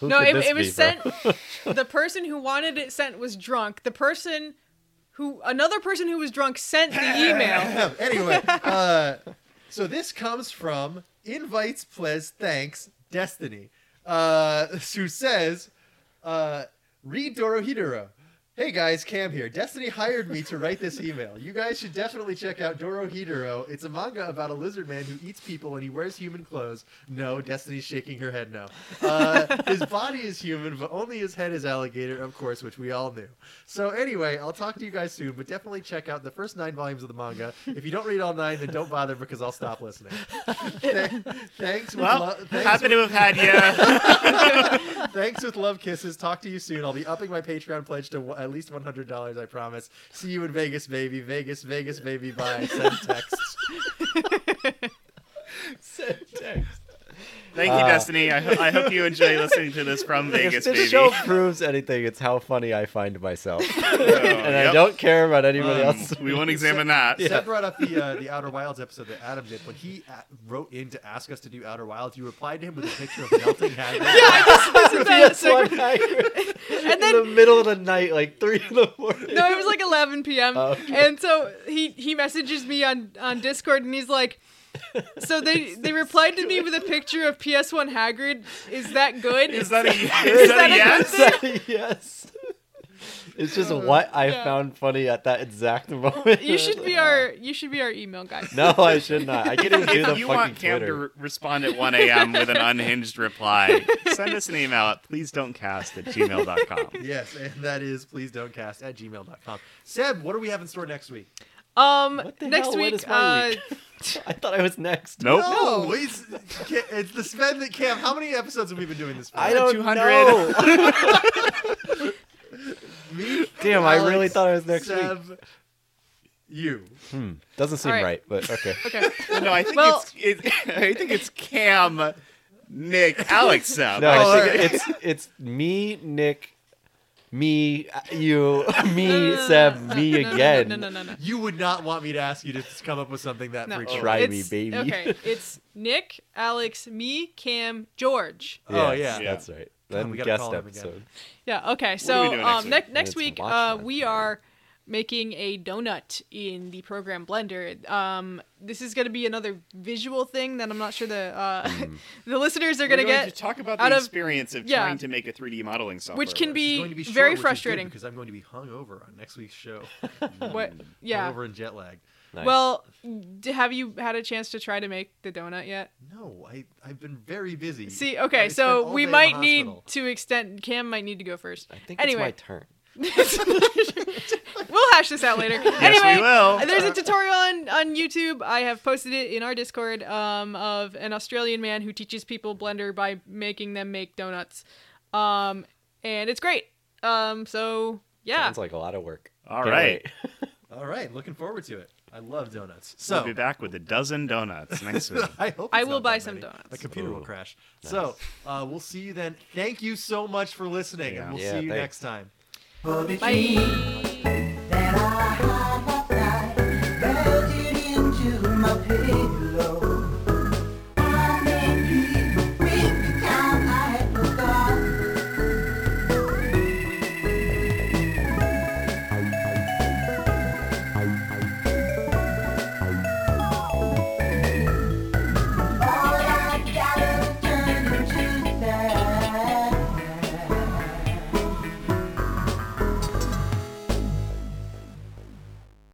Who
no,
could
it,
this
it was
be, bro?
sent. the person who wanted it sent was drunk. The person who another person who was drunk sent the [laughs] email.
Oh. [laughs]
[laughs] anyway, uh, so this comes from invites, please, thanks, Destiny, uh, [laughs] who says, uh, "Read Dorohedoro." Hey guys, Cam here. Destiny hired me to write this email. You guys should definitely check out Dorohedoro. It's a manga about a lizard man who eats people and he wears human clothes. No, Destiny's shaking her head no. Uh, his body is human, but only his head is alligator, of course, which we all knew. So anyway, I'll talk to you guys soon, but definitely check out the first nine volumes of the manga. If you don't read all nine, then don't bother because I'll stop listening. Th- thanks. with
well,
lo- thanks,
happy to have had you.
thanks with love kisses. Talk to you soon. I'll be upping my Patreon pledge to w- at least one hundred dollars. I promise. See you in Vegas, baby. Vegas, Vegas, baby. Bye. Send text. Send text.
Thank you, Destiny. I, ho- I hope you enjoy listening to this from
If
Vegas,
this
baby.
show proves anything, it's how funny I find myself.
So,
and I
Oh, yep.
don't care about anybody
Um,
else.
we
[laughs]
won't examine that.
Seth brought up the uh, the Outer Wilds episode that Adam did when he a- wrote in to ask us to do Outer Wilds. You replied to him with a picture of melting Hagrid.
This is that
That's
secret-
what I- [laughs]
and
in the
then
middle of the night, like three in the morning.
no, it was like 11 p.m.
Oh, okay.
And so he he messages me on on Discord and he's like. So they
[laughs]
they replied to me with a picture of PS1 Hagrid. Is that good?
Is that a, is
that
that
a
a yes?
[laughs] yes. It's just what I
Oh, Yeah.
found funny at that exact [laughs] moment.
you should be our you should be our email guy.
No, I should not. I can't even do the
If you
fucking
want Cam to
Twitter.
re- respond at 1 a.m. with an unhinged reply, send us an email at please don't cast at gmail.com.
Yes, and that is please don't cast at gmail.com. Seb, what do we have in store next week?
Um,
What the
next
hell? What
week,
is my
uh,
I thought I was next.
Nope.
Oh,
No, Oh, it's, it's the spend that Cam. How many episodes have we been doing this for?
I don't
200.
know.
[laughs] Me,
Damn, I really
Alex,
thought it was next week.
Seb, You.
Hmm, Doesn't seem
All right.
right. but
[laughs]
okay.
okay.
[laughs]
No, I think
Well-
it's it, [laughs] I think it's Cam,
[laughs]
Nick, Alex. Seb.
No,
I
I
think-
think it's it's me, Nick, me,
[laughs]
you, me, Seb, me
No, no,
again.
No, no, no, no. no.
You would not want me to ask you to just come up with something that
No.
freaky.
Try me,
It's-
baby. [laughs]
Okay, it's Nick, Alex, me, Cam, George.
Oh,
Yes,
yeah.
that's right. Then
we gotta
guest
call him again.
episode.
Yeah. Okay.
are
So
we doing next
um,
week?
next next
It's
week,
watch
uh,
night.
we are making a donut in the program Blender. Um, this is gonna be another visual thing that I'm not sure the uh,
Hmm.
[laughs] the listeners are
We're
gonna
going
get,
to talk about
out
the
of-
experience of
yeah.
trying to make a 3D modeling software.
which can
work.
It's
be,
going to be short,
very
which is good
frustrating.
because I'm going to be hungover on next week's show.
What? [laughs] Yeah.
Hungover and jet lag.
Nice.
Well, d- have you had a chance to try to make the donut yet?
No, I I've been very busy.
See,
I
okay,
spent
so
all
we
day in the
might need
hospital.
to extend. Cam might need to go first.
I think it's my
anyway,
turn.
[laughs] We'll hash this out later.
Yes, we
anyway,
will.
there's a tutorial on, on YouTube. I have posted it in our Discord um, of an Australian man who teaches people Blender by making them make donuts. Um, and it's great. Um, so, yeah.
Sounds like a lot of work.
All
Can't
right.
wait.
All right, looking forward to it. I love donuts. So
So we'll be back with a dozen donuts
[laughs]
next week.
[laughs] I hope
I
it's
will
not
buy
that
some
many.
donuts.
My computer will
Ooh,
crash. So uh, we'll see you then. Thank you so much for listening,
Yeah.
and we'll
Yeah,
see you next
thanks.
time.
Bye.
that I hide